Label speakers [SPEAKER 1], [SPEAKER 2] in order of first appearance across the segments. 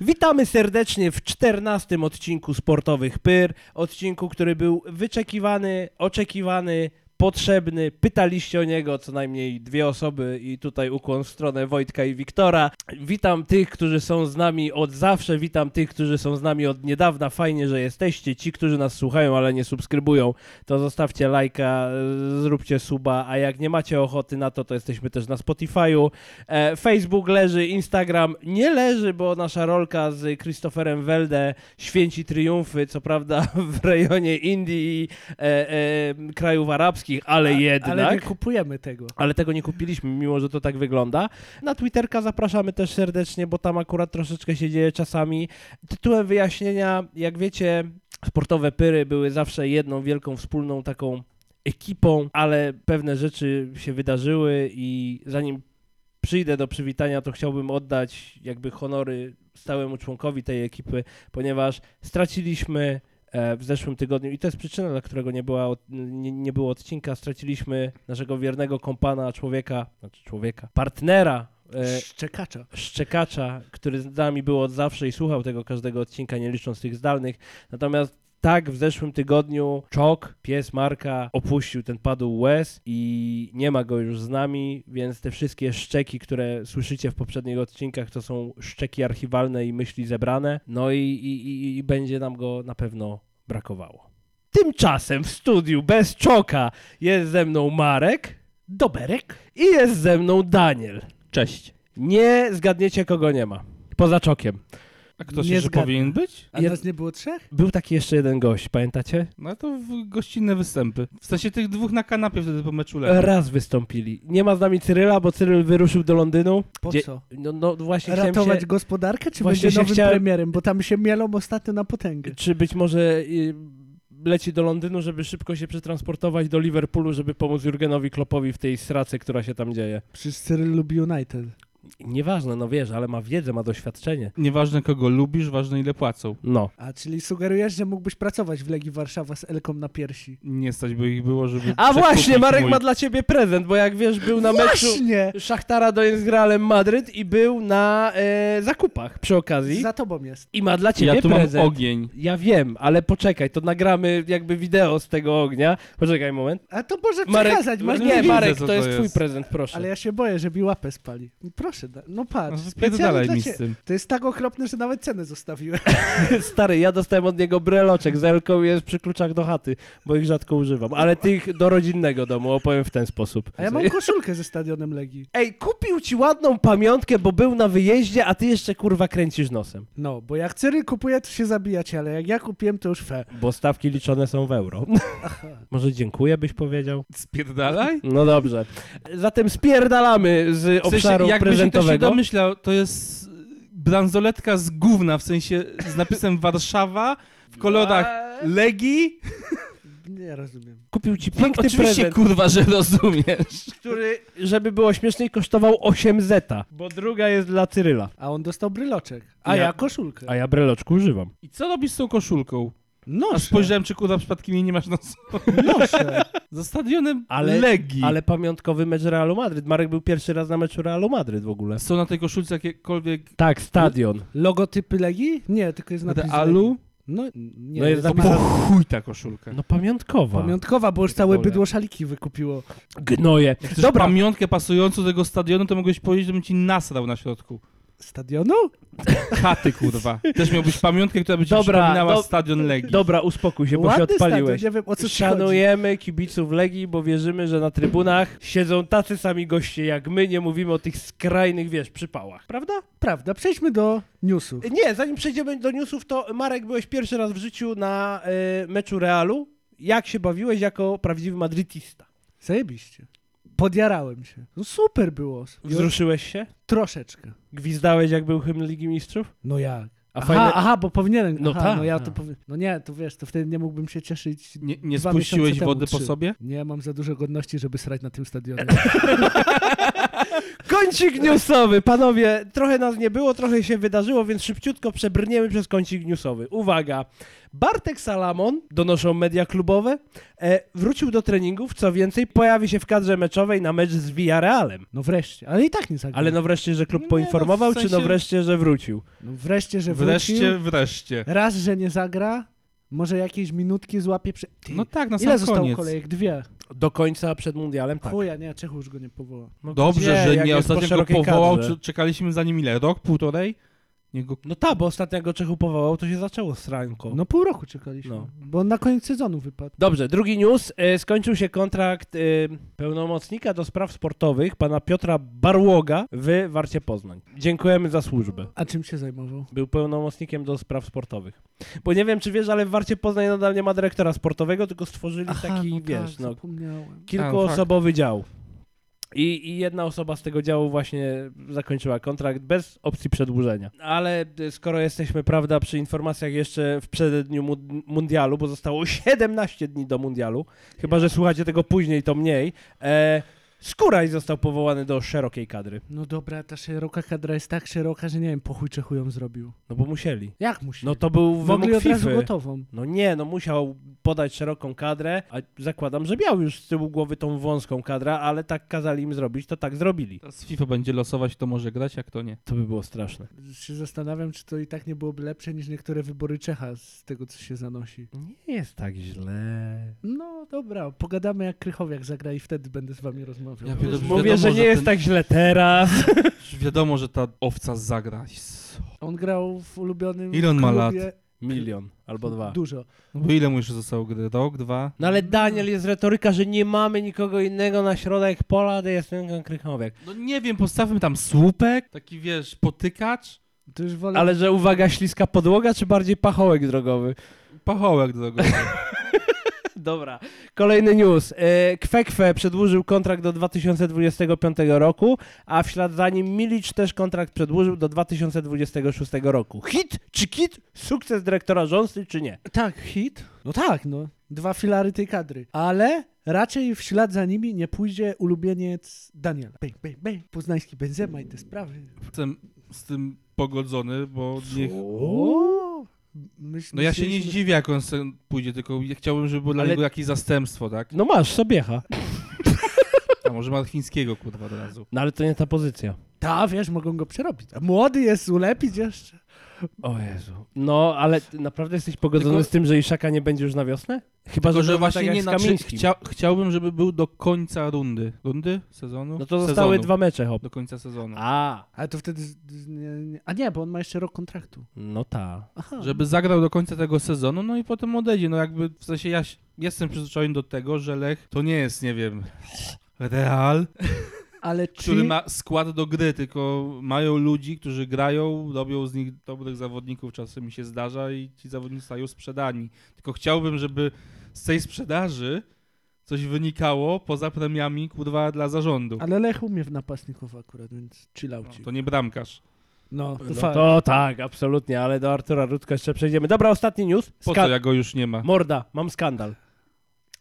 [SPEAKER 1] Witamy serdecznie w 14 odcinku Sportowych Pyr. Odcinku, który był wyczekiwany, oczekiwany, potrzebny. Pytaliście o niego co najmniej dwie osoby i tutaj ukłon w stronę Wojtka i Wiktora. Witam tych, którzy są z nami od zawsze, witam tych, którzy są z nami od niedawna. Fajnie, że jesteście. Ci, którzy nas słuchają, ale nie subskrybują, to zostawcie lajka, y, zróbcie suba, a jak nie macie ochoty na to, to jesteśmy też na Spotify'u. E, Facebook leży, Instagram nie leży, bo nasza rolka z Christopherem Welde święci triumfy, co prawda w rejonie Indii i e, e, krajów arabskich, ale jednak.
[SPEAKER 2] Ale nie kupujemy tego.
[SPEAKER 1] Ale tego nie kupiliśmy, mimo że to tak wygląda. Na Twitterka zapraszamy też serdecznie, bo tam akurat troszeczkę się dzieje czasami. Tytułem wyjaśnienia, jak wiecie, sportowe pyry były zawsze jedną wielką wspólną taką ekipą, ale pewne rzeczy się wydarzyły i zanim przyjdę do przywitania, to chciałbym oddać jakby honory stałemu członkowi tej ekipy, ponieważ straciliśmy e, w zeszłym tygodniu i to jest przyczyna, dla którego nie, była, od- nie, nie było odcinka, straciliśmy naszego wiernego kompana, człowieka, znaczy człowieka, partnera e,
[SPEAKER 2] Szczekacza.
[SPEAKER 1] szczekacza, który z nami był od zawsze i słuchał tego każdego odcinka, nie licząc tych zdalnych. Natomiast tak, w zeszłym tygodniu Czok, pies Marka, opuścił ten padł łez i nie ma go już z nami, więc te wszystkie szczeki, które słyszycie w poprzednich odcinkach, to są szczeki archiwalne i myśli zebrane. No i, i, i, i będzie nam go na pewno brakowało. Tymczasem w studiu bez Czoka jest ze mną Marek
[SPEAKER 2] Doberek?
[SPEAKER 1] i jest ze mną Daniel.
[SPEAKER 3] Cześć.
[SPEAKER 1] Nie zgadniecie, kogo nie ma. Poza czokiem.
[SPEAKER 3] A ktoś
[SPEAKER 2] Nie
[SPEAKER 3] jeszcze
[SPEAKER 2] zgadnę.
[SPEAKER 3] powinien być?
[SPEAKER 2] A
[SPEAKER 1] Ja-
[SPEAKER 2] nas nie było trzech?
[SPEAKER 1] Był taki jeszcze jeden gość, pamiętacie?
[SPEAKER 3] No to w gościnne występy. W sensie tych dwóch na kanapie wtedy po meczu Lechu.
[SPEAKER 1] Raz wystąpili. Nie ma z nami Cyryla, bo Cyryl wyruszył do Londynu.
[SPEAKER 2] Po
[SPEAKER 1] Gdzie-
[SPEAKER 2] co?
[SPEAKER 1] No, no właśnie chciałem
[SPEAKER 2] Ratować
[SPEAKER 1] się...
[SPEAKER 2] gospodarkę, czy
[SPEAKER 1] Właśnie się
[SPEAKER 2] będzie nowym
[SPEAKER 1] chciałem-
[SPEAKER 2] premierem? Bo tam się mielą ostatnio na potęgę.
[SPEAKER 1] Czy być może y, leci do Londynu, żeby szybko się przetransportować do Liverpoolu, żeby pomóc Jurgenowi Klopowi w tej srace, która się tam dzieje?
[SPEAKER 2] Przecież Cyril lubi United.
[SPEAKER 1] Nieważne, no wiesz, ale ma wiedzę, ma doświadczenie.
[SPEAKER 3] Nieważne kogo lubisz, ważne ile płacą.
[SPEAKER 1] No.
[SPEAKER 2] A, czyli sugerujesz, że mógłbyś pracować w Legii Warszawa z Elką na piersi.
[SPEAKER 3] Nie stać by ich było, żeby
[SPEAKER 1] A właśnie,
[SPEAKER 3] przekupić
[SPEAKER 1] Marek
[SPEAKER 3] mój.
[SPEAKER 1] ma dla ciebie prezent, bo jak wiesz, był na meczu
[SPEAKER 2] Właśnie!
[SPEAKER 1] Szachtara do z Realem Madryt i był na e, zakupach przy okazji.
[SPEAKER 2] Za tobą jest.
[SPEAKER 1] I ma dla ciebie
[SPEAKER 3] Ja tu
[SPEAKER 1] prezent.
[SPEAKER 3] mam ogień.
[SPEAKER 1] Ja wiem, ale poczekaj, to nagramy jakby wideo z tego ognia. Poczekaj moment.
[SPEAKER 2] A to może
[SPEAKER 1] Marek,
[SPEAKER 2] przekazać. Masz
[SPEAKER 1] nie,
[SPEAKER 3] widzę,
[SPEAKER 1] Marek,
[SPEAKER 3] co
[SPEAKER 1] to
[SPEAKER 3] to
[SPEAKER 1] jest,
[SPEAKER 3] jest.
[SPEAKER 1] twój prezent, proszę.
[SPEAKER 2] Ale ja się boję, że mi łapę spali. Proszę, da- no
[SPEAKER 3] No,
[SPEAKER 2] patrz. specjalnie
[SPEAKER 3] Spierdalaj
[SPEAKER 2] dla
[SPEAKER 3] mi
[SPEAKER 2] ciebie.
[SPEAKER 3] z tym.
[SPEAKER 2] To jest tak okropne, że nawet cenę zostawiłem.
[SPEAKER 1] Stary, ja dostałem od niego breloczek z Elką i jest przy kluczach do chaty, bo ich rzadko używam. Ale tych do rodzinnego domu opowiem w ten sposób.
[SPEAKER 2] A ja mam koszulkę ze stadionem Legii.
[SPEAKER 1] Ej, kupił ci ładną pamiątkę, bo był na wyjeździe, a ty jeszcze kurwa kręcisz nosem.
[SPEAKER 2] No, bo jak Cyril kupuje, to się zabijacie, ale jak ja kupiłem, to już fe.
[SPEAKER 1] Bo stawki liczone są w euro. Może dziękuję byś powiedział?
[SPEAKER 3] Spierdalaj?
[SPEAKER 1] No dobrze. Zatem spierdalamy z
[SPEAKER 3] W sensie,
[SPEAKER 1] obszaru
[SPEAKER 3] jakby się ktoś nie
[SPEAKER 1] prezentowego.
[SPEAKER 3] domyślał, to jest bransoletka z gówna, w sensie z napisem Warszawa w kolorach Legii.
[SPEAKER 2] E, Nie rozumiem.
[SPEAKER 1] Kupił ci piękny
[SPEAKER 3] Oczywiście
[SPEAKER 1] prezent.
[SPEAKER 3] kurwa, że rozumiesz.
[SPEAKER 1] który, żeby było śmieszniej, kosztował 8 zeta, bo druga jest dla Cyryla.
[SPEAKER 2] A on dostał bryloczek, a
[SPEAKER 3] Ja-
[SPEAKER 2] ja, koszulkę.
[SPEAKER 1] A ja breloczku używam.
[SPEAKER 3] I co robisz z tą koszulką? A
[SPEAKER 2] Noszę,
[SPEAKER 3] spojrzałem, czy kurwa przypadkiem jej nie masz na sobie.
[SPEAKER 2] noszę.
[SPEAKER 3] Za stadionem
[SPEAKER 1] Ale-
[SPEAKER 3] Legii.
[SPEAKER 1] Ale pamiątkowy mecz Realu Madryt. Marek był pierwszy raz na meczu Realu Madryt w ogóle.
[SPEAKER 3] Są na tej koszulce jakiekolwiek
[SPEAKER 1] Tak, stadion.
[SPEAKER 2] Logotypy Legii? Nie, tylko jest napis
[SPEAKER 3] realu?
[SPEAKER 2] Legii. No, nie,
[SPEAKER 1] No jest
[SPEAKER 3] To
[SPEAKER 1] Napisane-
[SPEAKER 3] po chuj ta koszulka.
[SPEAKER 1] No pamiątkowa.
[SPEAKER 2] Pamiątkowa, bo już całe
[SPEAKER 3] Pierdolę.
[SPEAKER 2] bydło szaliki wykupiło.
[SPEAKER 1] Gnoje.
[SPEAKER 3] Jak chcesz
[SPEAKER 1] Dobra,
[SPEAKER 3] pamiątkę pasującą do tego stadionu, to mogłeś powiedzieć, żebym ci nasrał na środku.
[SPEAKER 2] Stadionu?
[SPEAKER 3] Chaty, kurwa. Też miałbyś pamiątkę, która by ci
[SPEAKER 1] Dobra,
[SPEAKER 3] przypominała
[SPEAKER 1] do-
[SPEAKER 3] stadion Legii.
[SPEAKER 1] dobra, uspokój się, bo się
[SPEAKER 2] Ładny stadion,
[SPEAKER 1] odpaliłeś.
[SPEAKER 2] nie wiem o co ci
[SPEAKER 1] Szanujemy kibiców Legii, bo wierzymy, że na trybunach siedzą tacy sami goście jak my, nie mówimy o tych skrajnych, wiesz, przypałach. Prawda?
[SPEAKER 2] chodzi. Prawda, przejdźmy do newsów.
[SPEAKER 1] Nie, zanim przejdziemy do newsów, to Marek, byłeś pierwszy raz w życiu na e, meczu Realu. Jak się bawiłeś jako prawdziwy madrytista?
[SPEAKER 2] Zajebiście. Podjarałem się. No super było.
[SPEAKER 1] Wzruszyłeś się?
[SPEAKER 2] Troszeczkę.
[SPEAKER 1] Gwizdałeś, jak był hymn Ligi Mistrzów?
[SPEAKER 2] No jak?
[SPEAKER 1] A
[SPEAKER 2] aha,
[SPEAKER 1] fajne-
[SPEAKER 2] aha, bo powinienem.
[SPEAKER 1] No
[SPEAKER 2] No, aha,
[SPEAKER 1] tak,
[SPEAKER 2] no ja
[SPEAKER 1] tak.
[SPEAKER 2] to powi... No nie, to wiesz, to wtedy nie mógłbym się cieszyć.
[SPEAKER 3] Nie, nie
[SPEAKER 2] Dwa
[SPEAKER 3] spuściłeś
[SPEAKER 2] miesiące temu,
[SPEAKER 3] wody po
[SPEAKER 2] trzy.
[SPEAKER 3] sobie?
[SPEAKER 2] Nie mam za dużo godności, żeby srać na tym stadionie.
[SPEAKER 1] Kącik newsowy, panowie, trochę nas nie było, trochę się wydarzyło, więc szybciutko przebrniemy przez kącik newsowy. Uwaga, Bartek Salamon, donoszą media klubowe, e, wrócił do treningów, co więcej, pojawi się w kadrze meczowej na mecz z Villarealem.
[SPEAKER 2] No wreszcie, ale i tak nie zagrał.
[SPEAKER 1] Ale no wreszcie, że klub
[SPEAKER 3] Nie, no, w
[SPEAKER 1] poinformował, czy no
[SPEAKER 3] sensie-
[SPEAKER 1] wreszcie, że wrócił?
[SPEAKER 2] No wreszcie, że wrócił.
[SPEAKER 3] Wreszcie, wreszcie.
[SPEAKER 2] Raz, że nie zagra, może jakieś minutki złapie. Prze... Ty,
[SPEAKER 3] No tak, na sam
[SPEAKER 2] ile zostało
[SPEAKER 3] koniec.
[SPEAKER 2] kolejek? Dwie.
[SPEAKER 1] Do końca przed mundialem, tak.
[SPEAKER 2] Chuja, nie, Czechu już go nie powoła.
[SPEAKER 1] No gdzie,
[SPEAKER 3] Dobrze, że
[SPEAKER 1] jak
[SPEAKER 3] nie
[SPEAKER 1] jest po
[SPEAKER 3] ostatnio go
[SPEAKER 1] szerokiej
[SPEAKER 3] powołał,
[SPEAKER 1] kadrze?
[SPEAKER 3] czy- czekaliśmy za nim ile? Rok, półtorej? Niech go...
[SPEAKER 1] No ta, bo ostatniego Czechu powołał, to się zaczęło z ranką.
[SPEAKER 2] No pół roku czekaliśmy,
[SPEAKER 1] No.
[SPEAKER 2] bo on na koniec sezonu wypadł.
[SPEAKER 1] Dobrze, drugi news. E, skończył się kontrakt e, pełnomocnika do spraw sportowych pana Piotra Barłoga w Warcie Poznań. Dziękujemy za służbę.
[SPEAKER 2] A czym się zajmował?
[SPEAKER 1] Był pełnomocnikiem do spraw sportowych. Bo nie wiem, czy wiesz, ale w Warcie Poznań nadal nie ma dyrektora sportowego, tylko stworzyli taki,
[SPEAKER 2] no
[SPEAKER 1] wiesz,
[SPEAKER 2] tak,
[SPEAKER 1] no,
[SPEAKER 2] zapomniałem.
[SPEAKER 1] kilkuosobowy dział. I, I jedna osoba z tego działu właśnie zakończyła kontrakt bez opcji przedłużenia. Ale e, skoro jesteśmy, prawda, przy informacjach jeszcze w przededniu mun- mundialu, bo zostało 17 dni do mundialu, chyba że słuchacie tego później, to mniej, e, Skóraj został powołany do szerokiej kadry.
[SPEAKER 2] No dobra, ta szeroka kadra jest tak szeroka, że nie wiem, po chuj Czechu ją zrobił.
[SPEAKER 1] No bo musieli.
[SPEAKER 2] Jak musi?
[SPEAKER 1] No to był
[SPEAKER 2] Mogli
[SPEAKER 1] wymóg
[SPEAKER 2] od razu
[SPEAKER 1] FIFA.
[SPEAKER 2] gotową.
[SPEAKER 1] No nie, no musiał podać szeroką kadrę, a zakładam, że miał już z tyłu głowy tą wąską kadrę, ale tak kazali im zrobić, to tak zrobili.
[SPEAKER 3] Z FIFA będzie losować, to może grać, jak to nie.
[SPEAKER 1] To by było straszne.
[SPEAKER 2] Się zastanawiam, czy to i tak nie byłoby lepsze niż niektóre wybory Czecha z tego, co się zanosi.
[SPEAKER 1] Nie jest tak źle.
[SPEAKER 2] No dobra, pogadamy jak Krychowiak zagra i wtedy będę z wami rozmawiał.
[SPEAKER 3] Ja
[SPEAKER 2] Ja
[SPEAKER 3] pierdolę.
[SPEAKER 1] Mówię,
[SPEAKER 3] wiadomo,
[SPEAKER 1] że nie
[SPEAKER 3] że
[SPEAKER 1] jest
[SPEAKER 3] ten-
[SPEAKER 1] tak źle teraz.
[SPEAKER 3] Wiadomo, że ta owca zagra.
[SPEAKER 2] On grał w ulubionym
[SPEAKER 3] Ile on ma
[SPEAKER 2] klubie.
[SPEAKER 1] Milion albo dwa.
[SPEAKER 2] Dużo.
[SPEAKER 3] No bo ile mu już zostało gry? Rok, dwa?
[SPEAKER 1] No ale Daniel jest retoryka, że nie mamy nikogo innego na środek pola, to jest ten Krychowiak.
[SPEAKER 3] No nie wiem, postawmy tam słupek, taki wiesz, potykacz,
[SPEAKER 2] To już wolę...
[SPEAKER 1] Ale że uwaga, śliska podłoga, czy bardziej pachołek drogowy?
[SPEAKER 3] pachołek drogowy.
[SPEAKER 1] Dobra. Kolejny news. E, Kwekwe przedłużył kontrakt do 2025 roku, a w ślad za nim Milic też kontrakt przedłużył do 2026 roku. Hit czy kit? Sukces dyrektora rząsty czy nie?
[SPEAKER 2] Tak, hit. No tak, no. Dwa filary tej kadry. Ale raczej w ślad za nimi nie pójdzie ulubieniec Daniela. Bang, bang, bang. Poznański Benzema i te sprawy.
[SPEAKER 3] Jestem z tym pogodzony, bo niech...
[SPEAKER 2] O! Myśmy
[SPEAKER 3] No ja się nie
[SPEAKER 2] chcieliśmy-
[SPEAKER 3] zdziwię, jak on se pójdzie, tylko ja chciałbym, żeby było dla
[SPEAKER 1] Ale-
[SPEAKER 3] niego jakieś zastępstwo, tak?
[SPEAKER 1] No masz, Sobiecha.
[SPEAKER 3] A może Marchińskiego, kurwa, od razu.
[SPEAKER 1] No ale to nie ta pozycja.
[SPEAKER 2] Ta, wiesz, mogą go przerobić. A młody jest, ulepić jeszcze.
[SPEAKER 1] O Jezu. No, ale ty naprawdę jesteś pogodzony
[SPEAKER 3] Tylko-
[SPEAKER 1] z tym, że Iszaka nie będzie już na wiosnę? Chyba, że,
[SPEAKER 3] Tylko, że
[SPEAKER 1] będzie
[SPEAKER 3] właśnie
[SPEAKER 1] tak jak
[SPEAKER 3] nie
[SPEAKER 1] z
[SPEAKER 3] na trzy...
[SPEAKER 1] Kamińskim.
[SPEAKER 3] Chcia... Chciałbym, żeby był do końca rundy. Rundy? Sezonu?
[SPEAKER 1] No to zostały
[SPEAKER 3] sezonu.
[SPEAKER 1] dwa mecze, hop.
[SPEAKER 3] Do końca sezonu.
[SPEAKER 1] A,
[SPEAKER 2] Ale to wtedy... z- z- Nie, nie. A nie, bo on ma jeszcze rok kontraktu.
[SPEAKER 1] no ta.
[SPEAKER 2] Aha.
[SPEAKER 3] Żeby zagrał do końca tego sezonu, no i potem odejdzie. No jakby, w sensie ja się- jestem przyzwyczajony do tego, że Lech to nie jest, nie wiem... Real,
[SPEAKER 2] Ale czy...
[SPEAKER 3] który ma skład do gry, tylko mają ludzi, którzy grają, robią z nich dobrych zawodników, czasem mi się zdarza i ci zawodnicy stają sprzedani. Tylko chciałbym, żeby z tej sprzedaży coś wynikało poza premiami, kurwa, dla zarządu.
[SPEAKER 2] Ale Lech umie w napastników akurat, więc chillał
[SPEAKER 3] No,
[SPEAKER 2] ci.
[SPEAKER 3] to nie bramkarz.
[SPEAKER 2] No, to,
[SPEAKER 1] No
[SPEAKER 2] fakt.
[SPEAKER 1] to tak, absolutnie, ale do Artura Rudka jeszcze przejdziemy. Dobra, ostatni news.
[SPEAKER 3] Po
[SPEAKER 1] Ska-
[SPEAKER 3] co ja go już nie ma?
[SPEAKER 1] Morda, mam skandal.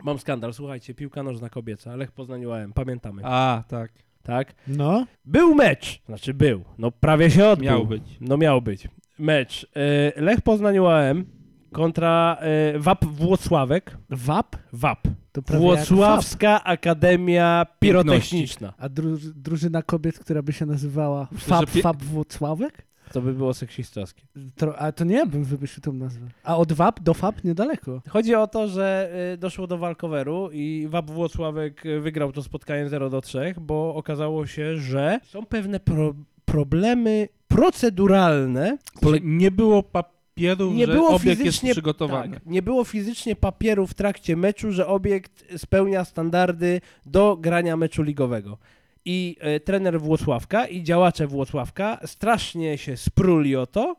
[SPEAKER 1] Mam skandal, słuchajcie, piłka nożna kobieca, Lech Poznań UAM, pamiętamy,
[SPEAKER 3] A, tak.
[SPEAKER 1] tak?
[SPEAKER 2] No.
[SPEAKER 1] Był mecz, znaczy był, no prawie się odbył.
[SPEAKER 3] Miał być.
[SPEAKER 1] No miał być. Mecz e, Lech Poznań UAM kontra y, WAP Włocławek.
[SPEAKER 2] WAP?
[SPEAKER 1] WAP.
[SPEAKER 2] To prawie jak WAP.
[SPEAKER 1] Włocławska Akademia Pirotechniczna.
[SPEAKER 2] A dru drużyna kobiet, która by się nazywała Fab,
[SPEAKER 3] że pie-
[SPEAKER 2] Fab Włocławek?
[SPEAKER 1] To by było seksistowskie.
[SPEAKER 2] Tro a to nie ja bym wymyślił tą nazwę. A od Fab do Fab niedaleko.
[SPEAKER 1] Chodzi o to, że y, doszło do walkoveru i WAP Włocławek y, wygrał to spotkanie 0 do 3, bo okazało się, że są pewne pro problemy proceduralne.
[SPEAKER 3] Pole- Znaczy, nie było papieru,
[SPEAKER 1] Nie
[SPEAKER 3] że
[SPEAKER 1] było
[SPEAKER 3] obiekt
[SPEAKER 1] fizycznie-
[SPEAKER 3] jest przygotowany.
[SPEAKER 1] Tak, nie było fizycznie papieru w trakcie meczu, że obiekt spełnia standardy do grania meczu ligowego. I y, trener Włocławka i działacze Włocławka strasznie się spruli o to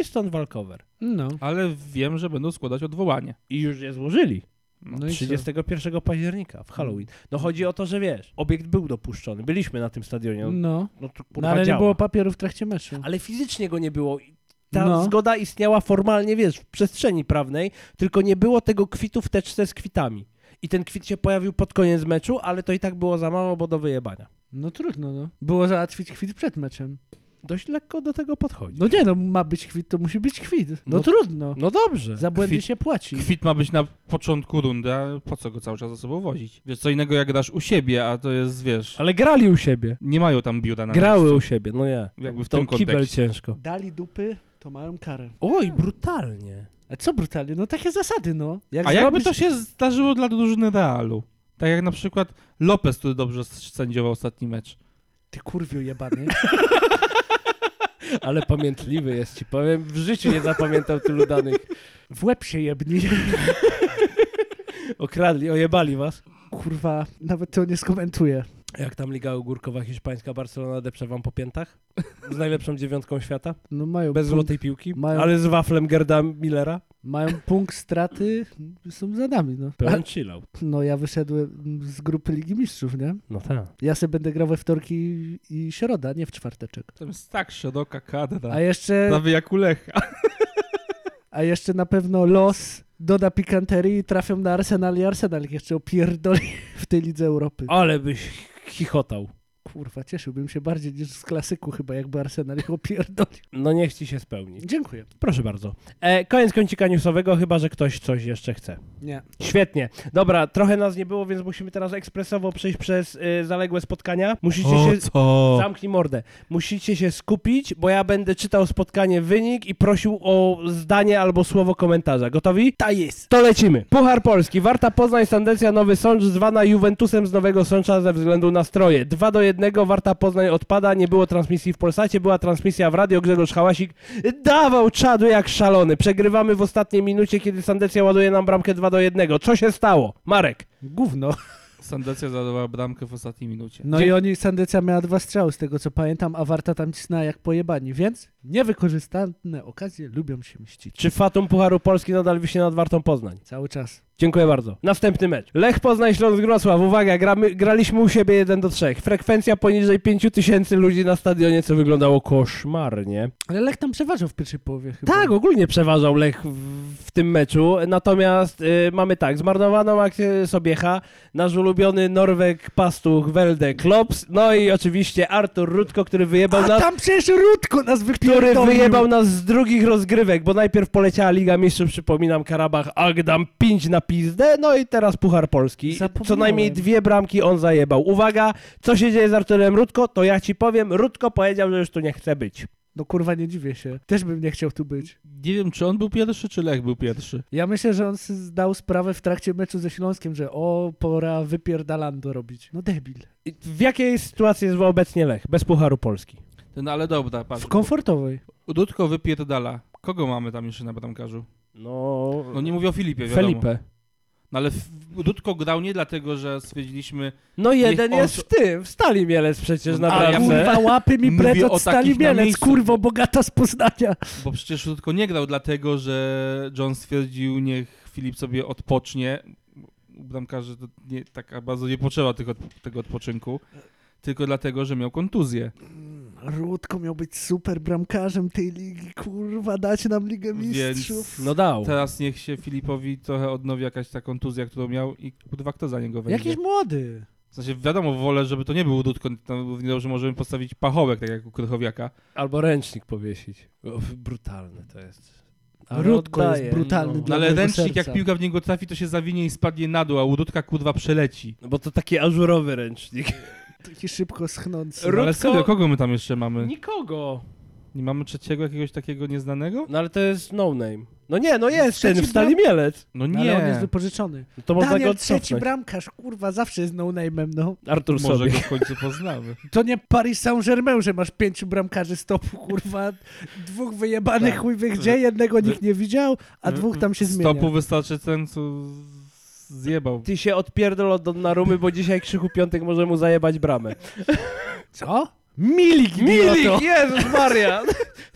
[SPEAKER 1] i stąd walkover.
[SPEAKER 2] No.
[SPEAKER 3] Ale wiem, że będą składać odwołanie.
[SPEAKER 1] I już je złożyli.
[SPEAKER 3] No.
[SPEAKER 2] No i co?
[SPEAKER 1] 31 października w Halloween. No chodzi o to, że wiesz, obiekt był dopuszczony. Byliśmy na tym stadionie. on-
[SPEAKER 2] No.
[SPEAKER 1] No, to, kurwa,
[SPEAKER 2] no ale nie
[SPEAKER 1] działa.
[SPEAKER 2] było papieru w trakcie meczu.
[SPEAKER 1] ale fizycznie go nie było. I Ta
[SPEAKER 2] No.
[SPEAKER 1] zgoda istniała formalnie, wiesz, w przestrzeni prawnej, tylko nie było tego kwitu w teczce z kwitami. I ten kwit się pojawił pod koniec meczu, ale to i tak było za mało, bo do wyjebania.
[SPEAKER 2] No trudno, no. Było załatwić kwit przed meczem.
[SPEAKER 1] Dość lekko do tego podchodzi.
[SPEAKER 2] No nie, no ma być kwit, to musi być kwit. No,
[SPEAKER 1] No-
[SPEAKER 2] trudno.
[SPEAKER 1] No dobrze.
[SPEAKER 2] Za błędy
[SPEAKER 3] kwit-
[SPEAKER 2] się płaci.
[SPEAKER 3] Kwit ma być na początku rundy, a po co go cały czas ze sobą wozić? Wiesz, co innego jak grasz u siebie, a to jest, wiesz,
[SPEAKER 1] Ale grali u siebie.
[SPEAKER 3] nie mają tam biura na
[SPEAKER 1] Grały
[SPEAKER 3] miejscu.
[SPEAKER 1] u siebie, no nie.
[SPEAKER 3] Jakby w
[SPEAKER 1] to
[SPEAKER 3] tym
[SPEAKER 1] kibel
[SPEAKER 3] kontekście.
[SPEAKER 1] ciężko.
[SPEAKER 2] Dali dupy, to mają karę.
[SPEAKER 1] Oj, brutalnie.
[SPEAKER 2] A co brutalnie? No takie zasady, no. Jak
[SPEAKER 3] A jakby
[SPEAKER 2] zrobisz...
[SPEAKER 3] to się zdarzyło dla drużyny Realu? Tak jak na przykład Lopez, który dobrze sędziował ostatni mecz.
[SPEAKER 2] Ty kurwiu jebany.
[SPEAKER 1] Ale pamiętliwy jest ci, powiem. W życiu nie zapamiętam tylu danych.
[SPEAKER 2] W łeb się jebni.
[SPEAKER 1] Okradli, ojebali was.
[SPEAKER 2] Kurwa, nawet to nie skomentuję.
[SPEAKER 1] Jak tam Liga Ogórkowa Hiszpańska Barcelona depcze wam po piętach? Z najlepszą dziewiątką świata?
[SPEAKER 2] No mają,
[SPEAKER 1] Bez
[SPEAKER 2] punkt,
[SPEAKER 1] złotej piłki?
[SPEAKER 2] mają-
[SPEAKER 1] Ale z waflem Gerda Millera?
[SPEAKER 2] mają punkt straty, są za nami, no.
[SPEAKER 1] Pełen chillout.
[SPEAKER 2] No ja wyszedłem z grupy Ligi Mistrzów, nie?
[SPEAKER 1] No tak.
[SPEAKER 2] Ja sobie będę grał we wtorki i środa, nie w czwarteczek.
[SPEAKER 3] To jest tak szeroka kadra.
[SPEAKER 2] A jeszcze,
[SPEAKER 3] Prawie jak u Lecha.
[SPEAKER 2] a jeszcze na pewno los doda pikanterii i trafią na Arsenal i Arsenal ich jeszcze opierdoli w tej Lidze Europy.
[SPEAKER 1] Ale byś chichotał.
[SPEAKER 2] Kurwa, cieszyłbym się bardziej niż z klasyku chyba, jakby Arsenal ich opierdolił.
[SPEAKER 1] No niech ci się spełni.
[SPEAKER 2] Dziękuję.
[SPEAKER 1] Proszę bardzo. E, koniec kącika newsowego, chyba że ktoś coś jeszcze chce.
[SPEAKER 2] Nie.
[SPEAKER 1] Świetnie. Dobra, trochę nas nie było, więc musimy teraz ekspresowo przejść przez y, zaległe spotkania. Musicie się...
[SPEAKER 3] co?
[SPEAKER 1] Zamknij mordę. Musicie się skupić, bo ja będę czytał spotkanie wynik i prosił o zdanie albo słowo komentarza. Gotowi?
[SPEAKER 2] Ta jest.
[SPEAKER 1] To lecimy. Puchar Polski. Warta Poznań, Sandecja, Nowy Sącz, zwana Juventusem z Nowego Sącza ze względu na stroje. 2 do 1, Warta Poznań odpada, nie było transmisji w Polsacie, była transmisja w radio, Grzegorz Hałasik dawał czadu jak szalony. Przegrywamy w ostatniej minucie, kiedy Sandecja ładuje nam bramkę 2 do 1. Co się stało? Marek.
[SPEAKER 2] Gówno.
[SPEAKER 3] Sandecja zadała bramkę w ostatniej minucie.
[SPEAKER 2] No
[SPEAKER 1] Dzie-
[SPEAKER 2] i oni, Sandecja miała dwa strzały z tego co pamiętam, a Warta tam cisnęła jak pojebani, więc niewykorzystane okazje lubią się mścić.
[SPEAKER 1] Czy Fatum Pucharu Polski nadal wisi nad Wartą Poznań?
[SPEAKER 2] Cały czas.
[SPEAKER 1] Dziękuję bardzo. Następny mecz. Lech Poznań Śląsk Wrocław. Uwaga, gramy, graliśmy u siebie 1 do 3. Frekwencja poniżej 5000 ludzi na stadionie, co wyglądało koszmarnie.
[SPEAKER 2] Ale Lech tam przeważał w pierwszej połowie chyba.
[SPEAKER 1] Tak, ogólnie przeważał Lech w, w tym meczu. Natomiast y, mamy tak, zmarnowaną akcję Sobiecha, nasz ulubiony Norweg Pastuch Welde Klops, no i oczywiście Artur Rutko, który wyjebał
[SPEAKER 2] A
[SPEAKER 1] nas
[SPEAKER 2] tam przecież Rutko nas
[SPEAKER 1] który
[SPEAKER 2] wypierdolił.
[SPEAKER 1] wyjebał nas z drugich rozgrywek, bo najpierw poleciała Liga Mistrzów, przypominam, Karabach Agdam 5 na pizdę, no i teraz Puchar Polski.
[SPEAKER 2] Zapomniałem.
[SPEAKER 1] Co najmniej dwie bramki on zajebał. Uwaga, co się dzieje z Arturem Rutko, to ja ci powiem, Rutko powiedział, że już tu nie chce być.
[SPEAKER 2] No kurwa, nie dziwię się. Też bym nie chciał tu być.
[SPEAKER 3] Nie wiem, czy on był pierwszy, czy Lech był pierwszy.
[SPEAKER 2] Ja myślę, że on s- zdał sprawę w trakcie meczu ze Śląskiem, że o, pora wypierdalando robić. No debil.
[SPEAKER 1] I W jakiej sytuacji jest obecnie Lech, bez Pucharu Polski?
[SPEAKER 3] No ale dobra, patrz.
[SPEAKER 2] W komfortowej.
[SPEAKER 3] Dudko wypierdala. Kogo mamy tam jeszcze na bramkarzu?
[SPEAKER 1] No,
[SPEAKER 3] No nie mówię o Filipie, wiadomo.
[SPEAKER 1] Felipe.
[SPEAKER 3] No ale F- Dudko grał nie dlatego, że stwierdziliśmy...
[SPEAKER 1] No jeden
[SPEAKER 3] Niech on-
[SPEAKER 1] jest w tym, w Stali Mielec przecież na
[SPEAKER 3] Ale ja
[SPEAKER 1] bramce.
[SPEAKER 2] kurwa, łapy mi
[SPEAKER 3] Mówię
[SPEAKER 2] precz
[SPEAKER 3] o
[SPEAKER 2] od Stali
[SPEAKER 3] takich na
[SPEAKER 2] Mielec,
[SPEAKER 3] miejscu.
[SPEAKER 2] kurwo, bogata z Poznania.
[SPEAKER 3] Bo przecież Dudko nie grał dlatego, że John stwierdził, niech Filip sobie odpocznie. U bramkarzy to nie, tak bardzo nie potrzeba tych od, tego odpoczynku. Tylko dlatego, że miał kontuzję.
[SPEAKER 2] Rutko miał być super bramkarzem tej ligi, kurwa, dać nam Ligę Mistrzów.
[SPEAKER 3] Więc
[SPEAKER 1] No dał.
[SPEAKER 3] teraz niech się Filipowi trochę odnowi jakaś ta kontuzja, którą miał i kurwa kto za niego wejdzie.
[SPEAKER 2] Jakiś młody.
[SPEAKER 3] W sensie wiadomo, wolę, żeby to nie był Dudko, tam równie dobrze możemy postawić pachołek, tak jak u Krychowiaka.
[SPEAKER 1] Albo ręcznik powiesić. Uf, brutalne to jest.
[SPEAKER 2] Rutko jest brutalny
[SPEAKER 1] brutalny
[SPEAKER 2] dla
[SPEAKER 3] No ale
[SPEAKER 2] mojego
[SPEAKER 3] ręcznik,
[SPEAKER 2] serca.
[SPEAKER 3] jak piłka w niego trafi, to się zawinie i spadnie na dół, a u Dudka kurwa przeleci.
[SPEAKER 1] No bo to taki ażurowy ręcznik.
[SPEAKER 2] Taki szybko
[SPEAKER 1] Ru-
[SPEAKER 2] schnący.
[SPEAKER 3] No,
[SPEAKER 1] Rutko-
[SPEAKER 3] ale serio, kogo my tam jeszcze
[SPEAKER 2] Tak.
[SPEAKER 3] mamy?
[SPEAKER 1] Nikogo.
[SPEAKER 3] Nie mamy trzeciego jakiegoś takiego nieznanego?
[SPEAKER 1] No ale to jest no name. No nie, no jest
[SPEAKER 2] Trzeci
[SPEAKER 1] ten w Stali Mielec.
[SPEAKER 3] No
[SPEAKER 2] No, Ale on
[SPEAKER 3] nie,
[SPEAKER 2] jest wypożyczony.
[SPEAKER 1] No to można
[SPEAKER 2] Daniel,
[SPEAKER 1] go
[SPEAKER 2] trzeci
[SPEAKER 1] cofnąć.
[SPEAKER 2] bramkarz, kurwa, zawsze jest no-name'em, no.
[SPEAKER 1] Artur
[SPEAKER 3] może
[SPEAKER 1] sobie.
[SPEAKER 3] go w końcu poznamy.
[SPEAKER 2] To nie Paris Saint-Germain, że masz pięciu bramkarzy stopu, kurwa, dwóch wyjebanych
[SPEAKER 3] Tak.
[SPEAKER 2] chujwych, gdzie jednego nikt nie widział, a dwóch tam się zmienia.
[SPEAKER 3] Stopu wystarczy ten, co z- zjebał.
[SPEAKER 1] Ty się odpierdol od Donnarumy, bo dzisiaj Krzychu Piątek może mu zajebać bramę.
[SPEAKER 2] Co? Milik, idioto.
[SPEAKER 1] Jezus Maria!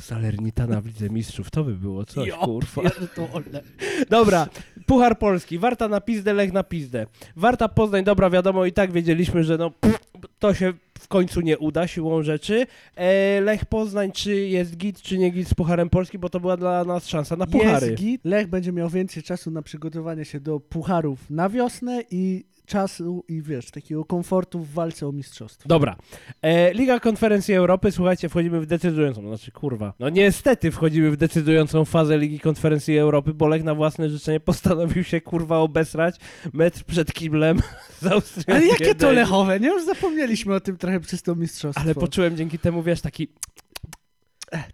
[SPEAKER 1] Salernitana w Lidze Mistrzów, to by było coś,
[SPEAKER 2] Ja
[SPEAKER 1] kurwa.
[SPEAKER 2] pierdolę.
[SPEAKER 1] Dobra, Puchar Polski, Warta na pizdę, Lech na pizdę. Warta Poznań, dobra, wiadomo, i tak wiedzieliśmy, że no pff, to się w końcu nie uda siłą rzeczy. E, Lech Poznań, czy jest git, czy nie git z Pucharem Polski, bo to była dla nas szansa na puchary.
[SPEAKER 2] Jest git. Lech będzie miał więcej czasu na przygotowanie się do pucharów na wiosnę i czasu i wiesz, takiego komfortu w walce o mistrzostwo.
[SPEAKER 1] Dobra. E, Liga Konferencji Europy, słuchajcie, wchodzimy w decydującą, znaczy kurwa. No niestety wchodzimy w decydującą fazę Ligi Konferencji Europy. Bolek na własne życzenie postanowił się kurwa obesrać metr przed kiblem z Austrią.
[SPEAKER 2] Ale jakie to lechowe, nie? Już zapomnieliśmy o tym trochę przez to mistrzostwo. E,
[SPEAKER 1] Ale poczułem dzięki temu, wiesz, taki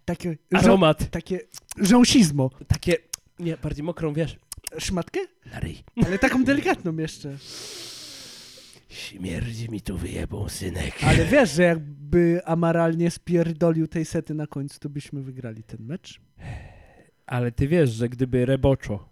[SPEAKER 2] Takie, żo-
[SPEAKER 1] aromat,
[SPEAKER 2] takie żąsizmo.
[SPEAKER 1] takie, nie, bardziej mokrą, wiesz,
[SPEAKER 2] Szmatkę?
[SPEAKER 1] na ryj.
[SPEAKER 2] Ale taką delikatną jeszcze.
[SPEAKER 1] Śmierdzi mi tu wyjebą, synek.
[SPEAKER 2] Ale wiesz, że jakby Amaral nie spierdolił tej sety na końcu, to byśmy wygrali ten mecz.
[SPEAKER 1] Ale ty wiesz, że gdyby Reboczo,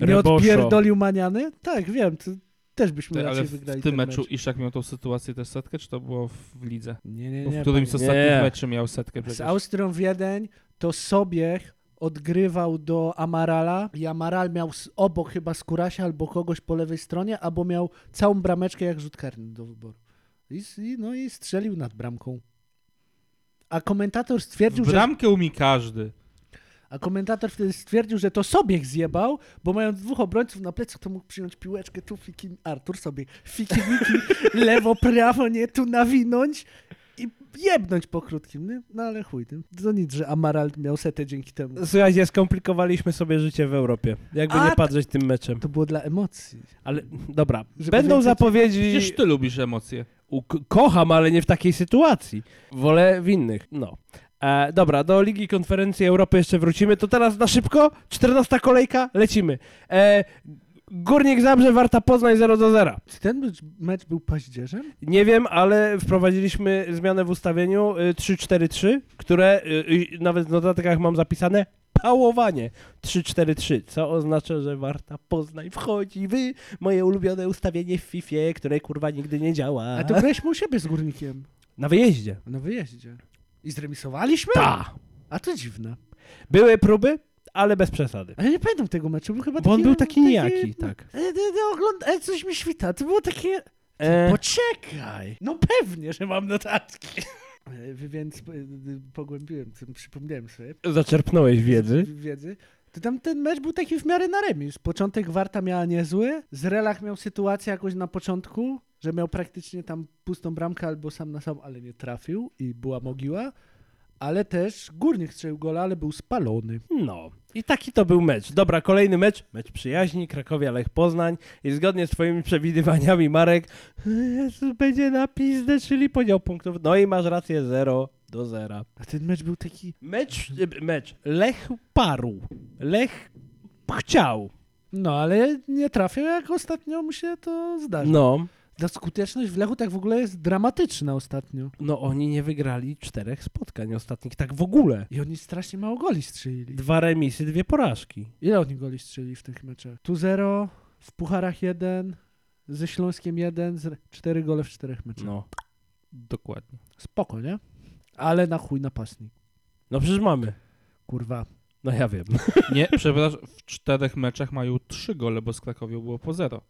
[SPEAKER 2] Nie
[SPEAKER 1] Reboszo,
[SPEAKER 2] odpierdolił Maniany? Tak, wiem, to też byśmy
[SPEAKER 3] Ty,
[SPEAKER 2] raczej
[SPEAKER 3] ale w
[SPEAKER 2] wygrali
[SPEAKER 3] tym
[SPEAKER 2] ten
[SPEAKER 3] meczu
[SPEAKER 2] Mecz.
[SPEAKER 3] Iszak miał tą sytuację też setkę, czy to było w w lidze?
[SPEAKER 2] Nie, nie,
[SPEAKER 3] Bo w
[SPEAKER 2] nie.
[SPEAKER 3] którymś z
[SPEAKER 2] panie.
[SPEAKER 1] pamiętam.
[SPEAKER 3] ostatnich
[SPEAKER 1] Nie.
[SPEAKER 3] meczy miał setkę przecież.
[SPEAKER 2] Z Austrią Wiedeń to Sobiech odgrywał do Amarala i Amaral miał z- obok chyba Skurasia albo kogoś po lewej stronie, albo miał całą brameczkę jak rzut karny do wyboru. I, s- i- no i strzelił nad bramką. A komentator stwierdził,
[SPEAKER 3] W
[SPEAKER 2] że
[SPEAKER 3] bramkę umi każdy.
[SPEAKER 2] A komentator wtedy stwierdził, że to Sobiech zjebał, bo mając dwóch obrońców na plecach, to mógł przyjąć piłeczkę, tu fiki, Artur sobie fiki miki, lewo, prawo, nie, tu nawinąć i jebnąć po krótkim, nie? No ale chuj, tym. to nic, że Amaral miał setę dzięki temu.
[SPEAKER 1] Słuchajcie, skomplikowaliśmy sobie życie w Europie. Jakby
[SPEAKER 2] A,
[SPEAKER 1] nie patrzeć tym meczem.
[SPEAKER 2] To było dla emocji.
[SPEAKER 1] Ale dobra,
[SPEAKER 2] Żeby
[SPEAKER 1] będą
[SPEAKER 2] więcej-
[SPEAKER 1] zapowiedzi.
[SPEAKER 3] Przecież ty lubisz emocje.
[SPEAKER 1] U- k- kocham, ale nie w takiej sytuacji. Wolę w innych. No. E, dobra, do Ligi Konferencji Europy jeszcze wrócimy. To teraz na szybko. 14 kolejka, lecimy. E, Górnik Zabrze, Warta Poznań 0 do 0.
[SPEAKER 2] Czy ten mecz- mecz był paździerzem?
[SPEAKER 1] Nie wiem, ale wprowadziliśmy zmianę w ustawieniu y, 3-4-3, które y, y, nawet w notatkach mam zapisane pałowanie 3-4-3, co oznacza, że Warta Poznań wchodzi w moje ulubione ustawienie w FIFA, które kurwa nigdy nie działa.
[SPEAKER 2] A to graliśmy u siebie z Górnikiem.
[SPEAKER 1] Na wyjeździe.
[SPEAKER 2] Na wyjeździe. I zremisowaliśmy?
[SPEAKER 1] Ta!
[SPEAKER 2] A to dziwne.
[SPEAKER 1] Były próby, ale bez przesady.
[SPEAKER 2] Ale nie pamiętam tego meczu, był chyba
[SPEAKER 1] Bo on
[SPEAKER 2] No taki-
[SPEAKER 1] był taki nijaki, tak.
[SPEAKER 2] E, e, e, ogląd- e, coś mi świta, to było takie...
[SPEAKER 1] E,
[SPEAKER 2] Poczekaj! No pewnie, że mam notatki. E, Więc e, e, pogłębiłem, tym, przypomniałem sobie
[SPEAKER 1] E, zaczerpnąłeś wiedzy.
[SPEAKER 2] w- wiedzy. To tam ten mecz był taki w miarę na remis. Początek Warta miała niezły, Zrelach miał sytuację jakoś na początku, że miał praktycznie tam pustą bramkę albo sam na sam, ale nie trafił i była mogiła. Ale też Górnik strzelił gola, ale był spalony.
[SPEAKER 1] No. I taki to był mecz. Dobra, kolejny mecz. Mecz przyjaźni, Krakowia, Lech Poznań. I zgodnie z twoimi przewidywaniami, Marek, Jezus, będzie na pizdę, czyli podział punktów. No i masz rację, 0 do 0.
[SPEAKER 2] A ten mecz był taki...
[SPEAKER 1] Mecz, y, mecz. Lech parł. Lech chciał.
[SPEAKER 2] No, ale nie trafił, jak ostatnio mu się to zdarza.
[SPEAKER 1] No.
[SPEAKER 2] Ta skuteczność w Lechu tak w ogóle jest dramatyczna ostatnio.
[SPEAKER 1] No oni nie wygrali czterech spotkań ostatnich, tak w ogóle.
[SPEAKER 2] I oni strasznie mało goli strzelili.
[SPEAKER 1] Dwa remisy, dwie porażki.
[SPEAKER 2] Ile oni goli strzelili w tych meczach? Tu zero, w pucharach jeden, ze Śląskiem jeden, z... cztery gole w czterech meczach.
[SPEAKER 1] No.
[SPEAKER 3] Dokładnie.
[SPEAKER 2] Spoko, nie? Ale na chuj napastnik.
[SPEAKER 1] No przecież mamy.
[SPEAKER 2] Kurwa.
[SPEAKER 1] No ja wiem.
[SPEAKER 3] Nie, przepraszam, w czterech meczach mają trzy gole, bo z Krakowią było po zero.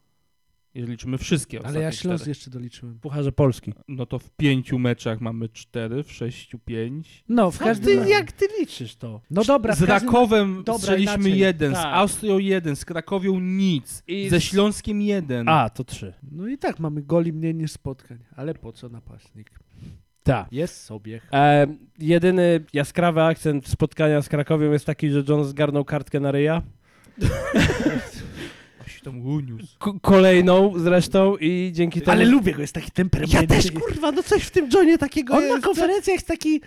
[SPEAKER 3] Jeżeli liczymy wszystkie
[SPEAKER 2] Ale
[SPEAKER 3] ostatnie
[SPEAKER 2] ja Śląsk
[SPEAKER 3] cztery.
[SPEAKER 2] jeszcze doliczyłem.
[SPEAKER 1] Pucharze Polski.
[SPEAKER 3] No to w pięciu meczach mamy cztery, w sześciu pięć.
[SPEAKER 2] No, w każdym razie.
[SPEAKER 1] ty liczysz to?
[SPEAKER 2] No dobra, w
[SPEAKER 3] z
[SPEAKER 2] każdym...
[SPEAKER 3] Rakowem
[SPEAKER 2] Dobra,
[SPEAKER 3] strzeliśmy
[SPEAKER 2] inaczej.
[SPEAKER 3] jeden, z
[SPEAKER 1] Tak.
[SPEAKER 3] Austrią jeden, z Krakowią nic,
[SPEAKER 1] I
[SPEAKER 3] ze
[SPEAKER 1] z-
[SPEAKER 3] Śląskiem jeden.
[SPEAKER 1] A, to trzy.
[SPEAKER 2] No i tak mamy goli mniej niż spotkań. Ale po co napastnik?
[SPEAKER 1] Tak.
[SPEAKER 2] Jest sobie.
[SPEAKER 1] E, jedyny jaskrawy akcent spotkania z Krakowiem jest taki, że Jones zgarnął kartkę na ryja.
[SPEAKER 3] A się tam uniósł.
[SPEAKER 1] K- kolejną zresztą i dzięki temu...
[SPEAKER 2] Ale lubię go, jest taki temperament.
[SPEAKER 1] kurwa, no coś w tym Johnie takiego
[SPEAKER 2] On na konferencjach jest taki...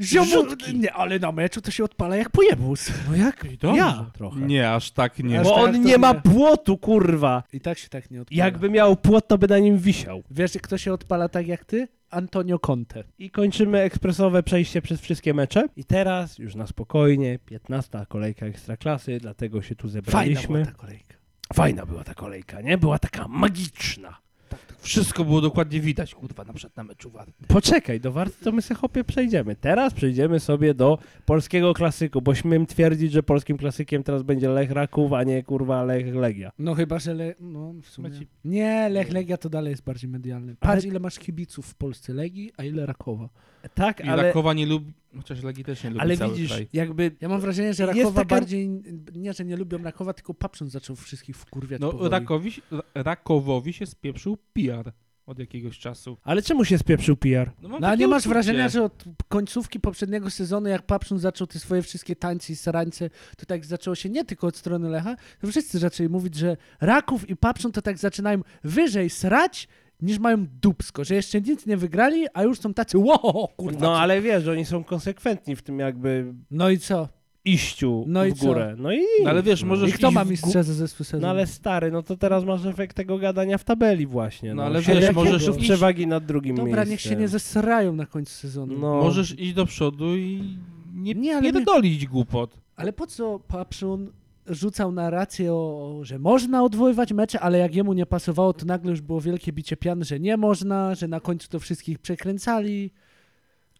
[SPEAKER 1] Ziomutki.
[SPEAKER 2] Nie, ale na meczu to się odpala jak pojebus.
[SPEAKER 1] No jak?
[SPEAKER 3] dobrze.
[SPEAKER 1] Ja trochę.
[SPEAKER 3] Nie, aż tak nie.
[SPEAKER 2] Aż
[SPEAKER 1] Bo
[SPEAKER 2] tak
[SPEAKER 1] on
[SPEAKER 2] to
[SPEAKER 1] nie ma
[SPEAKER 2] nie.
[SPEAKER 1] płotu, kurwa.
[SPEAKER 2] I tak się tak nie odpala.
[SPEAKER 1] Jakby miał płot, to by na nim wisiał.
[SPEAKER 2] Wiesz, kto się odpala tak jak ty? Antonio Conte.
[SPEAKER 1] I kończymy ekspresowe przejście przez wszystkie mecze. I teraz już na spokojnie, 15 kolejka Ekstraklasy, dlatego się tu zebraliśmy.
[SPEAKER 2] była ta kolejka.
[SPEAKER 1] Fajna była ta kolejka, nie? Była taka magiczna. tak.
[SPEAKER 3] Wszystko było dokładnie widać, kurwa, na przykład na meczu Warty.
[SPEAKER 1] Poczekaj, do Warty to my se chopie przejdziemy. Teraz przejdziemy sobie do polskiego klasyku, bo śmiem twierdzić, że polskim klasykiem teraz będzie Lech Raków, a nie kurwa Lech Legia.
[SPEAKER 2] No chyba, że Le... no, w sumie.
[SPEAKER 3] Macie-
[SPEAKER 2] Nie, Lech Legia to dalej jest bardziej medialny. Patrz, ile masz kibiców w Polsce Legii, a ile Rakowa.
[SPEAKER 1] Tak,
[SPEAKER 3] I
[SPEAKER 1] ale
[SPEAKER 3] Rakowa nie lubi... Chociaż Legii też nie lubi
[SPEAKER 1] Ale
[SPEAKER 3] cały
[SPEAKER 1] widzisz,
[SPEAKER 3] kraj.
[SPEAKER 1] jakby
[SPEAKER 2] Ja mam wrażenie, że
[SPEAKER 1] Jest
[SPEAKER 2] Rakowa
[SPEAKER 1] taka-
[SPEAKER 2] bardziej, nie, że nie lubią Rakowa, tylko Papszun zaczął wszystkich wkurwiać
[SPEAKER 3] No,
[SPEAKER 2] powoli.
[SPEAKER 3] Rakowi, się- Ra- Rakowowi się spieprzył PR od jakiegoś czasu.
[SPEAKER 1] Ale czemu się spieprzył PR?
[SPEAKER 3] No, mam
[SPEAKER 2] No a
[SPEAKER 3] takie
[SPEAKER 2] nie masz
[SPEAKER 3] uczucie.
[SPEAKER 2] wrażenia, że od końcówki poprzedniego sezonu, jak Papszun zaczął te swoje wszystkie tańce i sarańce, to tak zaczęło się nie tylko od strony Lecha, to wszyscy zaczęli mówić, że Raków i Papszun to tak zaczynają wyżej srać, niż mają dupsko, że jeszcze nic nie wygrali, a już są tacy, ło, kurwa.
[SPEAKER 1] No ale wiesz, że oni są konsekwentni w tym jakby
[SPEAKER 2] No i co?
[SPEAKER 1] iściu
[SPEAKER 2] No i
[SPEAKER 1] w górę. No i
[SPEAKER 3] No, ale wiesz, możesz
[SPEAKER 2] I kto
[SPEAKER 3] iść
[SPEAKER 2] ma
[SPEAKER 3] w gó-
[SPEAKER 2] mistrza ze zespół sezonu?
[SPEAKER 1] No ale stary, no to teraz masz efekt tego gadania w tabeli właśnie. No,
[SPEAKER 3] No, ale
[SPEAKER 1] Siedem
[SPEAKER 2] wiesz,
[SPEAKER 1] punktów
[SPEAKER 2] możesz
[SPEAKER 3] iść-
[SPEAKER 1] przewagi nad drugim
[SPEAKER 2] Dobra,
[SPEAKER 1] miejscem.
[SPEAKER 2] niech się nie zesrają na końcu sezonu.
[SPEAKER 1] No.
[SPEAKER 3] Możesz iść do przodu i nie,
[SPEAKER 2] Nie,
[SPEAKER 3] nie,
[SPEAKER 2] ale nie-
[SPEAKER 3] dolić głupot.
[SPEAKER 2] Ale po co Papszun rzucał narrację, o, że można odwoływać mecze, ale jak jemu nie pasowało, to nagle już było wielkie bicie pian, że nie można, że na końcu to wszystkich przekręcali.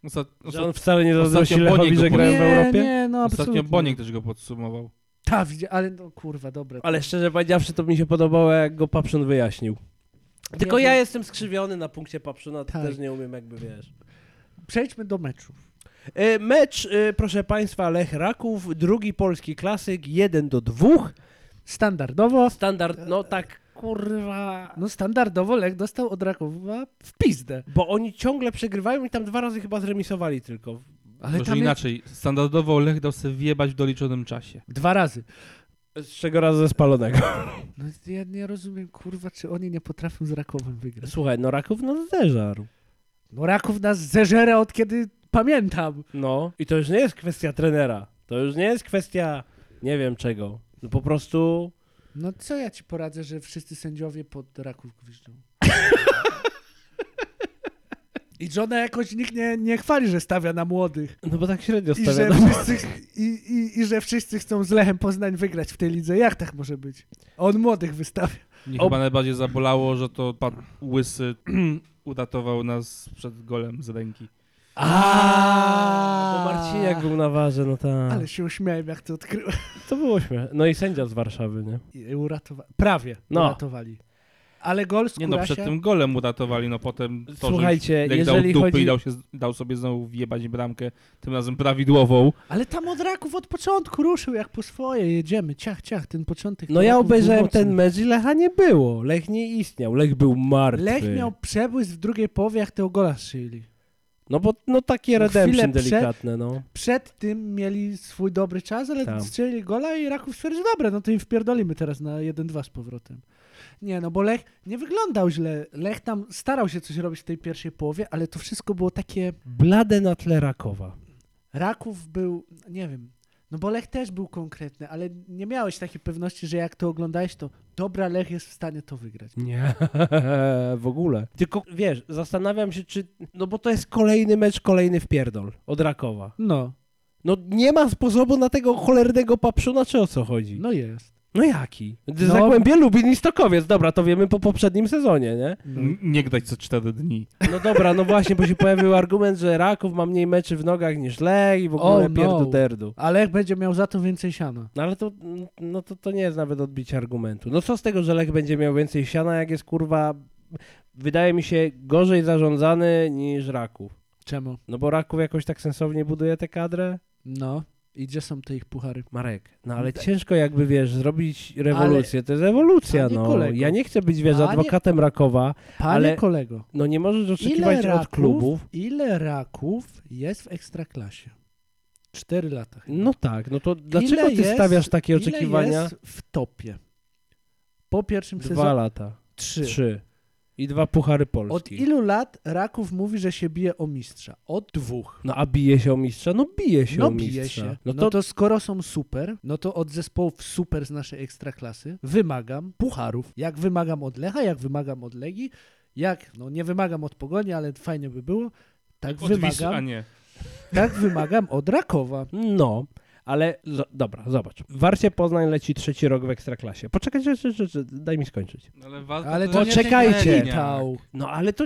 [SPEAKER 3] Osta-
[SPEAKER 1] Że
[SPEAKER 3] osta-
[SPEAKER 1] on wcale nie zazdrości
[SPEAKER 3] ostatnio
[SPEAKER 1] Lechowi,
[SPEAKER 3] Boniek
[SPEAKER 1] że
[SPEAKER 3] go
[SPEAKER 1] grają
[SPEAKER 2] nie,
[SPEAKER 1] No w Europie?
[SPEAKER 2] nie, no absolutnie.
[SPEAKER 3] Ostatnio Boniek też go podsumował.
[SPEAKER 2] Ta, widzi- ale no kurwa, dobra.
[SPEAKER 1] Ale szczerze powiedziawszy, to mi się podobało, jak go Papszun wyjaśnił. Tylko
[SPEAKER 2] Nie,
[SPEAKER 1] ja
[SPEAKER 2] to-
[SPEAKER 1] jestem skrzywiony na punkcie Papszuna, to
[SPEAKER 2] Tak.
[SPEAKER 1] też nie umiem jakby, wiesz.
[SPEAKER 2] Przejdźmy do meczów.
[SPEAKER 1] E, Mecz, e, proszę Państwa, Lech Raków, drugi polski klasyk, 1 do 2.
[SPEAKER 2] Standardowo,
[SPEAKER 1] Standard, no tak, kurwa...
[SPEAKER 2] no standardowo Lech dostał od Rakowa w pizdę.
[SPEAKER 1] Bo oni ciągle przegrywają i tam dwa razy chyba zremisowali tylko.
[SPEAKER 2] Ale
[SPEAKER 3] Może
[SPEAKER 2] tam jest-
[SPEAKER 3] inaczej, standardowo Lech dał sobie wjebać w doliczonym czasie.
[SPEAKER 2] Dwa razy.
[SPEAKER 1] Z czego raz ze spalonego.
[SPEAKER 2] No ja nie rozumiem, kurwa, czy oni nie potrafią z Rakowem wygrać.
[SPEAKER 1] Słuchaj, no Raków nas zeżarł.
[SPEAKER 2] No Raków nas zeżera od kiedy pamiętam.
[SPEAKER 1] No. I to już nie jest kwestia trenera. To już nie jest kwestia nie wiem czego. No po prostu...
[SPEAKER 2] No co ja ci poradzę, że wszyscy sędziowie pod raków gwiżdżą? I żona jakoś nikt nie, nie chwali, że stawia na młodych.
[SPEAKER 1] No bo tak średnio
[SPEAKER 2] I że,
[SPEAKER 1] stawia.
[SPEAKER 2] wszyscy, i, i, I że wszyscy chcą z Lechem Poznań wygrać w tej lidze. Jak tak może być? A On młodych wystawia.
[SPEAKER 3] Mnie
[SPEAKER 1] Ob-
[SPEAKER 3] chyba najbardziej zabolało, że to pan Łysy uratował nas przed golem z ręki.
[SPEAKER 1] Bo Marciniak był na warze, no tak.
[SPEAKER 2] Ale się uśmiałem, jak to odkryłem.
[SPEAKER 1] To było śmieszne. No i sędzia z Warszawy, nie?
[SPEAKER 2] I uratowali. Prawie
[SPEAKER 1] No.
[SPEAKER 2] uratowali. Ale gol z
[SPEAKER 3] Nie no, przed
[SPEAKER 2] Kurasia-
[SPEAKER 3] tym golem uratowali, no potem to,
[SPEAKER 1] Słuchajcie,
[SPEAKER 3] że Lech
[SPEAKER 1] jeżeli
[SPEAKER 3] dał dupy
[SPEAKER 1] chodzi-
[SPEAKER 3] i dał, się, dał sobie znowu wjebać bramkę, tym razem prawidłową.
[SPEAKER 2] Ale tam od raków od początku ruszył, jak po swoje jedziemy. Ciach, ciach, ten początek.
[SPEAKER 1] No ja
[SPEAKER 2] Raków był
[SPEAKER 1] obejrzałem
[SPEAKER 2] mocny.
[SPEAKER 1] ten mecz i Lecha nie było. Lech nie istniał. Lech był martwy.
[SPEAKER 2] Lech miał przebłysk w drugiej połowie, jak tego gola strzelili.
[SPEAKER 1] No bo no takie
[SPEAKER 2] No chwilę
[SPEAKER 1] redemption
[SPEAKER 2] przed-
[SPEAKER 1] delikatne, no.
[SPEAKER 2] Przed tym mieli swój dobry czas, ale
[SPEAKER 1] Tak.
[SPEAKER 2] strzelili gola i Raków stwierdził, dobra, no to im wpierdolimy teraz na 1-2 z powrotem. Nie, no bo Lech nie wyglądał źle. Lech tam starał się coś robić w tej pierwszej połowie, ale to wszystko było takie...
[SPEAKER 1] Blade na tle Rakowa.
[SPEAKER 2] Raków był, nie wiem, no bo Lech też był konkretny, ale nie miałeś takiej pewności, że jak to oglądałeś, to dobra, Lech jest w stanie to wygrać.
[SPEAKER 1] Nie, w ogóle. Tylko wiesz, zastanawiam się, czy. No bo to jest kolejny mecz, kolejny wpierdol od Rakowa.
[SPEAKER 2] No,
[SPEAKER 1] No nie ma sposobu na tego cholernego papszuna, czy o co chodzi? No,
[SPEAKER 2] no jest.
[SPEAKER 1] jaki?
[SPEAKER 2] No.
[SPEAKER 1] Zagłębie Lubin i Stokowiec, dobra, to wiemy po poprzednim sezonie, nie?
[SPEAKER 2] No.
[SPEAKER 3] N- nie grać co cztery dni.
[SPEAKER 1] No dobra, no właśnie, bo się pojawił argument, że Raków ma mniej meczy w nogach niż Lech i w ogóle
[SPEAKER 2] O, no.
[SPEAKER 1] pierdu derdu.
[SPEAKER 2] A Lech będzie miał za to więcej siana.
[SPEAKER 1] No ale to, no to, to nie jest nawet odbicie argumentu. No co z tego, że Lech będzie miał więcej siana, jak jest kurwa, wydaje mi się, gorzej zarządzany niż Raków.
[SPEAKER 2] Czemu?
[SPEAKER 1] No bo Raków jakoś tak sensownie buduje tę kadrę.
[SPEAKER 2] No, i gdzie są te ich puchary?
[SPEAKER 1] Marek, no ale
[SPEAKER 2] No tak.
[SPEAKER 1] ciężko jakby, wiesz, zrobić rewolucję. To jest ewolucja,
[SPEAKER 2] Panie
[SPEAKER 1] no.
[SPEAKER 2] kolego.
[SPEAKER 1] Ja nie chcę być, wiesz,
[SPEAKER 2] Panie-
[SPEAKER 1] adwokatem Rakowa.
[SPEAKER 2] Panie
[SPEAKER 1] Ale
[SPEAKER 2] kolego,
[SPEAKER 1] No nie możesz
[SPEAKER 2] ile
[SPEAKER 1] oczekiwać od
[SPEAKER 2] raków,
[SPEAKER 1] klubów.
[SPEAKER 2] ile raków jest w Ekstraklasie? Cztery lata. chyba.
[SPEAKER 1] No tak, no to dlaczego ty
[SPEAKER 2] jest-
[SPEAKER 1] stawiasz takie
[SPEAKER 2] Ile
[SPEAKER 1] oczekiwania?
[SPEAKER 2] jest w topie? Po pierwszym
[SPEAKER 1] Dwa
[SPEAKER 2] sezonie
[SPEAKER 1] lata,
[SPEAKER 2] trzy.
[SPEAKER 1] trzy i dwa puchary
[SPEAKER 2] Od
[SPEAKER 1] Polski.
[SPEAKER 2] ilu lat Raków mówi, że się bije o mistrza? Od dwóch.
[SPEAKER 1] No a bije się o mistrza? No bije się
[SPEAKER 2] No
[SPEAKER 1] o mistrza.
[SPEAKER 2] bije się.
[SPEAKER 1] No to,
[SPEAKER 2] skoro są super, no to od zespołów super z naszej ekstraklasy wymagam pucharów. Jak wymagam od Lecha, jak wymagam od Legii, jak, no nie wymagam od Pogoni, ale fajnie by było, tak
[SPEAKER 3] Od Wisły, a
[SPEAKER 2] wymagam,
[SPEAKER 3] nie.
[SPEAKER 2] tak wymagam od Rakowa.
[SPEAKER 1] No, ale zo- dobra, zobacz. Warcie Poznań leci trzeci rok w Ekstraklasie. Poczekaj, że, że, że, że, daj mi skończyć.
[SPEAKER 3] Ale, wa-
[SPEAKER 2] Ale
[SPEAKER 3] to
[SPEAKER 2] to
[SPEAKER 3] jest-
[SPEAKER 1] Poczekajcie.
[SPEAKER 2] nie
[SPEAKER 3] Nie,
[SPEAKER 2] ten
[SPEAKER 3] nie.
[SPEAKER 2] Tał.
[SPEAKER 1] No ale to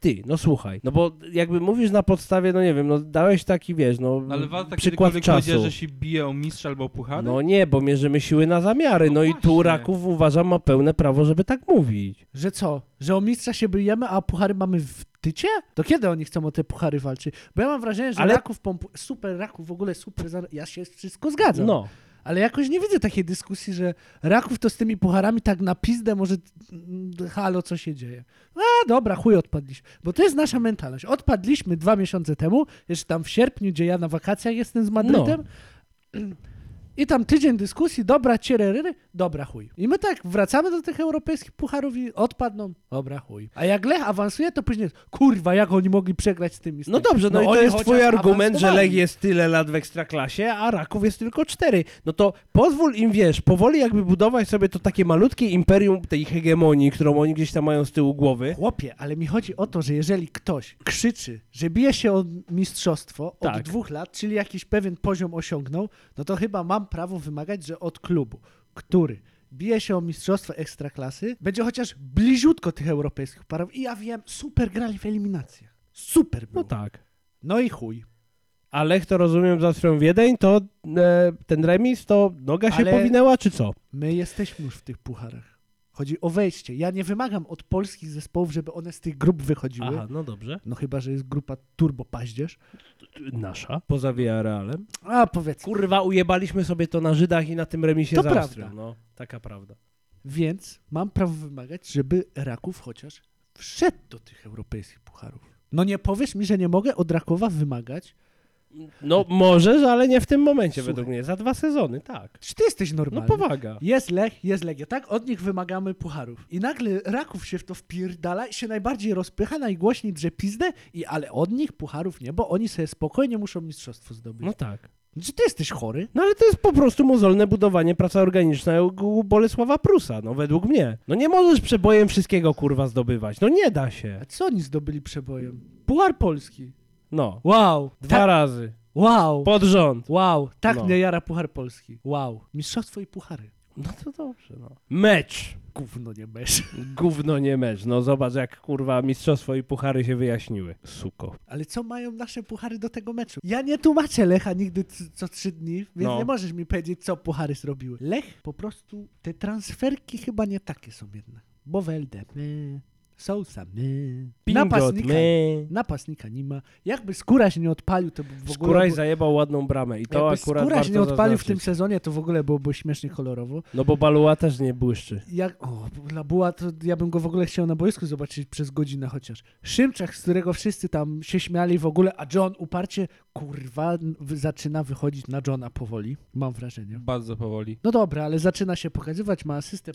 [SPEAKER 1] ty, no słuchaj, no bo jakby mówisz na podstawie, no nie wiem, no dałeś taki, wiesz, no
[SPEAKER 3] No Ale Walta
[SPEAKER 1] przykład
[SPEAKER 3] kiedykolwiek
[SPEAKER 1] czasu.
[SPEAKER 3] powiedział, że się bije o mistrza albo o puchary?
[SPEAKER 1] No nie, bo mierzymy siły na zamiary, no,
[SPEAKER 3] No
[SPEAKER 1] i tu
[SPEAKER 3] właśnie.
[SPEAKER 1] Raków uważam ma pełne prawo, żeby tak mówić.
[SPEAKER 2] Że co? Że o mistrza się bijemy, a puchary mamy w Tycie? To kiedy oni chcą o te puchary walczyć? Bo ja mam wrażenie, że
[SPEAKER 1] Ale-
[SPEAKER 2] raków, pompu... super raków, w ogóle super, za- ja się wszystko zgadzam.
[SPEAKER 1] No.
[SPEAKER 2] Ale jakoś nie widzę takiej dyskusji, że raków to z tymi pucharami tak na pizdę może mm, halo, co się dzieje. A dobra, chuj odpadliśmy. Bo to jest nasza mentalność. Odpadliśmy dwa miesiące temu, jeszcze tam w sierpniu, gdzie ja na wakacjach jestem z Madrytem.
[SPEAKER 1] No.
[SPEAKER 2] I tam tydzień dyskusji, dobra, ciereryry, dobra, chuj. I my tak wracamy do tych europejskich pucharów i odpadną, dobra, chuj. A jak Lech awansuje, to później, kurwa, jak oni mogli przegrać z tymi. z
[SPEAKER 1] No
[SPEAKER 2] tymi.
[SPEAKER 1] dobrze, no, i to
[SPEAKER 2] oni
[SPEAKER 1] jest
[SPEAKER 2] chociaż
[SPEAKER 1] twój argument, że
[SPEAKER 2] awansowali.
[SPEAKER 1] Lech jest tyle lat w Ekstraklasie, a Raków jest tylko cztery. No to pozwól im, wiesz, powoli jakby budować sobie to takie malutkie imperium tej hegemonii, którą oni gdzieś tam mają z tyłu głowy.
[SPEAKER 2] Chłopie, ale mi chodzi o to, że jeżeli ktoś krzyczy, że bije się o mistrzostwo od
[SPEAKER 1] Tak.
[SPEAKER 2] dwóch lat, czyli jakiś pewien poziom osiągnął, no to chyba mam prawo wymagać, że od klubu, który bije się o mistrzostwo ekstraklasy, będzie chociaż bliziutko tych europejskich parów. I ja wiem, super grali w eliminacjach. Super było.
[SPEAKER 1] No
[SPEAKER 2] No,
[SPEAKER 1] tak.
[SPEAKER 2] i chuj.
[SPEAKER 1] A Lech to rozumiem zatrą Wiedeń, to e, ten remis, to noga się
[SPEAKER 2] Ale-
[SPEAKER 1] powinęła, czy co?
[SPEAKER 2] My jesteśmy już w tych pucharach. Chodzi o wejście. Ja nie wymagam od polskich zespołów, żeby one z tych grup wychodziły.
[SPEAKER 1] no dobrze.
[SPEAKER 2] No chyba, że jest grupa turbo paździerz.
[SPEAKER 1] Nasza. Poza Villarrealem.
[SPEAKER 2] A powiedz.
[SPEAKER 1] Kurwa, ujebaliśmy sobie to na Żydach i na tym remisie
[SPEAKER 2] To
[SPEAKER 1] zaostrzył.
[SPEAKER 2] prawda.
[SPEAKER 1] No, taka prawda.
[SPEAKER 2] Więc mam prawo wymagać, żeby Raków chociaż wszedł do tych europejskich pucharów. No nie powiesz mi, że nie mogę od Rakowa wymagać?
[SPEAKER 1] No możesz, ale nie w tym momencie
[SPEAKER 2] Słuchaj.
[SPEAKER 1] według mnie. Za dwa sezony, tak.
[SPEAKER 2] Czy ty jesteś
[SPEAKER 1] No
[SPEAKER 2] normalny?
[SPEAKER 1] powaga.
[SPEAKER 2] Jest Lech, jest Legia, tak? Od nich wymagamy pucharów. I nagle Raków się w to wpierdala i się najbardziej rozpycha, najgłośniej drze pizdę, i ale od nich pucharów nie, bo oni sobie spokojnie muszą mistrzostwo zdobyć.
[SPEAKER 1] No tak.
[SPEAKER 2] Czy ty jesteś chory?
[SPEAKER 1] No ale to jest po prostu mozolne budowanie praca organiczna u Bolesława Prusa, no według mnie. No nie możesz przebojem wszystkiego kurwa zdobywać, no nie da się.
[SPEAKER 2] A co oni zdobyli przebojem? Puchar Polski.
[SPEAKER 1] No,
[SPEAKER 2] Wow.
[SPEAKER 1] dwa
[SPEAKER 2] tak,
[SPEAKER 1] razy,
[SPEAKER 2] wow.
[SPEAKER 1] pod rząd.
[SPEAKER 2] Wow, tak
[SPEAKER 1] No.
[SPEAKER 2] mnie jara Puchar Polski. Wow. Mistrzostwo i puchary.
[SPEAKER 1] No to dobrze, no. Mecz.
[SPEAKER 2] Gówno nie mesz.
[SPEAKER 1] Gówno nie mecz, no zobacz jak kurwa mistrzostwo i puchary się wyjaśniły. Suko.
[SPEAKER 2] Ale co mają nasze puchary do tego meczu? Ja nie tłumaczę Lecha nigdy c- co trzy dni, więc
[SPEAKER 1] No.
[SPEAKER 2] nie możesz mi powiedzieć, co puchary zrobiły. Lech po prostu, te transferki chyba nie takie są jednak. Bo Welde, my. Sousa, my.
[SPEAKER 1] Pingot,
[SPEAKER 2] Napastnika,
[SPEAKER 1] my.
[SPEAKER 2] napastnika nie ma. Jakby skóra się nie odpalił, to by w ogóle...
[SPEAKER 1] Skóraj
[SPEAKER 2] było-
[SPEAKER 1] zajebał ładną bramę i to
[SPEAKER 2] Jakby
[SPEAKER 1] akurat
[SPEAKER 2] skóra się
[SPEAKER 1] warto
[SPEAKER 2] nie odpalił w
[SPEAKER 1] zaznaczyć.
[SPEAKER 2] tym sezonie, to w ogóle byłoby śmiesznie kolorowo.
[SPEAKER 1] No bo Balua też nie błyszczy.
[SPEAKER 2] Jak, o, Labuła, to ja bym go w ogóle chciał na boisku zobaczyć przez godzinę chociaż. Szymczak, z którego wszyscy tam się śmiali w ogóle, a John uparcie, kurwa, n- wy- zaczyna wychodzić na Johna powoli, mam wrażenie.
[SPEAKER 3] Bardzo powoli.
[SPEAKER 2] No dobra, ale zaczyna się pokazywać, ma asystę,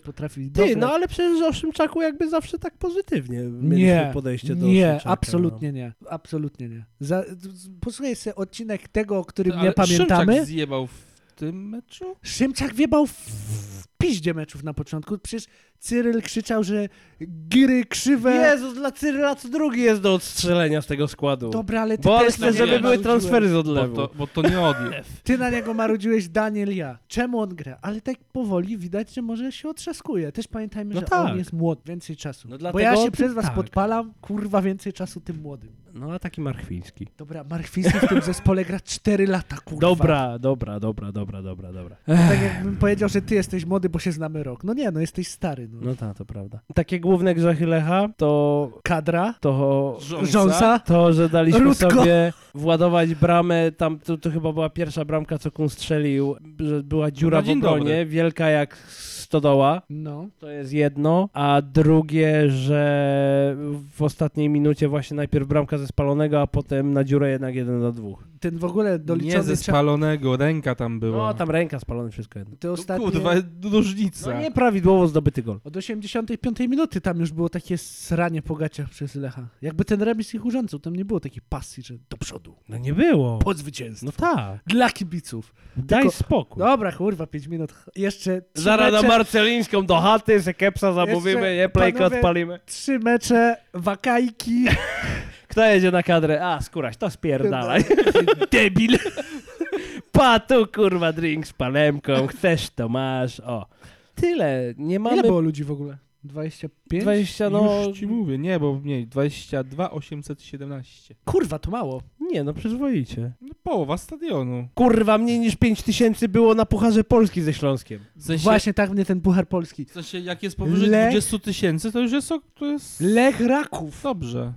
[SPEAKER 1] Ty,
[SPEAKER 2] potrafi... dobre-
[SPEAKER 1] no ale przecież o Szymczaku jakby zawsze tak pozytywnie mieliśmy
[SPEAKER 2] nie,
[SPEAKER 1] podejście do no.
[SPEAKER 2] nie,
[SPEAKER 1] Szymczaka,
[SPEAKER 2] absolutnie nie, absolutnie nie. Za, z- posłuchaj sobie odcinek tego, o którym nie
[SPEAKER 3] No, Ale
[SPEAKER 2] pamiętamy.
[SPEAKER 3] Szymczak zjebał w tym meczu?
[SPEAKER 2] Szymczak wiebał w, w piździe meczów na początku, przecież Cyryl krzyczał, że giry krzywe...
[SPEAKER 1] No. Jezus, dla Cyryla co drugi jest do odstrzelenia z tego składu.
[SPEAKER 2] Dobra, ale ty
[SPEAKER 1] Bo no, on
[SPEAKER 2] też na
[SPEAKER 1] chce, żeby
[SPEAKER 2] niego
[SPEAKER 1] były
[SPEAKER 2] marudziłeś.
[SPEAKER 1] transfery z
[SPEAKER 3] Bo
[SPEAKER 1] odlewu.
[SPEAKER 3] to, bo to nie odlew.
[SPEAKER 2] Ty na niego marudziłeś Daniel ja. Czemu on gra? Ale tak powoli widać, że może się otrzaskuje. Też pamiętajmy,
[SPEAKER 1] No
[SPEAKER 2] że
[SPEAKER 1] tak.
[SPEAKER 2] on jest młody, więcej czasu.
[SPEAKER 1] No
[SPEAKER 2] Bo
[SPEAKER 1] dlatego
[SPEAKER 2] ja się
[SPEAKER 1] ty-
[SPEAKER 2] przez was
[SPEAKER 1] tak.
[SPEAKER 2] podpalam, kurwa, więcej czasu tym młodym.
[SPEAKER 1] No a taki marchwiński.
[SPEAKER 2] Dobra, Marchwisy w tym zespole gra 4 lata, kurwa.
[SPEAKER 1] Dobra, dobra, dobra, dobra, dobra, dobra.
[SPEAKER 2] Tak jakbym powiedział, że ty jesteś młody, bo się znamy rok. No nie, no jesteś stary, no.
[SPEAKER 1] No tak, to prawda. Takie główne grzechy Lecha to...
[SPEAKER 2] Kadra,
[SPEAKER 1] To,
[SPEAKER 3] Rząsa?
[SPEAKER 2] Rząsa,
[SPEAKER 1] to że daliśmy
[SPEAKER 2] Rutko.
[SPEAKER 1] sobie władować bramę, tam to, to chyba była pierwsza bramka, co Kun strzelił, że była dziura
[SPEAKER 3] No,
[SPEAKER 1] w
[SPEAKER 3] dzień
[SPEAKER 1] obronie,
[SPEAKER 3] dobry.
[SPEAKER 1] wielka jak stodoła.
[SPEAKER 2] no.
[SPEAKER 1] To jest jedno, a drugie, że w ostatniej minucie właśnie najpierw bramka ze spalonego, a potem na dziurę jednak jeden do dwóch.
[SPEAKER 2] Ten w ogóle
[SPEAKER 3] Nie
[SPEAKER 2] doliczony
[SPEAKER 3] ze
[SPEAKER 2] czas.
[SPEAKER 3] spalonego, ręka tam była.
[SPEAKER 1] No tam ręka spalony, wszystko jedno.
[SPEAKER 2] Te ostatnie...
[SPEAKER 3] No Kurwa, różnica.
[SPEAKER 1] No nieprawidłowo zdobyty gol.
[SPEAKER 2] Od 85 minuty tam już było takie sranie po gaciach przez Lecha. Jakby ten remis ich urządzał, tam nie było takiej pasji, że do przodu,
[SPEAKER 1] No nie było.
[SPEAKER 2] po zwycięstwo.
[SPEAKER 1] No tak, No,
[SPEAKER 2] Dla kibiców.
[SPEAKER 1] daj
[SPEAKER 2] Tylko-
[SPEAKER 1] spokój.
[SPEAKER 2] Dobra, kurwa, 5 minut. Jeszcze trzy
[SPEAKER 1] Zaraz na
[SPEAKER 2] mecze,
[SPEAKER 1] Marcelińską do chaty, se kepsa zamówimy,
[SPEAKER 2] Jeszcze,
[SPEAKER 1] nie plejkę
[SPEAKER 2] panowie-
[SPEAKER 1] odpalimy.
[SPEAKER 2] trzy mecze, wakajki.
[SPEAKER 1] Kto jedzie na kadrę? A, skóraś, to spierdalaj. Debil. Pa, tu kurwa drink z palemką, chcesz to masz, o. Tyle, nie mamy
[SPEAKER 2] Ile było ludzi w ogóle? 25?
[SPEAKER 1] 20, no...
[SPEAKER 3] Już ci mówię, nie, bo mniej, 22 817.
[SPEAKER 2] Kurwa, to mało.
[SPEAKER 1] Nie, no przyzwoicie.
[SPEAKER 3] No, połowa stadionu.
[SPEAKER 1] Kurwa, mniej niż 5 tysięcy było na Pucharze Polski ze Śląskiem.
[SPEAKER 3] W sensie,
[SPEAKER 2] Właśnie tak mnie ten Puchar Polski.
[SPEAKER 3] w sensie jak jest powyżej
[SPEAKER 2] Lech-
[SPEAKER 3] 20 tysięcy, to już jest, o- to jest
[SPEAKER 2] Lech Raków.
[SPEAKER 3] dobrze.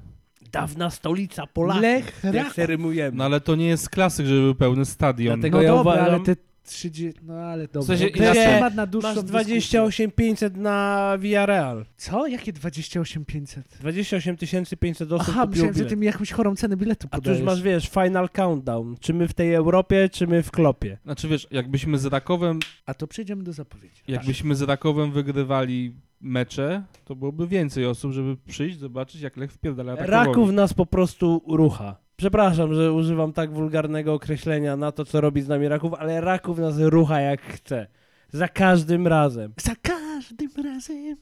[SPEAKER 1] dawna stolica Polaków.
[SPEAKER 2] Lech
[SPEAKER 1] jak
[SPEAKER 2] Raków.
[SPEAKER 1] się rymujemy.
[SPEAKER 3] No ale to nie jest klasyk, żeby był pełny stadion.
[SPEAKER 1] Dlatego-
[SPEAKER 2] No
[SPEAKER 1] ja
[SPEAKER 2] dobra,
[SPEAKER 1] uważam-
[SPEAKER 2] ale te 30... No ale dobra.
[SPEAKER 3] W sensie
[SPEAKER 2] to jest
[SPEAKER 1] inaczej-
[SPEAKER 2] temat na dłuższą
[SPEAKER 1] Masz
[SPEAKER 2] dyskusję.
[SPEAKER 1] 28 500 na Villarreal.
[SPEAKER 2] Co? Jakie 28 500?
[SPEAKER 1] 28 500 osób
[SPEAKER 2] Aha,
[SPEAKER 1] kupiło
[SPEAKER 2] myślałem, że
[SPEAKER 1] bilet.
[SPEAKER 2] ty mi jakąś chorą cenę biletu
[SPEAKER 1] A tu
[SPEAKER 2] podajesz.
[SPEAKER 1] już masz, wiesz, final countdown. Czy my w tej Europie, czy my w klopie.
[SPEAKER 3] Znaczy wiesz, jakbyśmy z Rakowem,
[SPEAKER 2] A to przejdziemy do zapowiedzi.
[SPEAKER 3] jakbyśmy z Rakowem wygrywali mecze, to byłoby więcej osób, żeby przyjść, zobaczyć jak Lech wpierdala Rakowowi.
[SPEAKER 1] Raków nas po prostu rucha. Przepraszam, że używam tak wulgarnego określenia na to, co robi z nami Raków, ale Raków nas rucha jak chce. Za każdym razem.
[SPEAKER 2] Za każdym razem.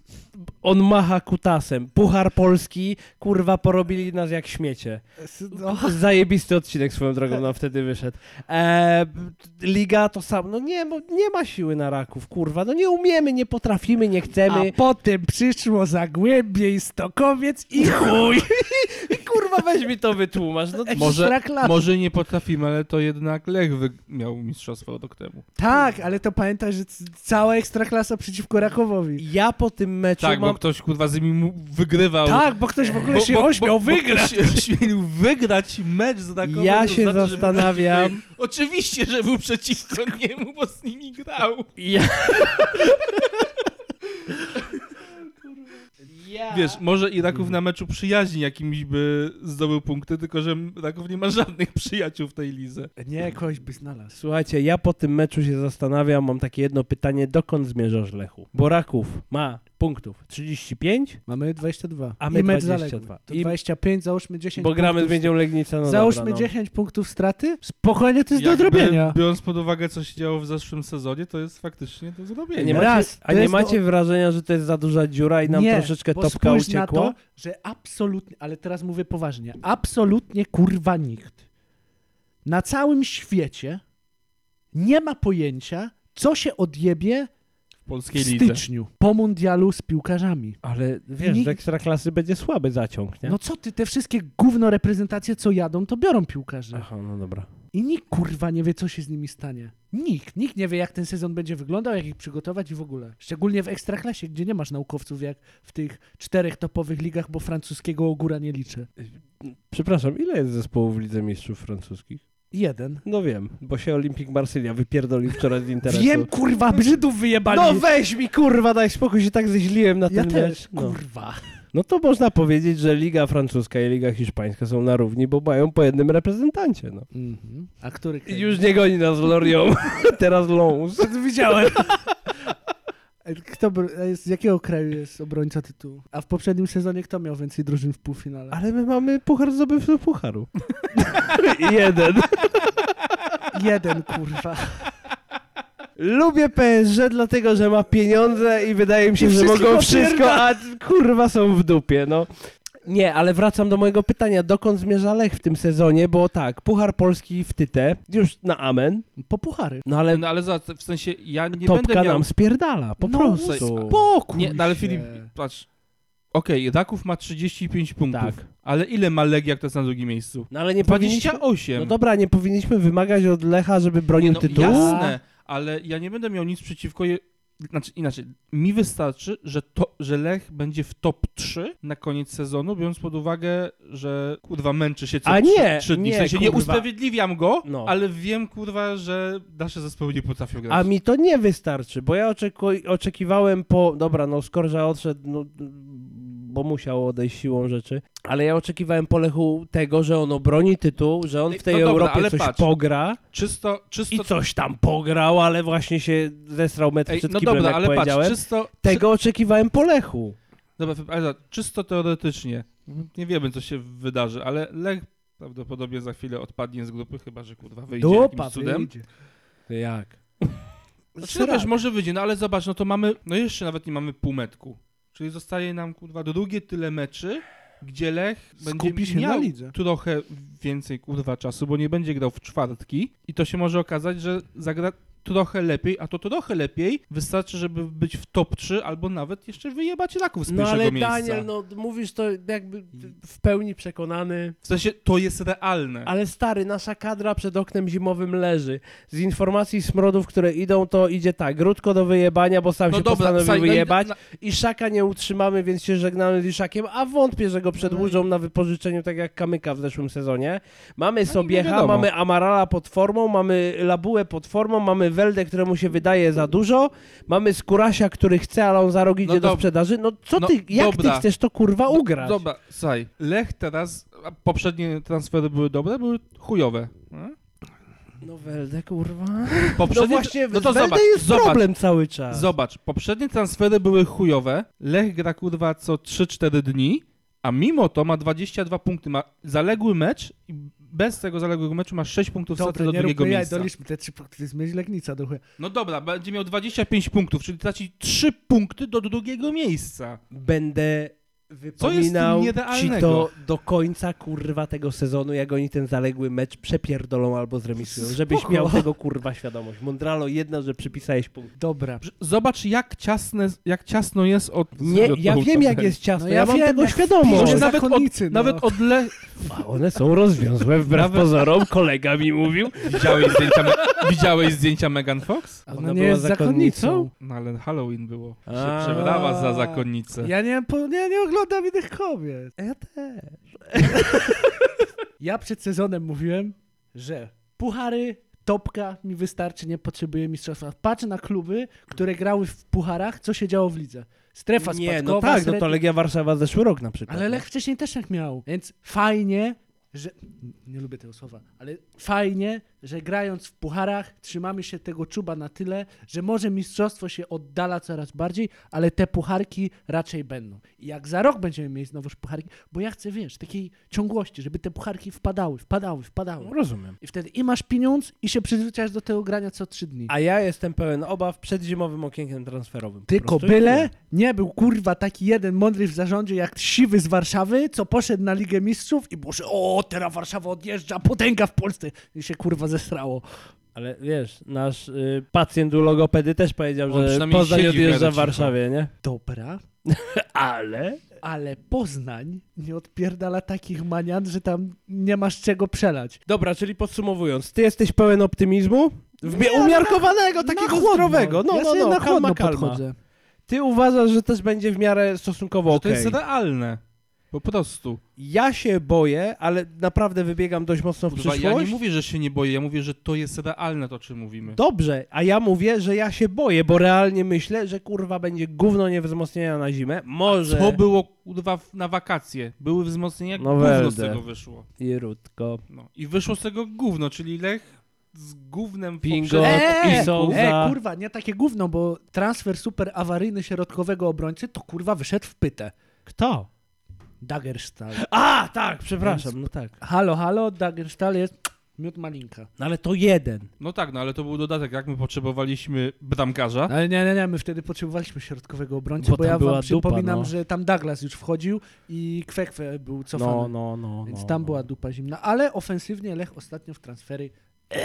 [SPEAKER 1] On macha kutasem. Puchar Polski, kurwa, porobili nas jak śmiecie.
[SPEAKER 2] No.
[SPEAKER 1] Zajebisty odcinek swoją drogą nam wtedy wyszedł. E, liga to sam. No nie, bo nie ma siły na Raków, kurwa. No nie umiemy, nie potrafimy, nie chcemy.
[SPEAKER 2] A potem przyszło Zagłębie i Stokowiec i chuj.
[SPEAKER 1] I kurwa, weź mi to wytłumacz. No,
[SPEAKER 3] Może,
[SPEAKER 2] Ekstraklasa.
[SPEAKER 3] może nie potrafimy, ale to jednak Lech wyg- miał mistrzostwo rok temu.
[SPEAKER 2] Tak, ale to pamiętaj, że c- cała ekstraklasa przeciwko Rakowowi.
[SPEAKER 1] ja po tym meczu
[SPEAKER 3] Tak, bo
[SPEAKER 1] mam
[SPEAKER 3] ktoś kurwa z nimi mu- wygrywał.
[SPEAKER 2] Tak, bo ktoś w ogóle
[SPEAKER 3] Bo-
[SPEAKER 2] się
[SPEAKER 3] bo- bo-
[SPEAKER 2] ośmiał
[SPEAKER 3] bo
[SPEAKER 2] wygrać.
[SPEAKER 3] ktoś się Ośmielił wygrać mecz z Rakowem.
[SPEAKER 1] Ja
[SPEAKER 3] to
[SPEAKER 1] się
[SPEAKER 3] znaczy, że-
[SPEAKER 1] zastanawiam.
[SPEAKER 3] Oczywiście, że był przeciwko niemu, bo z nimi grał.
[SPEAKER 1] Ja... ja...
[SPEAKER 3] Wiesz, może i Raków na meczu przyjaźni jakimiś by zdobył punkty, tylko że Raków nie ma żadnych przyjaciół w tej lidze.
[SPEAKER 2] Nie, kogoś by znalazł.
[SPEAKER 1] Słuchajcie, ja po tym meczu się zastanawiam, mam takie jedno pytanie, dokąd zmierzasz Lechu? Bo Raków ma punktów 35,
[SPEAKER 2] Mamy 22.
[SPEAKER 1] A my
[SPEAKER 2] I mecz
[SPEAKER 1] 22.
[SPEAKER 2] zaległy. To
[SPEAKER 1] I-
[SPEAKER 2] 25, załóżmy 10
[SPEAKER 1] bo gramy z
[SPEAKER 2] punktów.
[SPEAKER 1] Będzią Legnica. No
[SPEAKER 2] Załóżmy
[SPEAKER 1] dobra, no.
[SPEAKER 2] 10 punktów straty. Spokojnie, to jest do
[SPEAKER 3] Jakby,
[SPEAKER 2] odrobienia.
[SPEAKER 3] Biorąc pod uwagę, co się działo w zeszłym sezonie, to jest faktycznie do
[SPEAKER 1] A
[SPEAKER 3] zrobienia.
[SPEAKER 1] nie, macie,
[SPEAKER 2] Raz,
[SPEAKER 1] a
[SPEAKER 2] to
[SPEAKER 1] nie
[SPEAKER 2] jest do-
[SPEAKER 1] macie wrażenia, że to jest za duża dziura i nam
[SPEAKER 2] nie,
[SPEAKER 1] troszeczkę
[SPEAKER 2] bo
[SPEAKER 1] topka
[SPEAKER 2] spójrz
[SPEAKER 1] uciekła?
[SPEAKER 2] na to, że absolutnie, ale teraz mówię poważnie, absolutnie kurwa nikt na całym świecie nie ma pojęcia, co się odjebie w
[SPEAKER 3] W polskiej lidze.
[SPEAKER 2] styczniu po mundialu z piłkarzami.
[SPEAKER 1] Ale wiesz,
[SPEAKER 2] Nikt-
[SPEAKER 1] z Ekstraklasy będzie słaby zaciąg, nie?
[SPEAKER 2] No co ty, te wszystkie gówno reprezentacje, co jadą, to biorą piłkarze.
[SPEAKER 1] Aha, no dobra.
[SPEAKER 2] I nikt kurwa nie wie, co się z nimi stanie. Nikt. Nikt nie wie, jak ten sezon będzie wyglądał, jak ich przygotować i w ogóle. Szczególnie w ekstraklasie, gdzie nie masz naukowców, jak w tych czterech topowych ligach, bo francuskiego ogóra nie liczę.
[SPEAKER 1] Przepraszam, ile jest zespołów w Lidze Mistrzów Francuskich?
[SPEAKER 2] Jeden.
[SPEAKER 1] No wiem, bo się Olimpik Marsylia wypierdolił wczoraj z interesu.
[SPEAKER 2] Wiem, kurwa, Żydów wyjebali.
[SPEAKER 1] No weź mi kurwa, daj spokój, się tak zeźliłem na
[SPEAKER 2] ja
[SPEAKER 1] ten
[SPEAKER 2] też,
[SPEAKER 1] mecz. No.
[SPEAKER 2] kurwa.
[SPEAKER 1] no to można powiedzieć, że Liga Francuska i Liga Hiszpańska są na równi, bo mają po jednym reprezentancie. No.
[SPEAKER 2] Mhm. A który
[SPEAKER 1] I już nie goni nas Lorią, teraz Lons.
[SPEAKER 2] widziałem. Kto, br- a z jakiego kraju jest obrońca tytułu? A w poprzednim sezonie kto miał więcej drużyn w półfinale?
[SPEAKER 1] Ale my mamy puchar zdobywców pucharu. Jeden.
[SPEAKER 2] Jeden, kurwa.
[SPEAKER 1] Lubię PSG dlatego, że ma pieniądze i wydaje mi się,
[SPEAKER 2] I
[SPEAKER 1] że
[SPEAKER 2] wszystkich
[SPEAKER 1] mogą
[SPEAKER 2] opierda-
[SPEAKER 1] wszystko, a kurwa są w dupie, no. Nie, ale wracam do mojego pytania, dokąd zmierza Lech w tym sezonie, bo tak, Puchar Polski w Tytę, już na amen,
[SPEAKER 2] Po puchary.
[SPEAKER 1] no ale
[SPEAKER 3] No ale za, w sensie, ja nie będę
[SPEAKER 1] topka
[SPEAKER 3] miał...
[SPEAKER 1] nam spierdala, po
[SPEAKER 2] No,
[SPEAKER 1] prostu.
[SPEAKER 2] Spokój
[SPEAKER 3] Nie, no ale
[SPEAKER 2] się.
[SPEAKER 3] Filip, patrz. Okej, Raków ma 35 punktów,
[SPEAKER 1] Tak.
[SPEAKER 3] ale ile ma Legia, kto jest na drugim miejscu?
[SPEAKER 1] No ale nie powinniśmy,
[SPEAKER 3] 28.
[SPEAKER 1] no dobra, nie powinniśmy wymagać od Lecha, żeby bronił
[SPEAKER 3] no,
[SPEAKER 1] tytułu?
[SPEAKER 3] Jasne, ale ja nie będę miał nic przeciwko je... Znaczy inaczej, mi wystarczy, że, to, że Lech będzie w top 3 na koniec sezonu, biorąc pod uwagę, że kurwa męczy się co
[SPEAKER 1] A
[SPEAKER 3] 3,
[SPEAKER 1] nie,
[SPEAKER 3] dni.
[SPEAKER 1] nie,
[SPEAKER 3] w sensie, nie
[SPEAKER 1] kurwa.
[SPEAKER 3] usprawiedliwiam go,
[SPEAKER 1] No.
[SPEAKER 3] ale wiem kurwa, że nasze zespoły nie potrafią grać.
[SPEAKER 1] A mi to nie wystarczy, bo ja oczeku- oczekiwałem po. Dobra, no Skorża odszedł, no, bo musiał odejść siłą rzeczy, ale ja oczekiwałem po Lechu tego, że on obroni tytuł, że on w tej
[SPEAKER 3] No dobra,
[SPEAKER 1] Europie
[SPEAKER 3] ale
[SPEAKER 1] coś
[SPEAKER 3] patrz.
[SPEAKER 1] pogra
[SPEAKER 3] Czysto, czysto...
[SPEAKER 1] i coś tam pograł, ale właśnie się zesrał metr
[SPEAKER 3] Ej,
[SPEAKER 1] przed
[SPEAKER 3] no
[SPEAKER 1] kiblem,
[SPEAKER 3] dobra,
[SPEAKER 1] jak
[SPEAKER 3] ale
[SPEAKER 1] powiedziałem.
[SPEAKER 3] patrz, czysto...
[SPEAKER 1] Tego oczekiwałem po Lechu.
[SPEAKER 3] Dobra, Filip, ale za- czysto teoretycznie, nie wiemy co się wydarzy, ale Lech prawdopodobnie za chwilę odpadnie z grupy, chyba że kurwa wyjdzie
[SPEAKER 2] Dupa,
[SPEAKER 3] jakimś cudem.
[SPEAKER 2] wyjdzie.
[SPEAKER 1] Jak?
[SPEAKER 3] Znaczy, no wiesz, może wyjdzie, no ale zobacz, no to mamy, no jeszcze nawet nie mamy półmetku. Czyli zostaje nam kurwa drugie tyle meczy, gdzie Lech będzie
[SPEAKER 2] Skupi się na
[SPEAKER 3] miał
[SPEAKER 2] lidze.
[SPEAKER 3] trochę więcej kurwa czasu, bo nie będzie grał w czwartki i to się może okazać, że zagra trochę lepiej, a to trochę lepiej wystarczy, żeby być w top 3 albo nawet jeszcze wyjebać raków z
[SPEAKER 1] No
[SPEAKER 3] pierwszego
[SPEAKER 1] ale
[SPEAKER 3] miejsca.
[SPEAKER 1] Daniel, no mówisz to jakby ty- w pełni przekonany.
[SPEAKER 3] W sensie to jest realne.
[SPEAKER 1] Ale stary, nasza kadra przed oknem zimowym leży. Z informacji smrodów, które idą, to idzie tak. Grudko do wyjebania, bo sam
[SPEAKER 3] No
[SPEAKER 1] się
[SPEAKER 3] dobra,
[SPEAKER 1] postanowił
[SPEAKER 3] słuchaj, no i-
[SPEAKER 1] wyjebać.
[SPEAKER 3] na-
[SPEAKER 1] I Szaka nie utrzymamy, więc się żegnamy z Iszakiem, a wątpię, że go
[SPEAKER 3] No
[SPEAKER 1] przedłużą na wypożyczeniu, tak jak Kamyka w zeszłym sezonie. Mamy Sobiecha,
[SPEAKER 3] No wiadomo.
[SPEAKER 1] mamy Amarala pod formą, mamy Labułę pod formą, mamy Weldę, któremu się wydaje za dużo, mamy Skurasia, który chce, ale on za rok idzie do
[SPEAKER 3] dobra.
[SPEAKER 1] sprzedaży. No co
[SPEAKER 3] No
[SPEAKER 1] ty, jak
[SPEAKER 3] dobra.
[SPEAKER 1] ty chcesz to kurwa
[SPEAKER 3] Do-
[SPEAKER 1] no ugrać?
[SPEAKER 3] Dobra, słuchaj, Lech teraz, a poprzednie transfery były dobre, były chujowe. nie?
[SPEAKER 1] No Weldę, kurwa.
[SPEAKER 3] Poprzednie,
[SPEAKER 1] No właśnie,
[SPEAKER 3] no to
[SPEAKER 1] z Weldę
[SPEAKER 3] zobacz,
[SPEAKER 1] jest
[SPEAKER 3] zobacz,
[SPEAKER 1] problem cały czas.
[SPEAKER 3] Zobacz, poprzednie transfery były chujowe. Lech gra kurwa co 3-4 dni, a mimo to ma 22 punkty. Ma zaległy mecz i bez tego zaległego meczu ma 6 punktów straty
[SPEAKER 2] Dobra,
[SPEAKER 3] do
[SPEAKER 2] nie
[SPEAKER 3] drugiego
[SPEAKER 2] róbmy jaj,
[SPEAKER 3] miejsca.
[SPEAKER 2] doliczmy te trzy punkty, to jest mieć Legnica do chuja.
[SPEAKER 3] No dobra, będzie miał 25 punktów, czyli traci 3 punkty do drugiego miejsca.
[SPEAKER 1] będę
[SPEAKER 3] Co
[SPEAKER 1] wypominał
[SPEAKER 3] jest tym
[SPEAKER 1] ci
[SPEAKER 3] nierealnego?
[SPEAKER 1] to do końca kurwa tego sezonu, jak oni ten zaległy mecz przepierdolą albo zremisują, żebyś
[SPEAKER 2] Spoko.
[SPEAKER 1] miał tego kurwa świadomość. Mondralo, jedna, że przypisałeś punkt.
[SPEAKER 2] Dobra.
[SPEAKER 3] Prze- Zobacz, jak, ciasne, jak ciasno jest od...
[SPEAKER 1] Nie,
[SPEAKER 3] od
[SPEAKER 1] ja
[SPEAKER 3] dołu,
[SPEAKER 1] wiem
[SPEAKER 3] tak.
[SPEAKER 1] jak jest ciasno,
[SPEAKER 2] No
[SPEAKER 1] ja,
[SPEAKER 2] ja
[SPEAKER 1] mam
[SPEAKER 2] wiem,
[SPEAKER 1] tego
[SPEAKER 2] jak
[SPEAKER 1] świadomość.
[SPEAKER 2] piszesz.
[SPEAKER 3] Może nawet od,
[SPEAKER 2] Zakonnicy, no.
[SPEAKER 3] nawet od Lech...
[SPEAKER 1] A one są rozwiązłe, wbrew
[SPEAKER 3] Nawet-
[SPEAKER 1] pozorom, kolega mi mówił.
[SPEAKER 3] Widziałeś zdjęcia, widziałeś zdjęcia Megan Fox?
[SPEAKER 1] Ona była zakonnicą?
[SPEAKER 3] No ale Halloween było. Się
[SPEAKER 1] A.
[SPEAKER 3] przebrała za zakonnicę.
[SPEAKER 2] Ja nie, po, nie, nie oglądam innych kobiet.
[SPEAKER 1] Ja też.
[SPEAKER 2] Ja przed sezonem mówiłem, że puchary, topka mi wystarczy, nie potrzebuję mistrzostwa. Patrz na kluby, które grały w pucharach, co się działo w lidze. Strefa
[SPEAKER 1] Nie,
[SPEAKER 2] spadkowa,
[SPEAKER 1] no tak, no
[SPEAKER 2] średnia-
[SPEAKER 1] to Legia Warszawa zeszły rok na przykład. no.
[SPEAKER 2] Ale Lech wcześniej też tak miał. Więc fajnie, że. Nie lubię tego słowa, ale fajnie, że grając w pucharach trzymamy się tego czuba na tyle, że może mistrzostwo się oddala coraz bardziej, ale te pucharki raczej będą. I jak za rok będziemy mieć znowuż pucharki, bo ja chcę, wiesz, takiej ciągłości, żeby te pucharki wpadały, wpadały, wpadały.
[SPEAKER 1] No, Rozumiem.
[SPEAKER 2] I wtedy i masz pieniądz i się przyzwyczajasz do tego grania co trzy dni.
[SPEAKER 1] A ja jestem pełen obaw przed zimowym okienkiem transferowym. po
[SPEAKER 2] Tylko
[SPEAKER 1] prostu i
[SPEAKER 2] byle nie był kurwa taki jeden mądry w zarządzie jak siwy z Warszawy, co poszedł na Ligę Mistrzów i boże, o, teraz Warszawa odjeżdża, potęga w Polsce. I się kurwa zesrało.
[SPEAKER 1] Ale wiesz, nasz y, pacjent u logopedy też powiedział,
[SPEAKER 3] On
[SPEAKER 1] że
[SPEAKER 3] przynajmniej
[SPEAKER 1] Poznań
[SPEAKER 3] siedzi w no. miarę
[SPEAKER 1] odjeżdża w
[SPEAKER 3] cicho.
[SPEAKER 1] Warszawie, nie?
[SPEAKER 2] Dobra,
[SPEAKER 1] Ale?
[SPEAKER 2] ale Poznań nie odpierdala takich manian, że tam nie masz czego przelać.
[SPEAKER 1] Dobra, czyli podsumowując, ty jesteś pełen optymizmu? Wmie- umiarkowanego, takiego
[SPEAKER 2] no, chłodno.
[SPEAKER 1] zdrowego. No,
[SPEAKER 2] ja
[SPEAKER 1] no,
[SPEAKER 2] sobie
[SPEAKER 1] no,
[SPEAKER 2] na
[SPEAKER 1] kalma,
[SPEAKER 2] chłodno
[SPEAKER 1] kalma.
[SPEAKER 2] podchodzę.
[SPEAKER 1] Ty uważasz, że też będzie w miarę stosunkowo
[SPEAKER 3] Że
[SPEAKER 1] okej.
[SPEAKER 3] To jest realne. Po prostu.
[SPEAKER 1] Ja się boję, ale naprawdę wybiegam dość mocno w
[SPEAKER 3] Kurwa,
[SPEAKER 1] przyszłość.
[SPEAKER 3] ja nie mówię, że się nie boję, ja mówię, że to jest realne to, czym mówimy.
[SPEAKER 1] Dobrze, a ja mówię, że ja się boję, bo realnie myślę, że kurwa będzie gówno niewzmocnienia na zimę. Może...
[SPEAKER 3] To było kurwa w- na wakacje. Były wzmocnienia,
[SPEAKER 1] No
[SPEAKER 3] gówno z
[SPEAKER 1] welde.
[SPEAKER 3] tego wyszło.
[SPEAKER 1] Irutko.
[SPEAKER 3] No. I wyszło z tego gówno, czyli Lech z gównem w
[SPEAKER 1] Pingo.
[SPEAKER 3] poprzednim-
[SPEAKER 1] Eee, i są za-
[SPEAKER 2] e, kurwa, nie takie gówno, bo transfer super awaryjny środkowego obrońcy to kurwa wyszedł w pytę.
[SPEAKER 1] Kto?
[SPEAKER 2] Dagerstall.
[SPEAKER 1] A, tak, przepraszam, no tak.
[SPEAKER 2] Halo, halo, Dagenstahl jest miód malinka.
[SPEAKER 1] No ale to jeden.
[SPEAKER 3] No tak, no ale to był dodatek, jak my potrzebowaliśmy bramkarza.
[SPEAKER 1] No.
[SPEAKER 2] Ale nie, nie, nie, my wtedy potrzebowaliśmy środkowego obrońcy,
[SPEAKER 1] Bo
[SPEAKER 2] bo,
[SPEAKER 1] tam
[SPEAKER 2] ja
[SPEAKER 1] była
[SPEAKER 2] wam
[SPEAKER 1] dupa,
[SPEAKER 2] przypominam,
[SPEAKER 1] no.
[SPEAKER 2] że tam Douglas już wchodził i Kwekwe był cofany.
[SPEAKER 1] No, no, no.
[SPEAKER 2] Więc
[SPEAKER 1] no,
[SPEAKER 2] tam
[SPEAKER 1] no.
[SPEAKER 2] była dupa zimna, ale ofensywnie Lech ostatnio w transfery.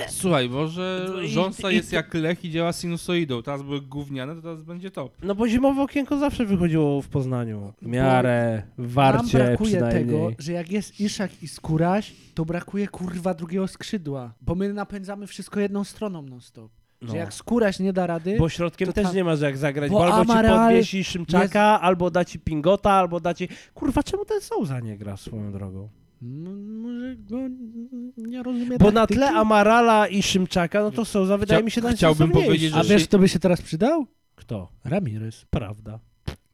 [SPEAKER 3] Słuchaj, może
[SPEAKER 1] No i-
[SPEAKER 3] rząsa
[SPEAKER 1] i-
[SPEAKER 3] jest jak lech i działa sinusoidą. Teraz były gówniane, to teraz będzie to.
[SPEAKER 1] No bo zimowe okienko zawsze wychodziło w Poznaniu. W miarę, warcie
[SPEAKER 2] Nam brakuje
[SPEAKER 1] przynajmniej.
[SPEAKER 2] tego, że jak jest Iszak i Skóraś, to brakuje kurwa drugiego skrzydła, bo my napędzamy wszystko jedną stroną non stop.
[SPEAKER 1] No.
[SPEAKER 2] Że jak Skóraś nie da rady,
[SPEAKER 1] Bo środkiem
[SPEAKER 2] to
[SPEAKER 1] też
[SPEAKER 2] tam-
[SPEAKER 1] nie masz jak zagrać, bo,
[SPEAKER 2] Bo
[SPEAKER 1] albo ci
[SPEAKER 2] Amaral
[SPEAKER 1] podwiesi Szymczaka, albo da ci Pingota, albo da ci... Kurwa, czemu ten Souza nie gra swoją drogą?
[SPEAKER 2] M- no, może go n- nie rozumie
[SPEAKER 1] Bo na
[SPEAKER 2] taktyki.
[SPEAKER 1] tle Amarala i Szymczaka, no to Souza wydaje
[SPEAKER 3] Chcia-
[SPEAKER 1] mi się
[SPEAKER 3] chciałbym
[SPEAKER 1] najsensowniejszy.
[SPEAKER 3] powiedzieć, że-
[SPEAKER 2] A wiesz, kto by się teraz przydał?
[SPEAKER 1] Kto?
[SPEAKER 2] Ramirez.
[SPEAKER 1] Prawda.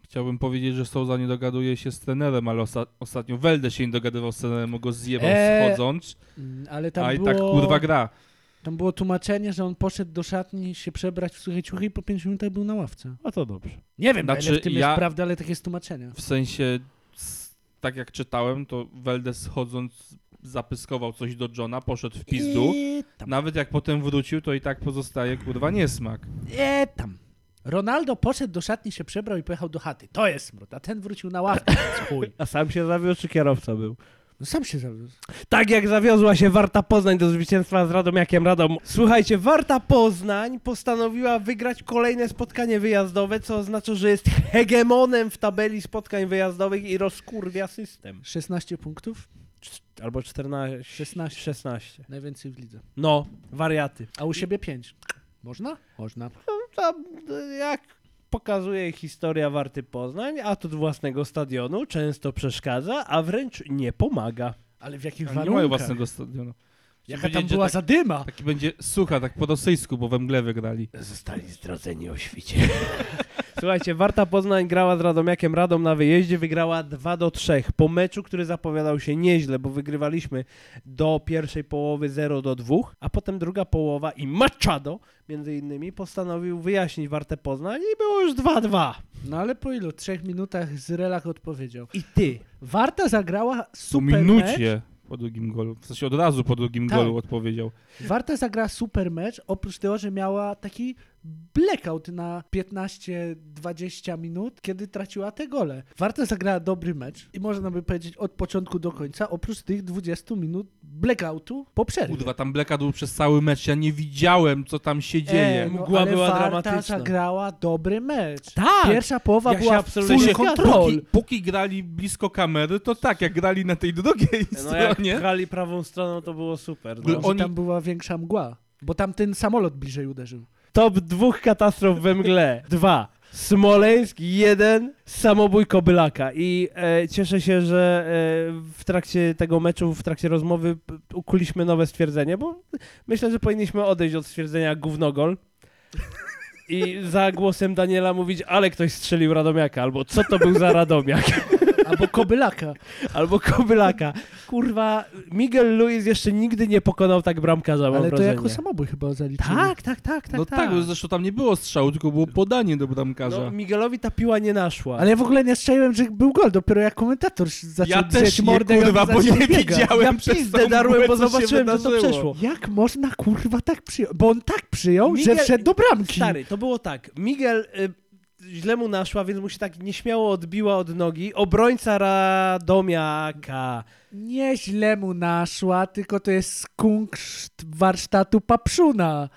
[SPEAKER 3] Chciałbym powiedzieć, że Souza nie dogaduje się z trenerem, ale osta- ostatnio Welde się nie dogadywał z trenerem, bo go zjebał
[SPEAKER 2] Eee,
[SPEAKER 3] schodząc,
[SPEAKER 2] Mm, Ale tam
[SPEAKER 3] a i
[SPEAKER 2] było...
[SPEAKER 3] tak kurwa gra.
[SPEAKER 2] Tam było tłumaczenie, że on poszedł do szatni się przebrać w suche ciuchy i po 5 minutach był na ławce.
[SPEAKER 1] A to dobrze.
[SPEAKER 2] Nie wiem,
[SPEAKER 3] Znaczy,
[SPEAKER 2] znaczy, ile w tym
[SPEAKER 3] ja-
[SPEAKER 2] jest prawda, ale takie jest tłumaczenie.
[SPEAKER 3] W sensie, s- tak jak czytałem, to Welde schodząc zapyskował coś do Johna, poszedł w pizdu.
[SPEAKER 2] I E, tam,
[SPEAKER 3] Nawet jak potem wrócił, to i tak pozostaje kurwa niesmak.
[SPEAKER 2] i E, tam. Ronaldo poszedł do szatni, się przebrał i pojechał do chaty. To jest smród, a ten wrócił na ławkę. Chuj.
[SPEAKER 1] A sam się zawiódł, czy kierowca był?
[SPEAKER 2] No sam się zawiózł.
[SPEAKER 1] Tak jak zawiozła się Warta Poznań do zwycięstwa z Radomiakiem Radom. Słuchajcie, Warta Poznań postanowiła wygrać kolejne spotkanie wyjazdowe, co oznacza, że jest hegemonem w tabeli spotkań wyjazdowych i rozkurwia system.
[SPEAKER 2] 16 punktów,
[SPEAKER 1] Cz- Albo 14.
[SPEAKER 2] 16.
[SPEAKER 1] 16.
[SPEAKER 2] najwięcej w lidze.
[SPEAKER 1] No, wariaty.
[SPEAKER 2] A u siebie 5. Można? Można.
[SPEAKER 1] Tam, y, jak pokazuje historia Warty Poznań, atut własnego stadionu często przeszkadza, a wręcz nie pomaga.
[SPEAKER 2] Ale w jakich
[SPEAKER 3] Oni nie
[SPEAKER 2] warunkach?
[SPEAKER 3] mają własnego stadionu.
[SPEAKER 2] Jaka tam
[SPEAKER 3] Powiedzieć,
[SPEAKER 2] była
[SPEAKER 3] że tak-
[SPEAKER 2] zadyma?
[SPEAKER 3] Taki będzie sucha, tak po rosyjsku, bo we mgle wygrali.
[SPEAKER 1] Zostali zdradzeni o świcie. Słuchajcie, Warta Poznań grała z Radomiakiem Radom na wyjeździe, wygrała 2 do 3 po meczu, który zapowiadał się nieźle, bo wygrywaliśmy do pierwszej połowy 0 do 2, a potem druga połowa i Machado między innymi postanowił wyjaśnić Wartę Poznań i było już 2-2.
[SPEAKER 2] No ale po ilu? Trzech minutach z relach odpowiedział.
[SPEAKER 1] I ty,
[SPEAKER 2] Warta zagrała
[SPEAKER 3] Po
[SPEAKER 2] super mecz.
[SPEAKER 3] minucie po drugim golu. W sensie od razu po drugim
[SPEAKER 2] Tak.
[SPEAKER 3] golu odpowiedział.
[SPEAKER 2] Warta zagrała super mecz, oprócz tego, że miała taki blackout na 15-20 minut, kiedy traciła te gole. Warta zagrała dobry mecz i można by powiedzieć od początku do końca, oprócz tych 20 minut blackoutu po przerwie.
[SPEAKER 3] Udwa, tam bleka był przez cały mecz. Ja nie widziałem, co tam się dzieje.
[SPEAKER 2] E,
[SPEAKER 1] Mgła
[SPEAKER 2] ale
[SPEAKER 1] była
[SPEAKER 2] Warta
[SPEAKER 1] dramatyczna.
[SPEAKER 2] zagrała dobry mecz.
[SPEAKER 1] Tak!
[SPEAKER 2] Pierwsza połowa
[SPEAKER 1] Ja się
[SPEAKER 2] była
[SPEAKER 3] W
[SPEAKER 1] absolutnie
[SPEAKER 2] full
[SPEAKER 3] sensie,
[SPEAKER 2] kontrol.
[SPEAKER 3] póki, póki grali blisko kamery, to tak, jak grali na tej drugiej
[SPEAKER 1] no jak
[SPEAKER 3] stronie.
[SPEAKER 1] grali prawą stroną, to było super.
[SPEAKER 3] Gl-
[SPEAKER 1] No.
[SPEAKER 2] Może
[SPEAKER 3] Oni-
[SPEAKER 2] tam była większa mgła, bo tam ten samolot bliżej uderzył.
[SPEAKER 1] Top dwóch katastrof we mgle. Dwa. Smoleńsk, jeden, samobój Kobylaka. I e, cieszę się, że e, w trakcie tego meczu, w trakcie rozmowy p- ukuliśmy nowe stwierdzenie, bo myślę, że powinniśmy odejść od stwierdzenia gównogol i za głosem Daniela mówić, ale ktoś strzelił Radomiaka, albo co to był za Radomiak,
[SPEAKER 2] Albo kobylaka.
[SPEAKER 1] albo Kobylaka. Kurwa, Miguel Luiz jeszcze nigdy nie pokonał tak bramkarza, mam
[SPEAKER 2] Ale to
[SPEAKER 1] wrażenie.
[SPEAKER 2] jako samobój chyba zaliczyli.
[SPEAKER 1] Tak, tak, tak, tak.
[SPEAKER 3] No tak, bo zresztą tam nie było strzału, tylko było podanie do bramkarza.
[SPEAKER 1] No, Miguelowi ta piła nie naszła.
[SPEAKER 2] Ale ja w ogóle nie strzeliłem, że był gol, dopiero jak komentator zaczął
[SPEAKER 3] ja
[SPEAKER 2] drzeć
[SPEAKER 3] też nie,
[SPEAKER 2] mordę
[SPEAKER 3] kurwa,
[SPEAKER 2] i on
[SPEAKER 3] bo
[SPEAKER 2] zaczął
[SPEAKER 3] nie
[SPEAKER 2] biegać.
[SPEAKER 3] widziałem
[SPEAKER 1] Ja
[SPEAKER 3] przez
[SPEAKER 1] pizdę
[SPEAKER 3] tą
[SPEAKER 1] darłem,
[SPEAKER 3] mgłę,
[SPEAKER 1] bo
[SPEAKER 3] co się
[SPEAKER 1] zobaczyłem, że to
[SPEAKER 3] wydarzyło.
[SPEAKER 1] przeszło.
[SPEAKER 2] Jak można kurwa tak przyjąć? Bo on tak przyjął,
[SPEAKER 1] Miguel-
[SPEAKER 2] że wszedł do bramki.
[SPEAKER 1] Stary, to było tak. Miguel y, źle mu naszła, więc mu się tak nieśmiało odbiła od nogi. Obrońca Radomiaka.
[SPEAKER 2] Nieźle mu naszła, tylko to jest skunkszt warsztatu papszuna.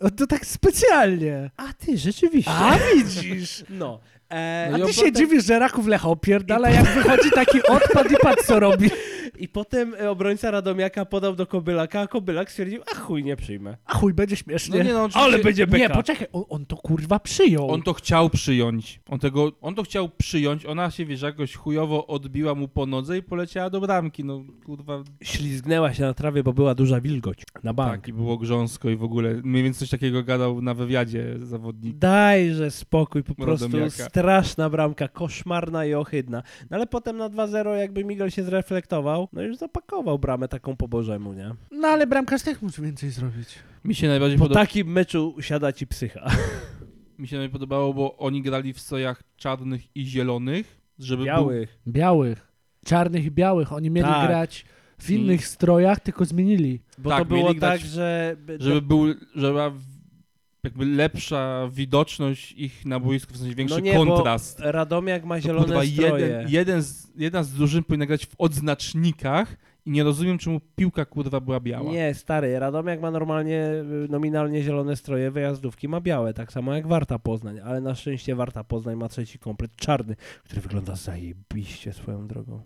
[SPEAKER 2] O, To tak specjalnie.
[SPEAKER 1] A ty, rzeczywiście.
[SPEAKER 2] A widzisz?
[SPEAKER 1] No. E,
[SPEAKER 2] A
[SPEAKER 1] a
[SPEAKER 2] ty
[SPEAKER 1] po-
[SPEAKER 2] się dziwisz, że Raków Lech opierdala, jak wychodzi taki odpad i patrz co robi.
[SPEAKER 1] I potem e, obrońca Radomiaka podał do Kobylaka, a Kobylak stwierdził, a chuj, nie przyjmę.
[SPEAKER 2] A chuj, będzie
[SPEAKER 3] No
[SPEAKER 2] śmiesznie.
[SPEAKER 3] nie, no, oczywiście-
[SPEAKER 1] Ale będzie beka.
[SPEAKER 2] nie, poczekaj, on, on to kurwa przyjął.
[SPEAKER 3] On to chciał przyjąć. On, tego, on to chciał przyjąć, ona się, wiesz, jakoś chujowo odbiła mu po nodze i poleciała do bramki. No kurwa,
[SPEAKER 1] Ślizgnęła się na trawie, bo była duża wilgoć na bank.
[SPEAKER 3] tak, i było grząsko i w ogóle. Mniej więcej coś takiego gadał na wywiadzie zawodnik.
[SPEAKER 1] Dajże spokój, po prostu
[SPEAKER 3] Radomiaka.
[SPEAKER 1] straszna bramka, koszmarna i ohydna. No ale potem na 2-0 jakby Miguel się zreflektował, no już zapakował bramę taką po bożemu, nie?
[SPEAKER 2] No ale bramkarz też musi więcej zrobić.
[SPEAKER 3] Mi się najbardziej
[SPEAKER 1] Po
[SPEAKER 3] podoba.
[SPEAKER 1] takim meczu siada ci psycha.
[SPEAKER 3] Mi się najbardziej podobało, bo oni grali w sojach czarnych i zielonych, żeby był...
[SPEAKER 1] Białych.
[SPEAKER 2] Białych, czarnych i białych. Oni mieli
[SPEAKER 1] Tak. Mm.
[SPEAKER 2] grać w innych strojach, tylko zmienili.
[SPEAKER 1] Bo
[SPEAKER 3] Tak,
[SPEAKER 1] to było
[SPEAKER 3] mieli grać
[SPEAKER 1] tak, że...
[SPEAKER 3] Żeby był, żeby była w- jakby lepsza widoczność ich na boisku, w sensie większy
[SPEAKER 1] no nie,
[SPEAKER 3] kontrast.
[SPEAKER 1] Bo Radomiak ma
[SPEAKER 3] To,
[SPEAKER 1] zielone
[SPEAKER 3] kurwa,
[SPEAKER 1] stroje.
[SPEAKER 3] jeden, jeden z, jedna z dużym powinna grać w odznacznikach i nie rozumiem, czemu piłka kurwa była biała.
[SPEAKER 1] Nie, stary, Radomiak ma normalnie, y, nominalnie zielone stroje, wyjazdówki ma białe, tak samo jak Warta Poznań, ale na szczęście Warta Poznań ma trzeci komplet czarny, który wygląda zajebiście swoją drogą.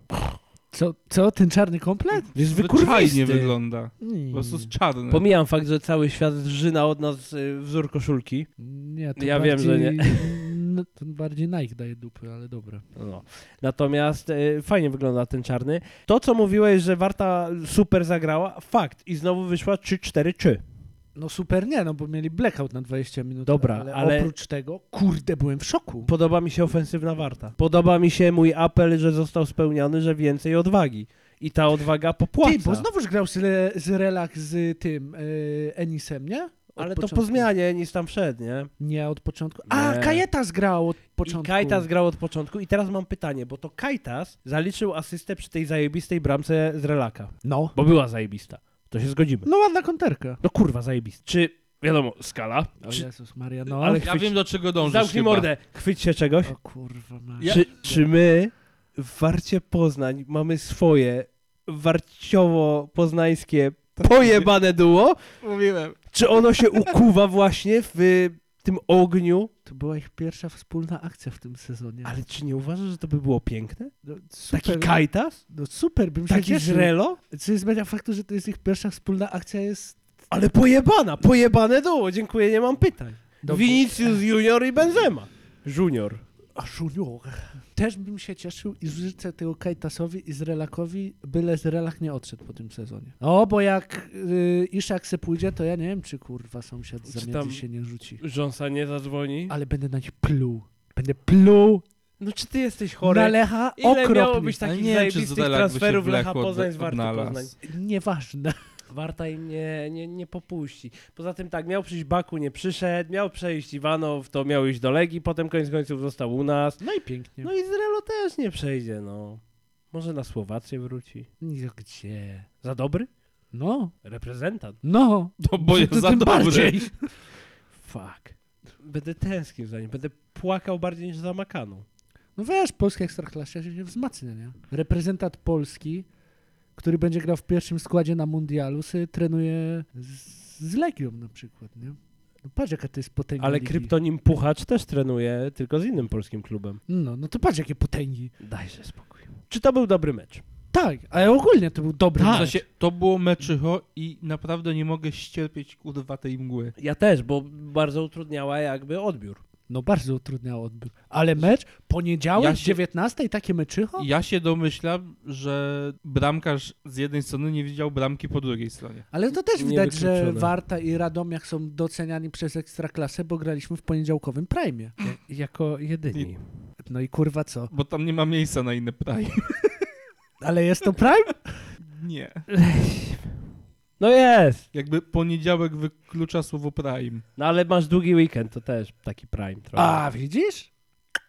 [SPEAKER 2] Co, co ten czarny komplet?
[SPEAKER 1] Jest
[SPEAKER 3] Zwyczajnie
[SPEAKER 1] wykurwisty.
[SPEAKER 3] wygląda. Po
[SPEAKER 2] Nie,
[SPEAKER 3] prostu jest czarny.
[SPEAKER 1] Pomijam fakt, że cały świat zżyna od nas y, wzór koszulki.
[SPEAKER 2] nie to
[SPEAKER 1] Ja wiem,
[SPEAKER 2] bardziej,
[SPEAKER 1] że nie.
[SPEAKER 2] No, to bardziej Nike daje dupy, ale dobra.
[SPEAKER 1] No. Natomiast y, fajnie wygląda ten czarny. To, co mówiłeś, że Warta super zagrała, fakt. I znowu wyszła 3-4-3.
[SPEAKER 2] No super nie, no bo mieli blackout na 20 minut.
[SPEAKER 1] Dobra, ale-
[SPEAKER 2] oprócz tego, kurde, byłem w szoku.
[SPEAKER 1] Podoba mi się ofensywna Warta. Podoba mi się mój apel, że został spełniony, że więcej odwagi. I ta odwaga popłaca.
[SPEAKER 2] Ty, bo znowuż grał z, re, z relak z tym y, Enisem, nie? Od
[SPEAKER 1] Ale to
[SPEAKER 2] początku.
[SPEAKER 1] po zmianie, nic tam wszedł, nie?
[SPEAKER 2] Nie, od początku. A,
[SPEAKER 1] Nie.
[SPEAKER 2] Kajeta zgrał od
[SPEAKER 1] I
[SPEAKER 2] początku.
[SPEAKER 1] Kajtas grał od początku i teraz mam pytanie, bo to Kajtas zaliczył asystę przy tej zajebistej bramce z Relaka.
[SPEAKER 2] No.
[SPEAKER 1] Bo była zajebista. To się zgodzimy.
[SPEAKER 2] No ładna konterka.
[SPEAKER 1] No kurwa, zajebiste. Czy, wiadomo, skala.
[SPEAKER 2] O
[SPEAKER 1] Czy,
[SPEAKER 2] Jezus Maria, no.
[SPEAKER 1] Ale-
[SPEAKER 2] Ale...
[SPEAKER 3] Ja wiem, do czego dążysz
[SPEAKER 1] zamknij
[SPEAKER 3] chyba.
[SPEAKER 1] mordę, chwyć się czegoś.
[SPEAKER 2] O kurwa Maria.
[SPEAKER 3] Ja-
[SPEAKER 1] Czy, czy my w Warcie Poznań mamy swoje warciowo-poznańskie pojebane duo,
[SPEAKER 3] Mówiłem.
[SPEAKER 1] czy ono się ukuwa właśnie w y, tym ogniu?
[SPEAKER 2] To była ich pierwsza wspólna akcja w tym sezonie.
[SPEAKER 1] Ale czy nie uważasz, że to by było piękne?
[SPEAKER 2] no, super,
[SPEAKER 1] Taki kajtas?
[SPEAKER 2] no super, bym się
[SPEAKER 1] Taki
[SPEAKER 2] cieszył.
[SPEAKER 1] żrelo?
[SPEAKER 2] Co jest media faktu, że to jest ich pierwsza wspólna akcja jest...
[SPEAKER 1] Ale pojebana, pojebane duo, dziękuję, nie mam pytań.
[SPEAKER 2] Dobrze.
[SPEAKER 1] No, Vinicius Junior i Benzema. Junior.
[SPEAKER 2] A junior. Też bym się cieszył i życzę tego Kajtasowi i Zrelakowi, byle Zrelak nie odszedł po tym sezonie. O, bo jak y, Iszak se pójdzie, to ja nie wiem, czy kurwa sąsiad
[SPEAKER 1] Czy
[SPEAKER 2] za
[SPEAKER 1] tam-
[SPEAKER 2] tam... się nie rzuci.
[SPEAKER 1] Rząsa nie zadzwoni.
[SPEAKER 2] Ale będę na nich pluł. Będę pluł
[SPEAKER 1] No czy ty jesteś
[SPEAKER 2] Chory.
[SPEAKER 1] chory?
[SPEAKER 2] na Lecha
[SPEAKER 1] Ile miało
[SPEAKER 2] okropnie.
[SPEAKER 1] być takich
[SPEAKER 3] nie wiem, czy
[SPEAKER 1] zajebistych
[SPEAKER 3] Zdelak by się
[SPEAKER 1] transferów Lecha
[SPEAKER 3] wlekł od-
[SPEAKER 1] Poznań z Warty
[SPEAKER 3] odnalazł.
[SPEAKER 1] Poznań?
[SPEAKER 2] Nieważne.
[SPEAKER 1] Warta im nie, nie, nie popuści. Poza tym tak, miał przyjść Baku, nie przyszedł, miał przejść Iwanow, to miał iść do Legii, potem koniec końców został u nas.
[SPEAKER 2] No i pięknie.
[SPEAKER 1] No Izraelo też nie przejdzie, no. Może na Słowację wróci.
[SPEAKER 2] No, gdzie?
[SPEAKER 1] Za dobry?
[SPEAKER 2] No,
[SPEAKER 1] Reprezentant.
[SPEAKER 2] no.
[SPEAKER 3] To bo jest
[SPEAKER 2] Tym
[SPEAKER 3] za dobry.
[SPEAKER 2] bardziej.
[SPEAKER 1] Fuck. Będę tęsknił za nim, będę płakał bardziej niż za Makaną.
[SPEAKER 2] No wiesz, polska ekstraklasa się wzmacnia, nie? Reprezentant Polski, który będzie grał w pierwszym składzie na mundialu, sobie trenuje z, z Legią na przykład, nie? No patrz jaka to jest potęga
[SPEAKER 1] Ale
[SPEAKER 2] ligi.
[SPEAKER 1] kryptonim Puchacz też trenuje, tylko z innym polskim klubem.
[SPEAKER 2] No, no to patrz jakie potęgi.
[SPEAKER 1] Dajże spokój. Czy to był dobry mecz?
[SPEAKER 2] Tak, ale ogólnie to był dobry
[SPEAKER 3] Tak. W
[SPEAKER 1] Tak.
[SPEAKER 2] mecz.
[SPEAKER 3] sensie, to było meczycho i naprawdę nie mogę ścierpieć kurwa tej mgły.
[SPEAKER 1] Ja też, bo bardzo utrudniała jakby odbiór.
[SPEAKER 2] No bardzo utrudniał odbiór. Ale mecz poniedziałek
[SPEAKER 3] Ja
[SPEAKER 2] ja
[SPEAKER 3] się-
[SPEAKER 2] 19 takie meczycho?
[SPEAKER 3] Ja się domyślam, że bramkarz z jednej strony nie widział bramki po drugiej stronie.
[SPEAKER 2] Ale to też
[SPEAKER 1] Nie
[SPEAKER 2] widać, że
[SPEAKER 1] wykluczone.
[SPEAKER 2] Warta i Radomiak są doceniani przez Ekstraklasę, bo graliśmy w poniedziałkowym prime.
[SPEAKER 1] Jako jedyni.
[SPEAKER 2] No i kurwa co?
[SPEAKER 3] Bo tam nie ma miejsca na inne praje.
[SPEAKER 2] Ale jest to prime?
[SPEAKER 3] Nie.
[SPEAKER 1] No jest!
[SPEAKER 3] Jakby poniedziałek wyklucza słowo prime.
[SPEAKER 1] No ale masz długi weekend, to też taki prime trochę.
[SPEAKER 2] A, widzisz?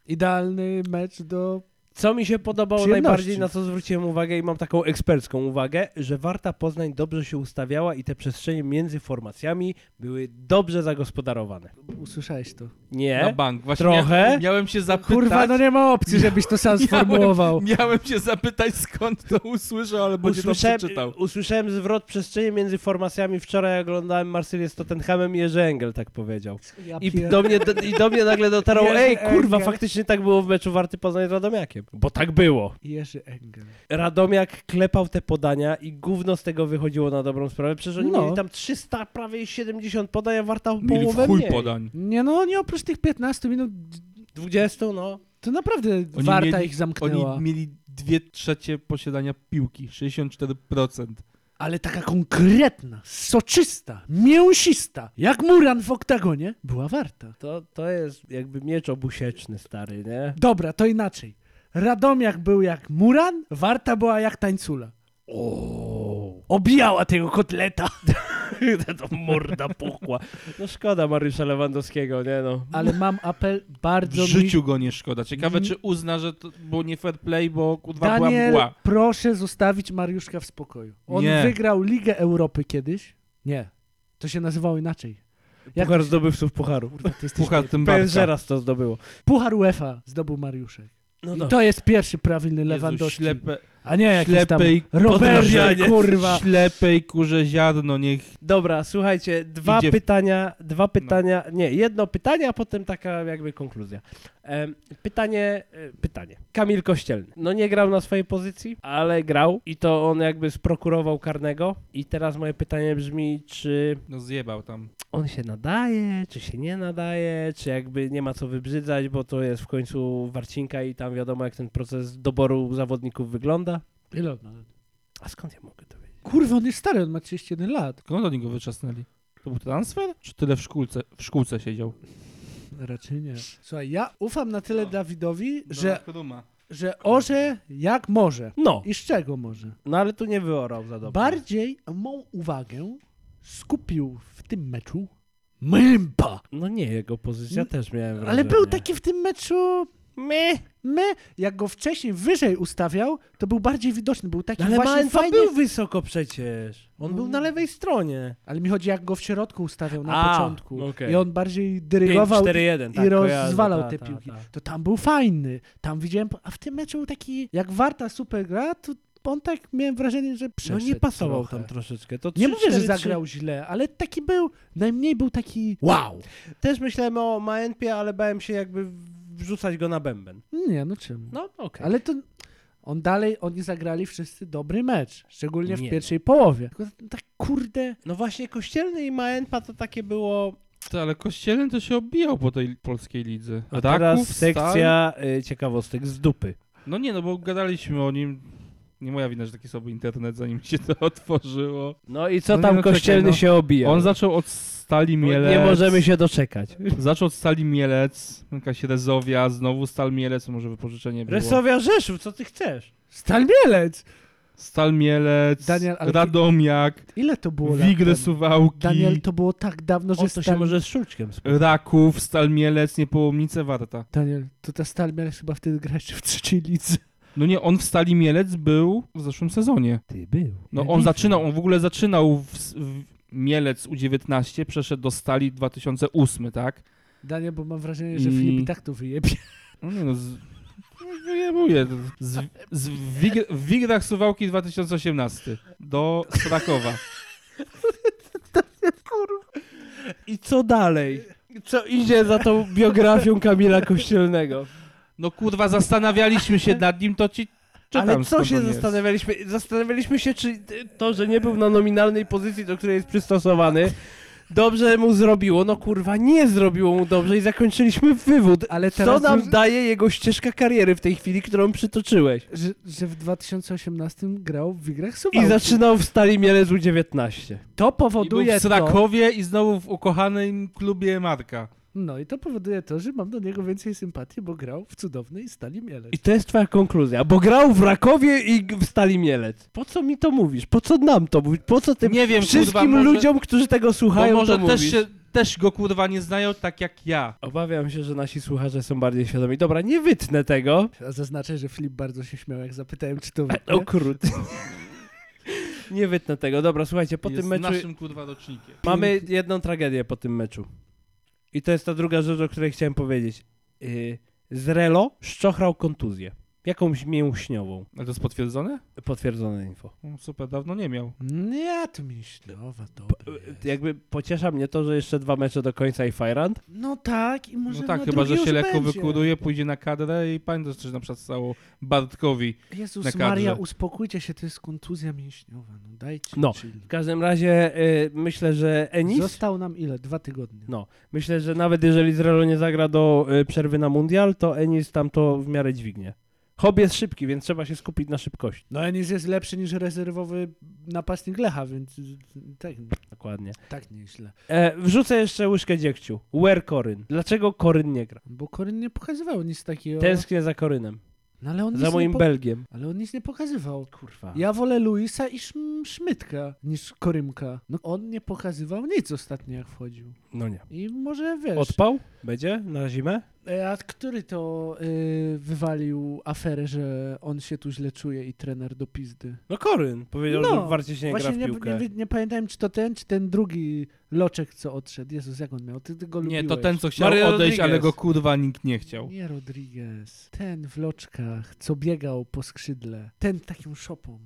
[SPEAKER 2] Idealny mecz do...
[SPEAKER 1] Co mi się podobało
[SPEAKER 2] Przyjemności.
[SPEAKER 1] najbardziej, na co zwróciłem uwagę i mam taką ekspercką uwagę, że Warta Poznań dobrze się ustawiała i te przestrzenie między formacjami były dobrze zagospodarowane.
[SPEAKER 2] Usłyszałeś to.
[SPEAKER 3] Na
[SPEAKER 1] Nie?
[SPEAKER 3] bank. Właśnie
[SPEAKER 1] Trochę?
[SPEAKER 3] Miałem, miałem się zapytać.
[SPEAKER 2] Kurwa, no nie ma opcji, żebyś to sam sformułował.
[SPEAKER 3] Miałem się zapytać skąd to usłyszał, ale będzie to
[SPEAKER 1] Usłyszałem,
[SPEAKER 3] przeczytał.
[SPEAKER 1] usłyszałem zwrot przestrzeni między formacjami wczoraj, jak oglądałem Marsylię z Tottenhamem i Jerzy Engel tak powiedział.
[SPEAKER 2] Ja
[SPEAKER 1] I
[SPEAKER 2] pier-
[SPEAKER 1] do mnie, do, i do mnie nagle dotarło,
[SPEAKER 2] Jerzy
[SPEAKER 1] ej kurwa,
[SPEAKER 2] Engel.
[SPEAKER 1] faktycznie tak było w meczu Warty Poznań z Radomiakiem. Bo tak było.
[SPEAKER 2] Jerzy Engel.
[SPEAKER 1] Radomiak klepał te podania i gówno z tego wychodziło na dobrą sprawę. Przecież oni
[SPEAKER 2] No.
[SPEAKER 1] mieli tam 300, prawie 70 podań, a Warta o
[SPEAKER 3] Mieli w
[SPEAKER 1] połowę
[SPEAKER 3] chuj
[SPEAKER 1] mniej.
[SPEAKER 3] podań.
[SPEAKER 2] Nie no, nie oprócz tych 15 minut,
[SPEAKER 1] 20, no.
[SPEAKER 2] to naprawdę Warta
[SPEAKER 3] mieli-
[SPEAKER 2] ich zamknęła.
[SPEAKER 3] Oni mieli dwie trzecie posiadania piłki, 64%.
[SPEAKER 2] Ale taka konkretna, soczysta, mięsista, jak Muran w oktagonie, była Warta.
[SPEAKER 1] To, to jest jakby miecz obusieczny, stary, nie?
[SPEAKER 2] Dobra, to inaczej. Radomiak był jak Muran, Warta była jak tańcula. Obijała tego kotleta.
[SPEAKER 1] to morda puchła. No szkoda Mariusza Lewandowskiego, nie no.
[SPEAKER 2] Ale mam apel
[SPEAKER 3] W
[SPEAKER 2] bardzo mi...
[SPEAKER 3] życiu go nie szkoda. Ciekawe, czy uzna, że to było nie fair play, bo kurwa była
[SPEAKER 2] Daniel,
[SPEAKER 3] mgła.
[SPEAKER 2] proszę zostawić Mariuszka w spokoju. On
[SPEAKER 3] Nie.
[SPEAKER 2] wygrał Ligę Europy kiedyś. Nie. To się nazywało inaczej. Jak-
[SPEAKER 1] Puchar zdobywców pucharu.
[SPEAKER 2] Kurwa, ty jesteś...
[SPEAKER 3] Puchar tym
[SPEAKER 1] PSG
[SPEAKER 3] bardziej.
[SPEAKER 1] raz to zdobyło.
[SPEAKER 2] Puchar UEFA zdobył Mariuszek.
[SPEAKER 1] No
[SPEAKER 2] I
[SPEAKER 1] dobrze.
[SPEAKER 2] to jest pierwszy prawilny
[SPEAKER 3] Jezu,
[SPEAKER 2] Lewandowski.
[SPEAKER 3] ślepe,
[SPEAKER 2] A nie jakiś tam
[SPEAKER 3] ślepej
[SPEAKER 2] Robercie,
[SPEAKER 1] podrabianie.
[SPEAKER 2] kurwa.
[SPEAKER 3] ślepej kurze ziarno, niech
[SPEAKER 1] Dobra, słuchajcie, dwa
[SPEAKER 3] Idzie w- No.
[SPEAKER 1] pytania, dwa pytania, nie, jedno pytanie, a potem taka jakby konkluzja. Em, pytanie, e, pytanie. Kamil Kościelny, no nie grał na swojej pozycji, ale grał i to on jakby sprokurował karnego i teraz moje pytanie brzmi, czy
[SPEAKER 3] no zjebał tam.
[SPEAKER 1] on się nadaje, czy się nie nadaje, czy jakby nie ma co wybrzydzać, bo to jest w końcu Warcinka i tam wiadomo jak ten proces doboru zawodników wygląda.
[SPEAKER 2] Ile on ma?
[SPEAKER 1] A skąd ja mogę to wiedzieć?
[SPEAKER 2] Kurwa, on jest stary, on ma 31 lat.
[SPEAKER 3] Skąd oni go wyczesnęli? To był transfer? Czy tyle w szkółce, w szkółce siedział?
[SPEAKER 2] Raczej nie. Słuchaj, ja ufam na tyle
[SPEAKER 3] No.
[SPEAKER 2] Dawidowi, że, że orze jak może.
[SPEAKER 1] No,
[SPEAKER 2] I z czego może.
[SPEAKER 1] no ale tu nie wyorał za dobrze.
[SPEAKER 2] Bardziej mą uwagę skupił w tym meczu Mympa.
[SPEAKER 1] No nie, jego pozycja
[SPEAKER 2] N-
[SPEAKER 1] też miałem wrażenie.
[SPEAKER 2] Ale był taki w tym meczu...
[SPEAKER 1] My.
[SPEAKER 2] My, jak go wcześniej wyżej ustawiał, to był bardziej widoczny, był taki
[SPEAKER 1] No Ale
[SPEAKER 2] właśnie
[SPEAKER 1] Manfa
[SPEAKER 2] fajny.
[SPEAKER 1] był wysoko przecież. On był
[SPEAKER 2] No.
[SPEAKER 1] na lewej stronie.
[SPEAKER 2] Ale mi chodzi, jak go w środku ustawiał na
[SPEAKER 1] A,
[SPEAKER 2] początku.
[SPEAKER 1] okej.
[SPEAKER 2] I on bardziej
[SPEAKER 1] 5,
[SPEAKER 2] dyrygował
[SPEAKER 1] 4, 1.
[SPEAKER 2] i rozwalał te
[SPEAKER 1] No
[SPEAKER 2] piłki. To tam był fajny. Tam widziałem, a w tym meczu był taki, jak Warta super gra, to on tak miałem wrażenie, że przeszedł
[SPEAKER 1] No nie pasował
[SPEAKER 2] trochę.
[SPEAKER 1] tam troszeczkę. To
[SPEAKER 2] Nie
[SPEAKER 1] 3,
[SPEAKER 2] mówię, że
[SPEAKER 1] 4, 3.
[SPEAKER 2] zagrał źle, ale taki był, najmniej był taki wow.
[SPEAKER 1] Też myślałem o Maenpie, ale bałem się jakby wrzucać go na bęben.
[SPEAKER 2] Nie, no czemu?
[SPEAKER 1] No okej.
[SPEAKER 2] Ale to on dalej, oni zagrali wszyscy dobry mecz, szczególnie w
[SPEAKER 1] Nie.
[SPEAKER 2] pierwszej połowie. Tylko tak kurde,
[SPEAKER 1] No właśnie Kościelny i Maenpa to takie było...
[SPEAKER 3] Ty, ale Kościelny to się obijał po tej polskiej lidze.
[SPEAKER 1] A tak?
[SPEAKER 3] Raków,
[SPEAKER 1] teraz
[SPEAKER 3] Stal-
[SPEAKER 1] sekcja y, ciekawostek z dupy.
[SPEAKER 3] No nie, no bo gadaliśmy o nim. Nie moja wina, że taki słaby internet, zanim się to otworzyło.
[SPEAKER 1] No i co
[SPEAKER 3] No
[SPEAKER 1] tam
[SPEAKER 3] nie, no czekaj,
[SPEAKER 1] Kościelny
[SPEAKER 3] no.
[SPEAKER 1] się obija?
[SPEAKER 3] On zaczął od Stali
[SPEAKER 1] No,
[SPEAKER 3] Mielec.
[SPEAKER 1] Nie możemy się doczekać.
[SPEAKER 3] Zaczął od Stali Mielec, jakaś Rezowia, znowu Stal Mielec, może wypożyczenie było.
[SPEAKER 1] Resowia Rzeszów, co ty chcesz?
[SPEAKER 2] Stal Mielec!
[SPEAKER 3] Stal Mielec,
[SPEAKER 2] Daniel, ale-
[SPEAKER 3] Radomiak,
[SPEAKER 2] Ile to było lat
[SPEAKER 3] Wigry
[SPEAKER 2] temu?
[SPEAKER 3] Suwałki,
[SPEAKER 2] Daniel, to było tak dawno, że
[SPEAKER 1] O, to się
[SPEAKER 2] Stal...
[SPEAKER 1] może z Szulczkiem spotkać.
[SPEAKER 3] Raków, Stal Mielec, Niepołomnice, Warta.
[SPEAKER 2] Daniel, to ta Stal Mielec chyba wtedy gra jeszcze w trzeciej lidze.
[SPEAKER 3] No nie, on w Stali Mielec był w zeszłym sezonie.
[SPEAKER 1] Ty był.
[SPEAKER 3] No
[SPEAKER 2] Ja
[SPEAKER 3] on
[SPEAKER 2] nie
[SPEAKER 3] zaczynał, on w ogóle zaczynał w, s- w Mielec U19, przeszedł do Stali 2008, tak?
[SPEAKER 2] Daniel, bo mam wrażenie, że
[SPEAKER 1] Mm.
[SPEAKER 3] I-
[SPEAKER 2] Filip i tak to wyjebie.
[SPEAKER 3] No nie no, z... no, wyjebuję. Z, z w, Wig- w Wigrach Suwałki 2018 do Krakowa.
[SPEAKER 1] I co dalej? Co idzie za tą biografią Kamila Kościelnego?
[SPEAKER 3] No kurwa, zastanawialiśmy się nad nim, to ci czytam,
[SPEAKER 1] Ale co
[SPEAKER 3] skąd
[SPEAKER 1] się
[SPEAKER 3] on jest.
[SPEAKER 1] zastanawialiśmy? Zastanawialiśmy się, czy to, że nie był na nominalnej pozycji, do której jest przystosowany, dobrze mu zrobiło. No kurwa, nie zrobiło mu dobrze i zakończyliśmy wywód.
[SPEAKER 2] Ale
[SPEAKER 1] Co
[SPEAKER 2] teraz
[SPEAKER 1] nam
[SPEAKER 2] już-
[SPEAKER 1] daje jego ścieżka kariery w tej chwili, którą przytoczyłeś?
[SPEAKER 2] Że, że w 2018 grał w Wigrach Suwałki.
[SPEAKER 1] I zaczynał w Stali Mielec U19.
[SPEAKER 2] To
[SPEAKER 3] I był
[SPEAKER 2] powoduje
[SPEAKER 3] w
[SPEAKER 2] to...
[SPEAKER 3] Krakowie i znowu w ukochanym klubie Marka.
[SPEAKER 2] No i to powoduje to, że mam do niego więcej sympatii, bo grał w cudownej Stali Mielec.
[SPEAKER 1] I to jest twoja konkluzja, bo grał w Rakowie i w Stali Mielec. Po co mi to mówisz? Po co nam to mówisz? Po co tym
[SPEAKER 3] Nie wiem,
[SPEAKER 1] wszystkim
[SPEAKER 3] kurwa, może-
[SPEAKER 1] ludziom, którzy tego
[SPEAKER 3] Bo
[SPEAKER 1] słuchają,
[SPEAKER 3] może
[SPEAKER 1] to
[SPEAKER 3] też,
[SPEAKER 1] mówisz?
[SPEAKER 3] się, też go kurwa nie znają tak jak ja.
[SPEAKER 1] Obawiam się, że nasi słuchacze są bardziej świadomi. Dobra, nie wytnę tego.
[SPEAKER 2] Ja Zaznaczę, że Filip bardzo się śmiał, jak zapytałem, czy
[SPEAKER 3] No.
[SPEAKER 2] to
[SPEAKER 1] O kurde. nie wytnę tego. Dobra, słuchajcie, po
[SPEAKER 3] jest
[SPEAKER 1] tym meczu
[SPEAKER 3] naszym kurwa rocznikiem.
[SPEAKER 1] mamy jedną tragedię po tym meczu. I to jest ta druga rzecz, o której chciałem powiedzieć. Yy, Zrelo szczochrał kontuzję. Jakąś mięśniową.
[SPEAKER 3] Ale to jest potwierdzone?
[SPEAKER 1] Potwierdzone info.
[SPEAKER 3] O, No, super, dawno nie miał.
[SPEAKER 2] Nie, to mi ślowa, dobre.
[SPEAKER 3] y-
[SPEAKER 2] jest.
[SPEAKER 1] Jakby pociesza mnie to, że jeszcze dwa mecze do końca i Fajrand.
[SPEAKER 2] No tak, i może
[SPEAKER 3] no tak,
[SPEAKER 2] no
[SPEAKER 3] chyba, że
[SPEAKER 2] drugi
[SPEAKER 3] się
[SPEAKER 2] już
[SPEAKER 3] lekko
[SPEAKER 2] będzie.
[SPEAKER 3] wykuruje, pójdzie na kadrę i pamiętasz, że na przykład stało Bartkowi. na
[SPEAKER 2] Jezus
[SPEAKER 3] kadrze.
[SPEAKER 2] Maria, uspokójcie się, to jest kontuzja mięśniowa, no dajcie
[SPEAKER 1] No.
[SPEAKER 2] chill.
[SPEAKER 1] W każdym razie y, myślę, że Enis...
[SPEAKER 2] Został nam ile? Dwa tygodnie.
[SPEAKER 1] No. Myślę, że nawet jeżeli Izrael nie zagra do y, przerwy na mundial, to Enis tam to w miarę dźwignie. Hobby jest szybki, więc trzeba się skupić na szybkości.
[SPEAKER 2] No Enis jest lepszy niż rezerwowy napastnik Lecha, więc y, y, tak,
[SPEAKER 1] Dokładnie.
[SPEAKER 2] tak nieźle.
[SPEAKER 1] E, wrzucę jeszcze łyżkę dziegciu. Where Koryn? Dlaczego Koryn nie gra?
[SPEAKER 2] Bo Koryn nie pokazywał nic takiego.
[SPEAKER 1] Tęsknię za Korynem.
[SPEAKER 2] No, ale, on
[SPEAKER 1] Za
[SPEAKER 2] nic
[SPEAKER 1] moim
[SPEAKER 2] nie po...
[SPEAKER 1] Belgiem.
[SPEAKER 2] ale on nic nie pokazywał.
[SPEAKER 1] Kurwa.
[SPEAKER 2] Ja wolę Luisa i Szm- Szmytka niż Korymka. No on nie pokazywał nic ostatnio jak wchodził.
[SPEAKER 1] No nie.
[SPEAKER 2] I może wiesz.
[SPEAKER 1] Odpał? Będzie? Na zimę?
[SPEAKER 2] E, A który to y, wywalił aferę, że on się tu źle czuje i trener do pizdy?
[SPEAKER 1] No Koryn. Powiedział,
[SPEAKER 2] No,
[SPEAKER 1] że w warcie się nie gra
[SPEAKER 2] Właśnie
[SPEAKER 1] w
[SPEAKER 2] nie,
[SPEAKER 1] piłkę.
[SPEAKER 2] nie, wi- nie pamiętałem, czy to ten, czy ten drugi loczek, co odszedł. Jezus, jak on miał? Ty, ty go
[SPEAKER 3] Nie,
[SPEAKER 2] lubiłeś.
[SPEAKER 3] to ten, co chciał
[SPEAKER 1] Mario
[SPEAKER 3] odejść, ale
[SPEAKER 1] Rodriguez.
[SPEAKER 3] go kurwa nikt nie chciał.
[SPEAKER 2] Nie Rodriguez. Ten w loczkach, co biegał po skrzydle. Ten takim szopą.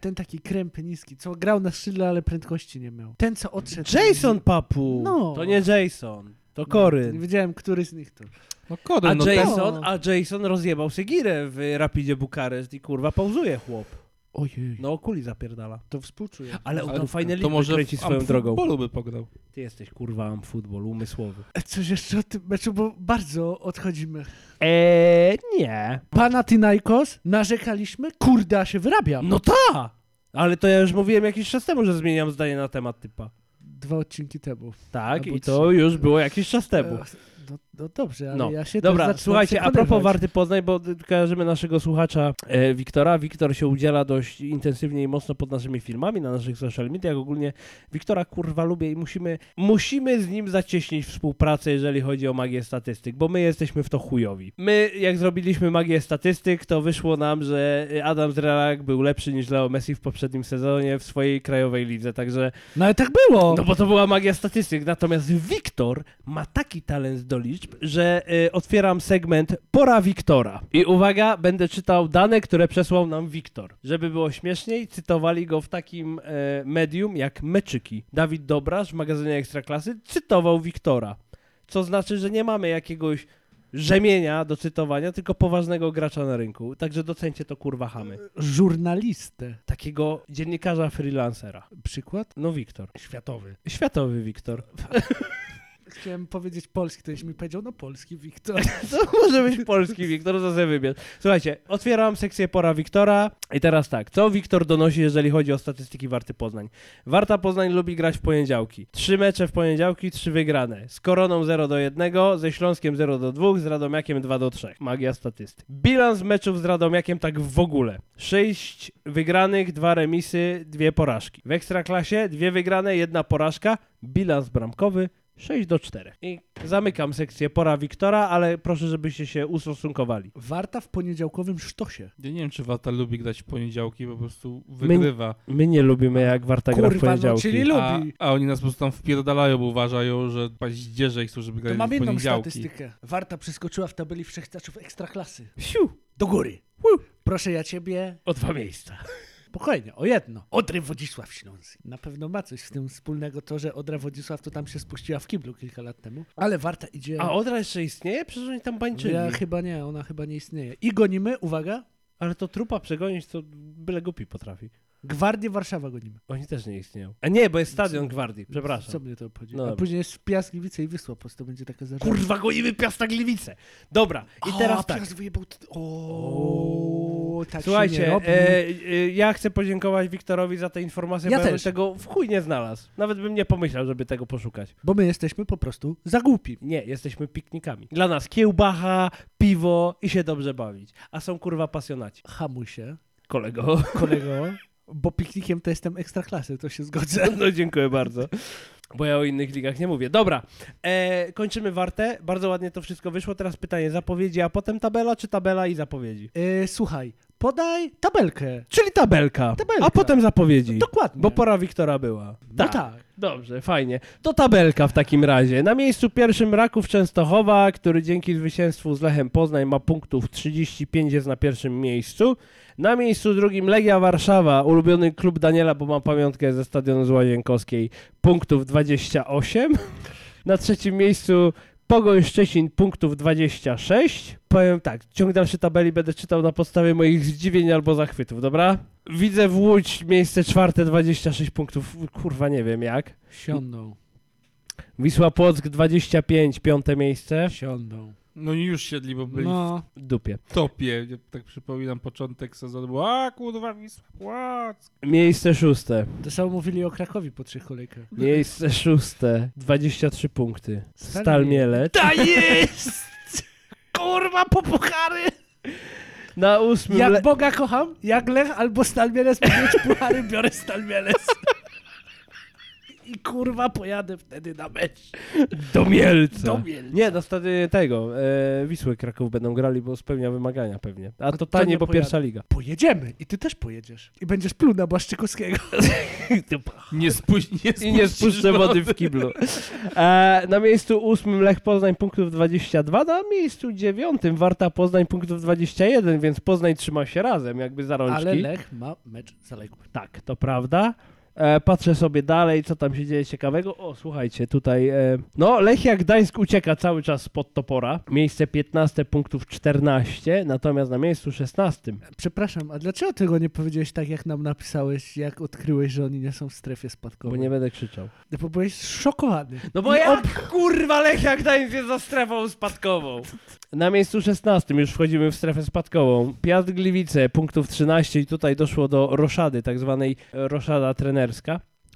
[SPEAKER 2] Ten taki krępy niski, co grał na skrzydle, ale prędkości nie miał. Ten, co odszedł.
[SPEAKER 1] Jason, papu!
[SPEAKER 2] No.
[SPEAKER 1] To nie Jason. To
[SPEAKER 2] Nie
[SPEAKER 1] Koryn.
[SPEAKER 2] wiedziałem, który z nich to.
[SPEAKER 3] No Kory,
[SPEAKER 1] A
[SPEAKER 3] no ten-
[SPEAKER 1] Jason, a Jason rozjebał Segirę w Rapidzie Bukareszt i kurwa pauzuje chłop.
[SPEAKER 2] Ojej.
[SPEAKER 1] No kuli zapierdala.
[SPEAKER 2] To współczuję.
[SPEAKER 1] Ale on
[SPEAKER 3] Ale
[SPEAKER 1] tam fajne
[SPEAKER 3] to
[SPEAKER 1] liczby
[SPEAKER 3] może
[SPEAKER 1] kręci
[SPEAKER 3] w
[SPEAKER 1] swoją drogą.
[SPEAKER 3] polu by pograł.
[SPEAKER 1] Ty jesteś kurwa am futbol umysłowy.
[SPEAKER 2] Coś jeszcze o tym meczu, bo bardzo odchodzimy.
[SPEAKER 1] Eee, nie.
[SPEAKER 2] Panathinaikos narzekaliśmy, kurde, a się wyrabia.
[SPEAKER 1] No ta! Ale to ja już mówiłem jakiś czas temu, że zmieniam zdanie na temat typa.
[SPEAKER 2] Dwa odcinki temu.
[SPEAKER 1] Tak,
[SPEAKER 2] Albo
[SPEAKER 1] i to już było jakiś czas temu.
[SPEAKER 2] E, No, no dobrze, ale
[SPEAKER 1] No.
[SPEAKER 2] ja się też
[SPEAKER 1] Dobra,
[SPEAKER 2] zaczynam
[SPEAKER 1] słuchajcie, a
[SPEAKER 2] przekonywać.
[SPEAKER 1] propos Warty Poznań, bo y, kojarzymy naszego słuchacza e, Wiktora. Wiktor się udziela dość intensywnie i mocno pod naszymi filmami, na naszych social mediach. Ogólnie Wiktora kurwa lubię i musimy, musimy z nim zacieśnić współpracę, jeżeli chodzi o magię statystyk, bo my jesteśmy w to chujowi. My, jak zrobiliśmy magię statystyk, to wyszło nam, że y, Adam Zrelak był lepszy niż Leo Messi w poprzednim sezonie w swojej krajowej lidze, także
[SPEAKER 2] No ale tak było.
[SPEAKER 1] no bo to była magia statystyk, natomiast Wiktor ma taki talent do liczb, powiedzieć, że y, otwieram segment Pora Wiktora. I uwaga, będę czytał dane, które przesłał nam Wiktor. Żeby było śmieszniej, cytowali go w takim e, medium jak Meczyki. Dawid Dobrasz w magazynie Ekstraklasy cytował Wiktora. Co znaczy, że nie mamy jakiegoś rzemienia do cytowania, tylko poważnego gracza na rynku. Także docencie to kurwa chamy.
[SPEAKER 2] Żurnalistę.
[SPEAKER 1] Takiego dziennikarza freelancera.
[SPEAKER 2] Przykład?
[SPEAKER 1] No Wiktor.
[SPEAKER 2] Światowy.
[SPEAKER 1] Światowy Wiktor.
[SPEAKER 2] Chciałem powiedzieć polski, ktoś mi powiedział, no polski Wiktor.
[SPEAKER 1] To może być polski Wiktor, to sobie wybierz. Słuchajcie, otwieram sekcję pora Wiktora i teraz tak, co Wiktor donosi, jeżeli chodzi o statystyki Warty Poznań? Warta Poznań lubi grać w poniedziałki. Trzy mecze w poniedziałki, trzy wygrane. Z Koroną 0 do 1, ze Śląskiem 0 do 2, z Radomiakiem 2 do 3. Magia statystyk. Bilans meczów z Radomiakiem tak w ogóle. 6 wygranych, 2 remisy, 2 porażki. W Ekstraklasie 2 wygrane, 1 porażka. Bilans bramkowy 6 do 4. I zamykam sekcję pora Wiktora, ale proszę, żebyście się ustosunkowali.
[SPEAKER 2] Warta w poniedziałkowym sztosie.
[SPEAKER 3] Ja nie wiem, czy Wata lubi grać w poniedziałki, po prostu wygrywa.
[SPEAKER 1] My nie lubimy, jak Warta gra w
[SPEAKER 2] Kurwa, no,
[SPEAKER 1] poniedziałki.
[SPEAKER 2] czyli lu-
[SPEAKER 3] A,
[SPEAKER 2] lubi.
[SPEAKER 3] a oni nas po prostu tam wpierdalają, bo uważają, że paździerze ich chcą, żeby
[SPEAKER 2] To
[SPEAKER 3] grać
[SPEAKER 2] mam
[SPEAKER 3] w
[SPEAKER 2] jedną
[SPEAKER 3] poniedziałki.
[SPEAKER 2] statystykę. Warta przeskoczyła w tabeli wszechstaczów ekstraklasy.
[SPEAKER 1] Siu,
[SPEAKER 2] Do góry.
[SPEAKER 1] Wu.
[SPEAKER 2] Proszę ja ciebie,
[SPEAKER 1] o dwa miejsca.
[SPEAKER 2] spokojnie, o jedno. Odry Wodzisław Śląski. Na pewno ma coś z tym wspólnego to, że Odra Wodzisław to tam się spuściła w kiblu kilka lat temu. Ale Warta idzie...
[SPEAKER 1] A Odra jeszcze istnieje? Przecież oni tam bańczyli.
[SPEAKER 2] Ja chyba nie, ona chyba nie istnieje. I gonimy, uwaga,
[SPEAKER 1] Ale to trupa przegonić, to byle głupi potrafi.
[SPEAKER 2] Gwardię Warszawa gonimy.
[SPEAKER 1] Oni też nie istnieją. A nie, bo jest Stadion Gwardii, przepraszam.
[SPEAKER 2] Co mnie to obchodzi?
[SPEAKER 1] No
[SPEAKER 2] A
[SPEAKER 1] dobra.
[SPEAKER 2] później jest Piaskiewice i Wysła, po prostu będzie taka zarzęda.
[SPEAKER 1] Kurwa, gonimy Piasta Gliwice. Dobra, i teraz
[SPEAKER 2] o,
[SPEAKER 1] tak.
[SPEAKER 2] Piast wyjebał... t- O, tak Słuchajcie, się nie
[SPEAKER 1] Słuchajcie,
[SPEAKER 2] robi.
[SPEAKER 1] e, e, ja chcę podziękować Wiktorowi za te informacje,
[SPEAKER 2] Ja
[SPEAKER 1] bo ja bym
[SPEAKER 2] też.
[SPEAKER 1] tego w chuj nie znalazł. Nawet bym nie pomyślał, żeby tego poszukać.
[SPEAKER 2] Bo my jesteśmy po prostu za głupi.
[SPEAKER 1] Nie, jesteśmy piknikami. Dla nas kiełbacha, piwo i się dobrze bawić. A są kurwa pasjonaci.
[SPEAKER 2] Hamuj się,
[SPEAKER 1] Kolego.
[SPEAKER 2] kolego, bo piknikiem to jestem ekstra klasy, to się zgodzę.
[SPEAKER 1] No dziękuję bardzo. Bo ja o innych ligach nie mówię. Dobra, e, kończymy wartę. Bardzo ładnie to wszystko wyszło. Teraz pytanie, zapowiedzi, a potem tabela, czy tabela i zapowiedzi?
[SPEAKER 2] E, słuchaj, podaj tabelkę.
[SPEAKER 1] Czyli tabelka,
[SPEAKER 2] Tabelka.
[SPEAKER 1] a potem zapowiedzi.
[SPEAKER 2] Dokładnie.
[SPEAKER 1] Bo pora Wiktora była.
[SPEAKER 2] No tak.
[SPEAKER 1] Dobrze, fajnie. To tabelka w takim razie. Na miejscu pierwszym Raków Częstochowa, który dzięki zwycięstwu z Lechem Poznań ma punktów 35, jest na pierwszym miejscu. Na miejscu drugim Legia Warszawa, ulubiony klub Daniela, bo ma pamiątkę ze stadionu z Łazienkowskiej, punktów 28. Na trzecim miejscu Pogoń Szczecin, punktów 26. Powiem tak, ciąg dalszy tabeli będę czytał na podstawie moich zdziwień albo zachwytów, dobra? Widzę w Łódź miejsce czwarte, 26 punktów, kurwa nie wiem jak.
[SPEAKER 2] Siądą,
[SPEAKER 1] Wisła Płock 25, piąte miejsce.
[SPEAKER 2] siądą.
[SPEAKER 3] No i już siedli, bo byli w
[SPEAKER 2] No,
[SPEAKER 1] Dupie.
[SPEAKER 3] topie. Ja tak przypominam początek sezonu. było, A kurwa, Wisła, płac.
[SPEAKER 1] Miejsce szóste.
[SPEAKER 2] to samo mówili o Krakowie po trzech kolejkach.
[SPEAKER 1] Miejsce szóste. 23 punkty.
[SPEAKER 2] Stal
[SPEAKER 1] Stal Mielec.
[SPEAKER 2] Ta jest! Kurwa, po puchary!
[SPEAKER 1] Na ósmym...
[SPEAKER 2] Jak
[SPEAKER 1] Le-
[SPEAKER 2] Boga kocham, jak Lech albo Stalmielec ma mieć puchary, biorę Stalmielec. I kurwa pojadę wtedy na mecz.
[SPEAKER 1] do Mielca.
[SPEAKER 2] Do Mielca.
[SPEAKER 1] Nie, do stady tego. E, Wisły Kraków będą grali, bo spełnia wymagania pewnie. A to
[SPEAKER 2] to
[SPEAKER 1] taniej,
[SPEAKER 2] nie
[SPEAKER 1] bo
[SPEAKER 2] pojadę.
[SPEAKER 1] pierwsza liga.
[SPEAKER 2] Pojedziemy i ty też pojedziesz. I będziesz pluł na Błaszczykowskiego.
[SPEAKER 3] Nie spuść, nie
[SPEAKER 1] I nie spuszczę wody w kiblu. E, na miejscu ósmym Lech Poznań punktów 22, na miejscu dziewiątym Warta Poznań punktów 21, więc Poznań trzyma się razem jakby za rączki.
[SPEAKER 2] Ale Lech ma mecz zaległy.
[SPEAKER 1] Tak, to prawda. E, patrzę sobie dalej, co tam się dzieje ciekawego. O, słuchajcie, tutaj. E, no, Lechia Gdańsk ucieka cały czas spod topora. Miejsce 15, punktów 14, natomiast na miejscu 16.
[SPEAKER 2] Przepraszam, a dlaczego tego nie powiedziałeś tak, jak nam napisałeś, jak odkryłeś, że oni nie są w strefie
[SPEAKER 1] Bo
[SPEAKER 2] spadkowej?
[SPEAKER 1] nie będę krzyczał.
[SPEAKER 2] No Bo byłeś zszokowany.
[SPEAKER 1] No bo
[SPEAKER 2] I
[SPEAKER 1] ja
[SPEAKER 2] ob-
[SPEAKER 1] kurwa Lechia Gdańsk jest za strefą spadkową. Na miejscu 16 już wchodzimy w strefę spadkową. Piast Gliwice, punktów 13 i tutaj doszło do roszady, tak zwanej e, roszada trenerska.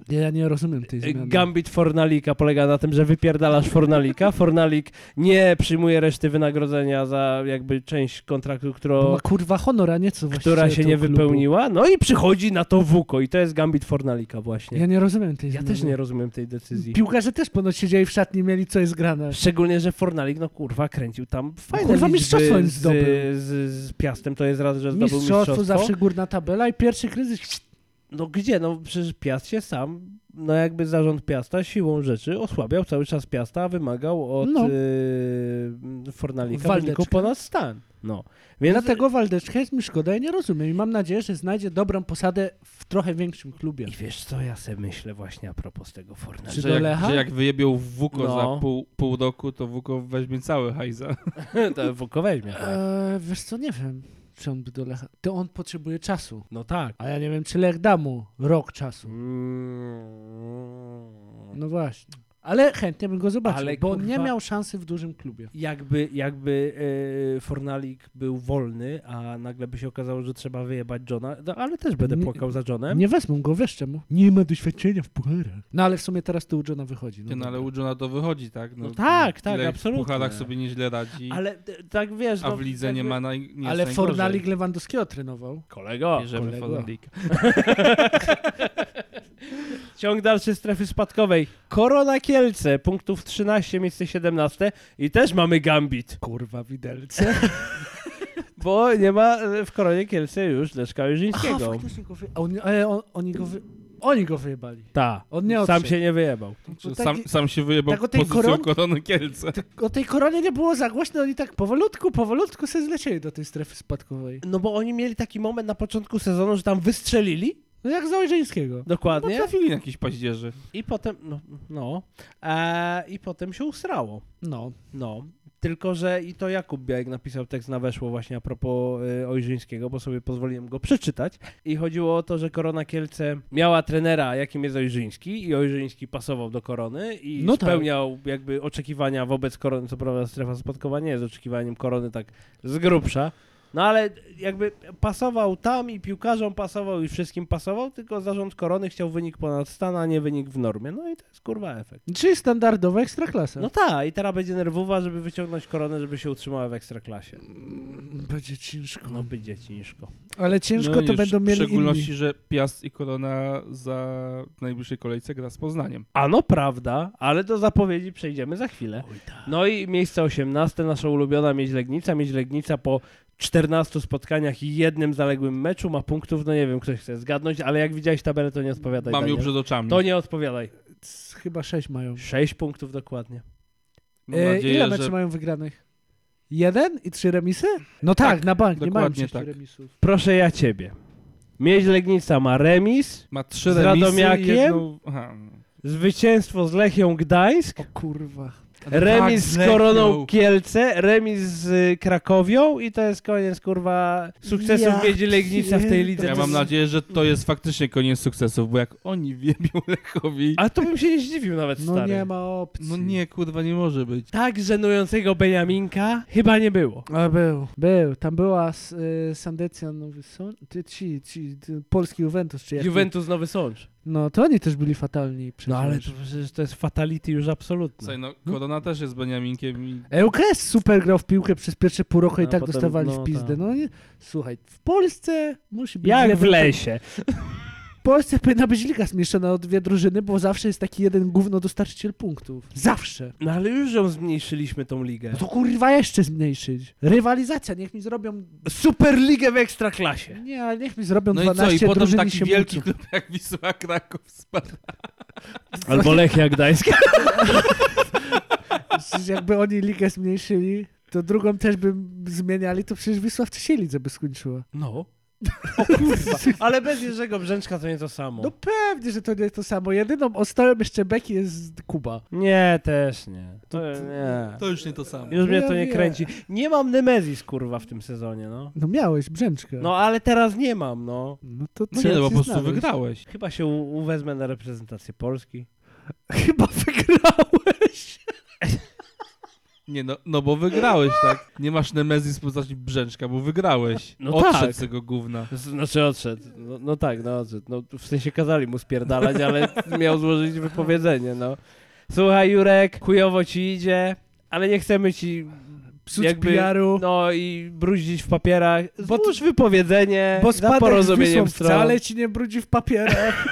[SPEAKER 2] Nie, ja nie rozumiem tej
[SPEAKER 1] E,
[SPEAKER 2] zmiany.
[SPEAKER 1] Gambit Fornalika polega na tym, że wypierdalasz Fornalika. Fornalik nie przyjmuje reszty wynagrodzenia za jakby część kontraktu,
[SPEAKER 2] Bo
[SPEAKER 1] którą,
[SPEAKER 2] ma kurwa honor, a nie co właściwie
[SPEAKER 1] która się
[SPEAKER 2] do
[SPEAKER 1] nie
[SPEAKER 2] klubu.
[SPEAKER 1] wypełniła. No i przychodzi na to Wuko i to jest Gambit Fornalika
[SPEAKER 2] Ja
[SPEAKER 1] właśnie.
[SPEAKER 2] nie rozumiem tej
[SPEAKER 1] Ja
[SPEAKER 2] zmiany.
[SPEAKER 1] też nie rozumiem tej decyzji.
[SPEAKER 2] Piłkarze też ponoć siedzieli w szatni, mieli co jest grane.
[SPEAKER 1] Szczególnie, że Fornalik, no kurwa, kręcił tam fajne
[SPEAKER 2] Kurwa,
[SPEAKER 1] liczby
[SPEAKER 2] mistrzostwo
[SPEAKER 1] z,
[SPEAKER 2] jest zdobył.
[SPEAKER 1] z, z Piastem, to jest raz, że zdobył mistrzostwo.
[SPEAKER 2] Mistrzostwo, zawsze górna tabela i pierwszy kryzys.
[SPEAKER 1] No gdzie, no przecież Piast się sam no jakby zarząd Piasta siłą rzeczy osłabiał cały czas Piasta, a wymagał od
[SPEAKER 2] No.
[SPEAKER 1] y, Fornalika
[SPEAKER 2] Waldeczka.
[SPEAKER 1] wyniku ponad stan. No. Więc
[SPEAKER 2] Dlatego Waldeczka jest mi szkoda i nie rozumiem. I mam nadzieję, że znajdzie dobrą posadę w trochę większym klubie.
[SPEAKER 1] I wiesz co, ja sobie myślę właśnie a propos tego Fornalika.
[SPEAKER 2] Czy
[SPEAKER 3] Że
[SPEAKER 2] do
[SPEAKER 3] jak,
[SPEAKER 2] Lecha?
[SPEAKER 3] że jak wyjebią Wuko
[SPEAKER 1] No.
[SPEAKER 3] za pół, pół roku, to Wuko weźmie cały hajza.
[SPEAKER 2] No
[SPEAKER 1] to Wuko weźmie. tak.
[SPEAKER 2] Eee, wiesz co, nie wiem, czy on by do Lecha... To on potrzebuje czasu.
[SPEAKER 1] No tak.
[SPEAKER 2] A ja nie wiem, czy Lech da mu rok czasu.
[SPEAKER 1] Mm.
[SPEAKER 2] No właśnie. Ale chętnie bym go zobaczył,
[SPEAKER 1] Ale
[SPEAKER 2] bo on nie
[SPEAKER 1] kurwa-
[SPEAKER 2] miał szansy w dużym klubie.
[SPEAKER 1] Jakby, jakby e, Fornalik był wolny, a nagle by się okazało, że trzeba wyjebać Johna, no, ale też będę
[SPEAKER 2] Nie-
[SPEAKER 1] płakał za Johnem.
[SPEAKER 2] Nie wezmą go, wiesz czemu? Nie ma doświadczenia w pucharach. No ale w sumie teraz to u Johna wychodzi.
[SPEAKER 3] Nie, no, ale
[SPEAKER 2] dobra.
[SPEAKER 3] u Johna to wychodzi, tak?
[SPEAKER 1] No tak, tak,
[SPEAKER 3] tyle
[SPEAKER 1] absolutnie.
[SPEAKER 3] W pucharach sobie nieźle radzi,
[SPEAKER 1] Ale t- tak wiesz,
[SPEAKER 3] a
[SPEAKER 1] no,
[SPEAKER 3] w lidze
[SPEAKER 1] jakby...
[SPEAKER 3] nie ma naj, nie
[SPEAKER 2] ale
[SPEAKER 3] jest najgorzej.
[SPEAKER 2] Fornalik Lewandowskiego trenował.
[SPEAKER 1] Kolego,
[SPEAKER 3] Bierzemy
[SPEAKER 2] kolego.
[SPEAKER 3] Fornalika.
[SPEAKER 1] ciąg dalszy strefy spadkowej. Korona Kielce, punktów 13, miejsce 17 i też mamy gambit,
[SPEAKER 2] Kurwa, widelce.
[SPEAKER 1] bo nie ma e, w Koronie Kielce już Leszka
[SPEAKER 2] Aha,
[SPEAKER 1] Łyżyńskiego.
[SPEAKER 2] faktycznie go wy... a oni, ale on, oni, go wy... oni go wyjebali.
[SPEAKER 1] Ta,
[SPEAKER 2] On nie
[SPEAKER 1] sam
[SPEAKER 2] odszedł.
[SPEAKER 1] się nie wyjebał.
[SPEAKER 3] Czy
[SPEAKER 2] Bo
[SPEAKER 3] Sam,
[SPEAKER 2] taki-
[SPEAKER 3] sam się wyjebał
[SPEAKER 2] tak o tej
[SPEAKER 3] pozycją
[SPEAKER 2] koron-
[SPEAKER 3] korony Kielce.
[SPEAKER 2] Ty- O tej koronie nie było za głośno, oni tak powolutku, powolutku se zlecieli do tej strefy spadkowej.
[SPEAKER 1] No bo oni mieli taki moment na początku sezonu, że tam wystrzelili,
[SPEAKER 2] No jak za Ojrzeńskiego.
[SPEAKER 3] No
[SPEAKER 1] dokładnie,
[SPEAKER 3] trafili na jakieś paździerzy.
[SPEAKER 1] i potem, no, no e, i potem się usrało.
[SPEAKER 2] No.
[SPEAKER 1] No, tylko że i to Jakub Białek napisał tekst na Weszło właśnie a propos y, Ojrzyńskiego, bo sobie pozwoliłem go przeczytać. I chodziło o to, że Korona Kielce miała trenera, jakim jest Ojrzyński i Ojrzyński pasował do Korony i
[SPEAKER 2] No tak.
[SPEAKER 1] spełniał jakby oczekiwania wobec Korony, co prawda strefa spadkowa nie jest oczekiwaniem Korony tak z grubsza. No ale jakby pasował tam i piłkarzom pasował i wszystkim pasował, tylko zarząd Korony chciał wynik ponad stan, a nie wynik w normie. No i to jest kurwa efekt.
[SPEAKER 2] Czyli standardowa ekstraklasa.
[SPEAKER 1] No tak, i teraz będzie nerwowa, żeby wyciągnąć koronę, żeby się utrzymała w ekstraklasie.
[SPEAKER 2] Mm, Będzie ciężko.
[SPEAKER 1] No będzie ciężko.
[SPEAKER 2] Ale ciężko
[SPEAKER 3] No
[SPEAKER 2] to
[SPEAKER 3] nie,
[SPEAKER 2] będą
[SPEAKER 3] W
[SPEAKER 2] mieli
[SPEAKER 3] szczególności,
[SPEAKER 2] inni.
[SPEAKER 3] że Piast i Korona za w najbliższej kolejce gra z Poznaniem.
[SPEAKER 1] A no prawda, ale do zapowiedzi przejdziemy za chwilę. No i miejsce 18, nasza ulubiona Miedź Legnica. Miedź Legnica po 14 spotkaniach i jednym zaległym meczu ma punktów, no nie wiem, ktoś chce zgadnąć, ale jak widziałeś tabelę, to nie odpowiadaj.
[SPEAKER 3] Mam ją
[SPEAKER 1] Daniel.
[SPEAKER 3] przed oczami.
[SPEAKER 1] To nie odpowiadaj.
[SPEAKER 2] C- Chyba sześć mają.
[SPEAKER 1] 6 punktów dokładnie.
[SPEAKER 3] Mam
[SPEAKER 2] E,
[SPEAKER 3] nadzieję,
[SPEAKER 2] ile meczów
[SPEAKER 3] że...
[SPEAKER 2] mają wygranych? Jeden i trzy remisy? No tak, na bank, nie mają
[SPEAKER 3] dokładnie
[SPEAKER 2] sześciu
[SPEAKER 3] tak.
[SPEAKER 2] remisów.
[SPEAKER 1] Proszę ja ciebie. Miedź Legnica ma remis,
[SPEAKER 3] Ma trzy
[SPEAKER 1] Z
[SPEAKER 3] remisy
[SPEAKER 1] Radomiakiem?
[SPEAKER 3] i jedną... Aha.
[SPEAKER 1] zwycięstwo z Lechią Gdańsk,
[SPEAKER 2] O kurwa.
[SPEAKER 1] Remis No z
[SPEAKER 3] Tak,
[SPEAKER 1] Koroną
[SPEAKER 3] leknął.
[SPEAKER 1] Kielce, remis z y, Krakowią i to jest koniec, kurwa, sukcesów
[SPEAKER 2] Ja
[SPEAKER 1] Miedzi Legnica w tej
[SPEAKER 2] pierdolę.
[SPEAKER 1] lidze.
[SPEAKER 3] Ja
[SPEAKER 2] To
[SPEAKER 3] mam
[SPEAKER 2] jest-
[SPEAKER 3] nadzieję, że to jest faktycznie koniec sukcesów, bo jak oni wiebią Lechowi...
[SPEAKER 1] A to bym się nie zdziwił nawet,
[SPEAKER 2] No
[SPEAKER 1] stary.
[SPEAKER 2] nie ma opcji.
[SPEAKER 3] No nie, kurwa, nie może być.
[SPEAKER 1] Tak żenującego Beniaminka chyba nie było.
[SPEAKER 2] Ale był. Był. Tam była s- y, Sandecja Nowy Sącz. Ty, ci, ci, ty, polski Juventus, czy jak to-
[SPEAKER 1] Juventus Nowy Sącz.
[SPEAKER 2] No to oni też byli fatalni. Przecież.
[SPEAKER 1] No ale to, przecież to jest fatality już absolutne.
[SPEAKER 3] Słuchaj, no, Korona też jest Beniaminkiem
[SPEAKER 2] E,
[SPEAKER 3] i...
[SPEAKER 2] EUKS super grał w piłkę przez pierwsze pół roku i
[SPEAKER 1] A
[SPEAKER 2] tak
[SPEAKER 1] potem-
[SPEAKER 2] dostawali
[SPEAKER 1] no,
[SPEAKER 2] w pizdę.
[SPEAKER 1] tak.
[SPEAKER 2] No nie, słuchaj, w Polsce musi być...
[SPEAKER 1] Jak w
[SPEAKER 2] lewy-
[SPEAKER 1] lesie.
[SPEAKER 2] W Polsce powinna być liga zmieszczona o dwie drużyny, bo zawsze jest taki jeden gówno dostarczyciel punktów. Zawsze.
[SPEAKER 1] No ale już ją zmniejszyliśmy tą ligę.
[SPEAKER 2] No to kurwa jeszcze zmniejszyć. Rywalizacja, niech mi zrobią...
[SPEAKER 1] Superligę w Ekstraklasie.
[SPEAKER 2] Nie, ale niech mi zrobią
[SPEAKER 3] No i co,
[SPEAKER 2] 12
[SPEAKER 3] i potem
[SPEAKER 2] drużyn i
[SPEAKER 3] taki
[SPEAKER 2] się
[SPEAKER 3] wielki
[SPEAKER 2] męczą.
[SPEAKER 3] klub jak Wisła Kraków spadł.
[SPEAKER 1] Albo Lechia Gdańska.
[SPEAKER 2] Przecież jakby oni ligę zmniejszyli, to drugą też by zmieniali, to przecież Wisła w trzeciej lidze by skończyła.
[SPEAKER 1] No. O kurwa, ale bez Jerzego Brzęczka to nie to samo.
[SPEAKER 2] No pewnie, że to nie jest to samo. Jedyną ostoją jeszcze beki jest Kuba.
[SPEAKER 1] Nie, też nie. To, nie.
[SPEAKER 3] To już nie to samo.
[SPEAKER 1] Już mnie
[SPEAKER 2] Ja
[SPEAKER 1] to nie
[SPEAKER 2] wiem.
[SPEAKER 1] kręci. Nie mam Nemezis, kurwa, w tym sezonie, no.
[SPEAKER 2] No miałeś brzęczkę.
[SPEAKER 1] No, ale teraz nie mam, no.
[SPEAKER 2] No to
[SPEAKER 3] No
[SPEAKER 2] trzeba
[SPEAKER 3] nie, no bo
[SPEAKER 2] ci
[SPEAKER 3] po prostu
[SPEAKER 2] znaleźć.
[SPEAKER 3] wygrałeś.
[SPEAKER 1] Chyba się u- uwezmę na reprezentację Polski.
[SPEAKER 2] Chyba wygrałeś.
[SPEAKER 3] Nie, no, no bo wygrałeś, tak? Nie masz Nemezis postaci Brzęczka, bo wygrałeś.
[SPEAKER 1] No
[SPEAKER 3] No Odszedł
[SPEAKER 1] tak.
[SPEAKER 3] z tego gówna.
[SPEAKER 1] Znaczy odszedł. No, no tak, no odszedł. No, w sensie kazali mu spierdalać, ale miał złożyć wypowiedzenie, no. Słuchaj, Jurek, chujowo ci idzie, ale nie chcemy ci,
[SPEAKER 2] Psuć
[SPEAKER 1] Jakby-
[SPEAKER 2] PR-u.
[SPEAKER 1] no i bruździć w papierach.
[SPEAKER 2] Bo-
[SPEAKER 1] Złóż wypowiedzenie
[SPEAKER 2] Bo
[SPEAKER 1] za
[SPEAKER 2] spadek z Wisłą
[SPEAKER 1] porozumieniem stron.
[SPEAKER 2] wcale ci nie brudzi w papierach.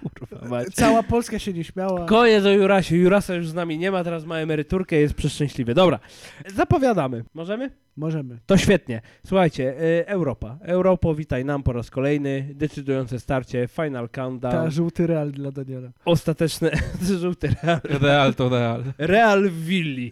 [SPEAKER 1] Kurwa, mać.
[SPEAKER 2] Cała Polska się nie śmiała.
[SPEAKER 1] Koniec o Jurasiu. Jurasa już z nami nie ma, teraz ma emeryturkę, jest przeszczęśliwy. Dobra, zapowiadamy. Możemy?
[SPEAKER 2] Możemy.
[SPEAKER 1] To świetnie. Słuchajcie, y, Europa. Europo, witaj nam po raz kolejny. Decydujące starcie, final countdown.
[SPEAKER 2] Ta żółty real dla Daniela.
[SPEAKER 1] Ostateczne, żółty Real.
[SPEAKER 3] Real to real.
[SPEAKER 1] Real w willi.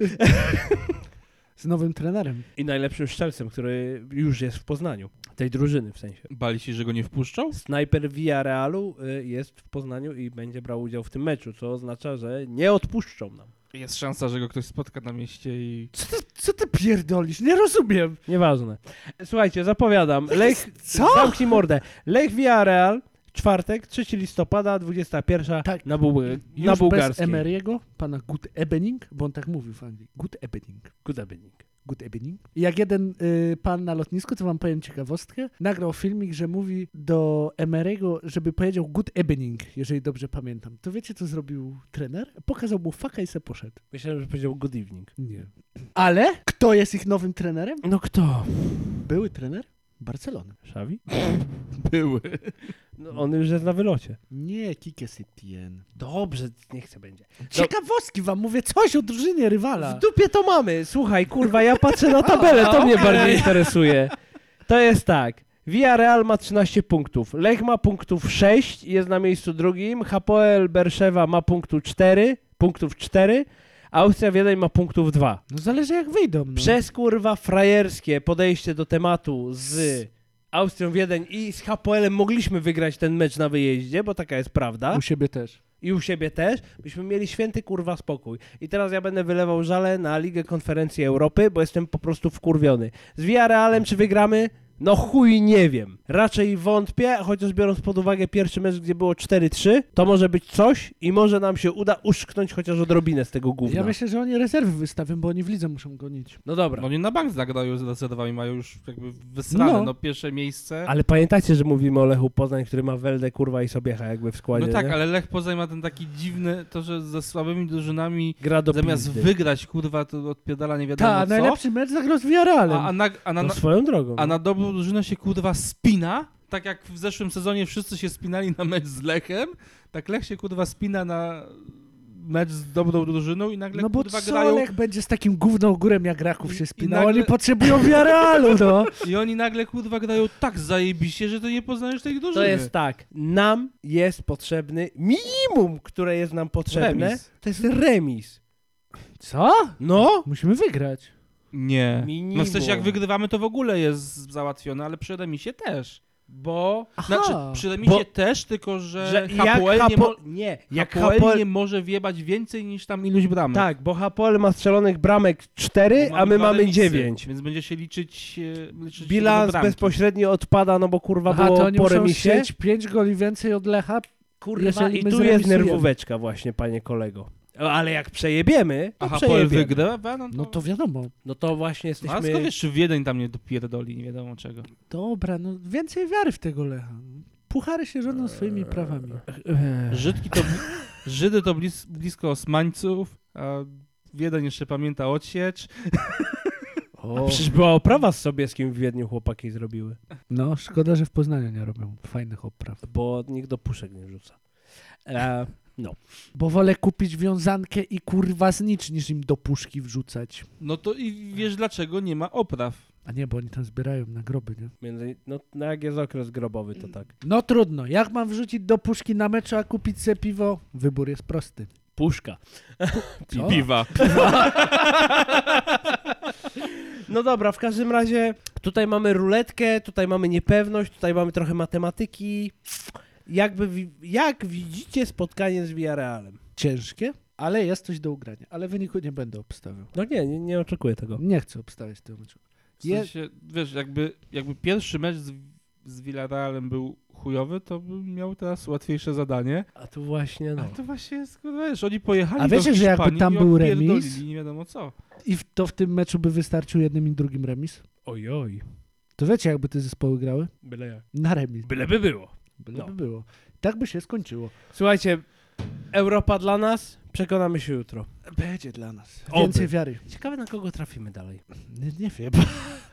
[SPEAKER 2] Z nowym trenerem.
[SPEAKER 1] I najlepszym szczelcem, który już jest w Poznaniu. Tej drużyny w sensie.
[SPEAKER 3] Bali się, że go nie wpuszczą?
[SPEAKER 1] Snajper Via Realu y, jest w Poznaniu i będzie brał udział w tym meczu, co oznacza, że nie odpuszczą nam.
[SPEAKER 3] Jest szansa, że go ktoś spotka na mieście i...
[SPEAKER 2] Co ty, co ty pierdolisz? Nie rozumiem.
[SPEAKER 1] Nieważne. Słuchajcie, zapowiadam. Lech,
[SPEAKER 2] Co?
[SPEAKER 1] zamknij mordę. Lech Via Real, czwartek, 3 listopada, 21
[SPEAKER 2] Tak.
[SPEAKER 1] na, Bułg-
[SPEAKER 2] Już
[SPEAKER 1] Y, na
[SPEAKER 2] bez
[SPEAKER 1] bułgarskiej.
[SPEAKER 2] Emeriego, pana Good Ebening, bo on tak mówił w Anglii. Good Ebening.
[SPEAKER 1] Good evening.
[SPEAKER 2] Good evening. Jak jeden y, pan na lotnisku, to wam powiem ciekawostkę, nagrał filmik, że mówi do Emerego, żeby powiedział good evening, jeżeli dobrze pamiętam. To wiecie, co zrobił trener? Pokazał mu faka i se poszedł.
[SPEAKER 1] Myślałem, że powiedział good evening.
[SPEAKER 2] Nie. Ale kto jest ich nowym trenerem?
[SPEAKER 1] No kto?
[SPEAKER 2] Były trener? Barcelony.
[SPEAKER 1] Szawi?
[SPEAKER 3] Były.
[SPEAKER 1] No, on już jest na wylocie.
[SPEAKER 2] Nie, Kike Setien.
[SPEAKER 1] Dobrze, nie chcę będzie.
[SPEAKER 2] Ciekawostki wam mówię, coś o drużynie rywala.
[SPEAKER 1] W dupie to mamy. Słuchaj, kurwa, ja patrzę na tabelę, to mnie bardziej interesuje. To jest tak. Villarreal ma 13 punktów, Lech ma punktów 6 i jest na miejscu drugim, Hapoel Berszewa ma punktu 4, punktów 4, Austria Wiedeń ma punktów 2.
[SPEAKER 2] No zależy jak wyjdą. No.
[SPEAKER 1] Przez kurwa frajerskie podejście do tematu z Austrią Wiedeń i z Hapoelem mogliśmy wygrać ten mecz na wyjeździe, bo taka jest prawda.
[SPEAKER 2] U siebie też.
[SPEAKER 1] I u siebie też, byśmy mieli święty kurwa spokój. I teraz ja będę wylewał żale na Ligę Konferencji Europy, bo jestem po prostu wkurwiony. Z Villarrealem czy wygramy? No chuj nie wiem. Raczej wątpię, chociaż biorąc pod uwagę pierwszy mecz, gdzie było 4-3, to może być coś i może nam się uda uszknąć chociaż odrobinę z tego gówna.
[SPEAKER 2] Ja myślę, że oni rezerwy wystawią, bo oni w lidze muszą gonić.
[SPEAKER 1] No dobra.
[SPEAKER 3] No nie na bank zagrają z rezerwami, mają już jakby wysrane
[SPEAKER 2] No.
[SPEAKER 3] no. pierwsze miejsce.
[SPEAKER 1] Ale pamiętacie, że mówimy o Lechu Poznań, który ma Weldę, kurwa i Sobiecha jakby w składzie,
[SPEAKER 3] No tak,
[SPEAKER 1] nie?
[SPEAKER 3] ale Lech Poznań ma ten taki dziwny, to że ze słabymi drużynami
[SPEAKER 1] Gra do
[SPEAKER 3] zamiast
[SPEAKER 1] pizdy.
[SPEAKER 3] wygrać, kurwa, to odpierdala nie wiadomo
[SPEAKER 2] Ta,
[SPEAKER 3] no co.
[SPEAKER 2] najlepszy mecz zagrał z Villarrealem.
[SPEAKER 3] a, a, na, a, na,
[SPEAKER 1] No swoją drogą.
[SPEAKER 3] a na dobrą drużynę się, kurwa, spina. Tak jak w zeszłym sezonie wszyscy się spinali na mecz z Lechem, tak Lech się, kurwa, spina na mecz z dobrą drużyną i nagle,
[SPEAKER 2] no bo
[SPEAKER 3] kurwa,
[SPEAKER 2] co
[SPEAKER 3] grają
[SPEAKER 2] Lech będzie z takim gówną górem jak Raków się
[SPEAKER 3] I-
[SPEAKER 2] spina?
[SPEAKER 3] i nagle-
[SPEAKER 2] Oni potrzebują Villarrealu, no.
[SPEAKER 3] i oni nagle, kurwa, grają tak zajebiście, że to nie poznajesz tej drużyny.
[SPEAKER 1] To jest tak. Nam jest potrzebny minimum, które jest nam potrzebne.
[SPEAKER 3] Remis.
[SPEAKER 1] To jest remis.
[SPEAKER 2] Co?
[SPEAKER 1] No?
[SPEAKER 2] Musimy wygrać.
[SPEAKER 3] Nie.
[SPEAKER 1] Minimum.
[SPEAKER 3] No w sensie jak wygrywamy, to w ogóle jest załatwione, ale przy remisie też.
[SPEAKER 1] Bo
[SPEAKER 3] Znaczy, przy remisie
[SPEAKER 1] Bo-
[SPEAKER 3] też, tylko że,
[SPEAKER 1] że jak
[SPEAKER 3] Hapoel nie, mo-
[SPEAKER 1] Hapo- nie, jak
[SPEAKER 3] jak Hapoel
[SPEAKER 1] Hapoel
[SPEAKER 3] nie może wjebać więcej niż tam iluś bramek.
[SPEAKER 1] Tak, bo Hapoel ma strzelonych bramek 4,
[SPEAKER 2] Yy,
[SPEAKER 3] Bo
[SPEAKER 1] a my
[SPEAKER 3] dwa
[SPEAKER 1] mamy
[SPEAKER 3] remisy,
[SPEAKER 1] 9.
[SPEAKER 3] Więc będzie się liczyć, e, liczyć
[SPEAKER 1] Bilans
[SPEAKER 3] bramki.
[SPEAKER 1] bezpośrednio odpada, no bo kurwa
[SPEAKER 2] Aha,
[SPEAKER 1] było
[SPEAKER 2] to oni
[SPEAKER 1] po
[SPEAKER 2] muszą
[SPEAKER 1] remisie.
[SPEAKER 2] strzelić 5 goli więcej od Lecha.
[SPEAKER 1] Kurwa,
[SPEAKER 2] jeżeli
[SPEAKER 1] i
[SPEAKER 2] my
[SPEAKER 1] tu jest
[SPEAKER 2] zremisujemy.
[SPEAKER 1] nerwóweczka właśnie, panie kolego. O, Ale jak przejebiemy, to
[SPEAKER 3] A Hapoel
[SPEAKER 1] przejebiemy.
[SPEAKER 3] wygrywa? No to,
[SPEAKER 2] No to wiadomo.
[SPEAKER 1] No to właśnie
[SPEAKER 3] A skąd
[SPEAKER 1] jesteśmy...
[SPEAKER 3] wiesz, czy Wiedeń tam nie dopierdoli, nie wiadomo czego.
[SPEAKER 2] Dobra, no więcej wiary w tego Lecha. Puchary się rządzą swoimi prawami. Eee.
[SPEAKER 3] Żydki to, Żydy to blis, blisko Osmańców, a Wiedeń jeszcze pamięta odsiecz.
[SPEAKER 1] A przecież była oprawa z Sobieskim w Wiedniu chłopaki zrobiły.
[SPEAKER 2] No, szkoda, że w Poznaniu nie robią fajnych opraw.
[SPEAKER 1] Bo nikt do puszek nie rzuca. E,
[SPEAKER 2] Bo wolę kupić wiązankę i kurwa znicz, niż im do puszki wrzucać.
[SPEAKER 3] No to i wiesz dlaczego nie ma opraw.
[SPEAKER 2] A nie, bo oni tam zbierają na groby, nie?
[SPEAKER 1] między, no, no jak jest okres grobowy, to tak.
[SPEAKER 2] No trudno. Jak mam wrzucić do puszki na mecz, a kupić sobie piwo? Wybór jest prosty.
[SPEAKER 1] Puszka.
[SPEAKER 2] Co?
[SPEAKER 3] Piwa.
[SPEAKER 1] No dobra, w każdym razie tutaj mamy ruletkę, tutaj mamy niepewność, tutaj mamy trochę matematyki. Jakby, wi- jak widzicie spotkanie z Villarrealem?
[SPEAKER 2] Ciężkie, ale jest coś do ugrania. Ale wyniku nie będę obstawiał.
[SPEAKER 1] No nie, nie, nie oczekuję tego.
[SPEAKER 2] Nie chcę obstawiać tego meczu.
[SPEAKER 3] W sensie, wiesz, jakby, jakby pierwszy mecz z, z Villarrealem był chujowy, to bym miał teraz łatwiejsze zadanie.
[SPEAKER 1] A tu właśnie
[SPEAKER 3] A
[SPEAKER 1] no.
[SPEAKER 3] to właśnie jest, kurwa, wiesz, oni pojechali
[SPEAKER 2] A wiecie,
[SPEAKER 3] do
[SPEAKER 2] że jakby
[SPEAKER 3] Hiszpanii
[SPEAKER 2] tam
[SPEAKER 3] i
[SPEAKER 2] był
[SPEAKER 3] odpierdolili
[SPEAKER 2] remis?
[SPEAKER 3] nie wiadomo co.
[SPEAKER 2] I w, to w tym meczu by wystarczył jednym i drugim remis?
[SPEAKER 1] Ojoj,
[SPEAKER 2] To wiecie, jakby te zespoły grały?
[SPEAKER 1] byle jak.
[SPEAKER 2] Na remis.
[SPEAKER 1] Byle by było.
[SPEAKER 2] Byle
[SPEAKER 1] No.
[SPEAKER 2] by było. Tak by się skończyło.
[SPEAKER 1] Słuchajcie, Europa dla nas, Przekonamy się jutro.
[SPEAKER 2] Będzie dla nas.
[SPEAKER 1] Oby.
[SPEAKER 2] Więcej wiary.
[SPEAKER 1] Ciekawe, na kogo trafimy dalej.
[SPEAKER 2] Nie, nie wiem.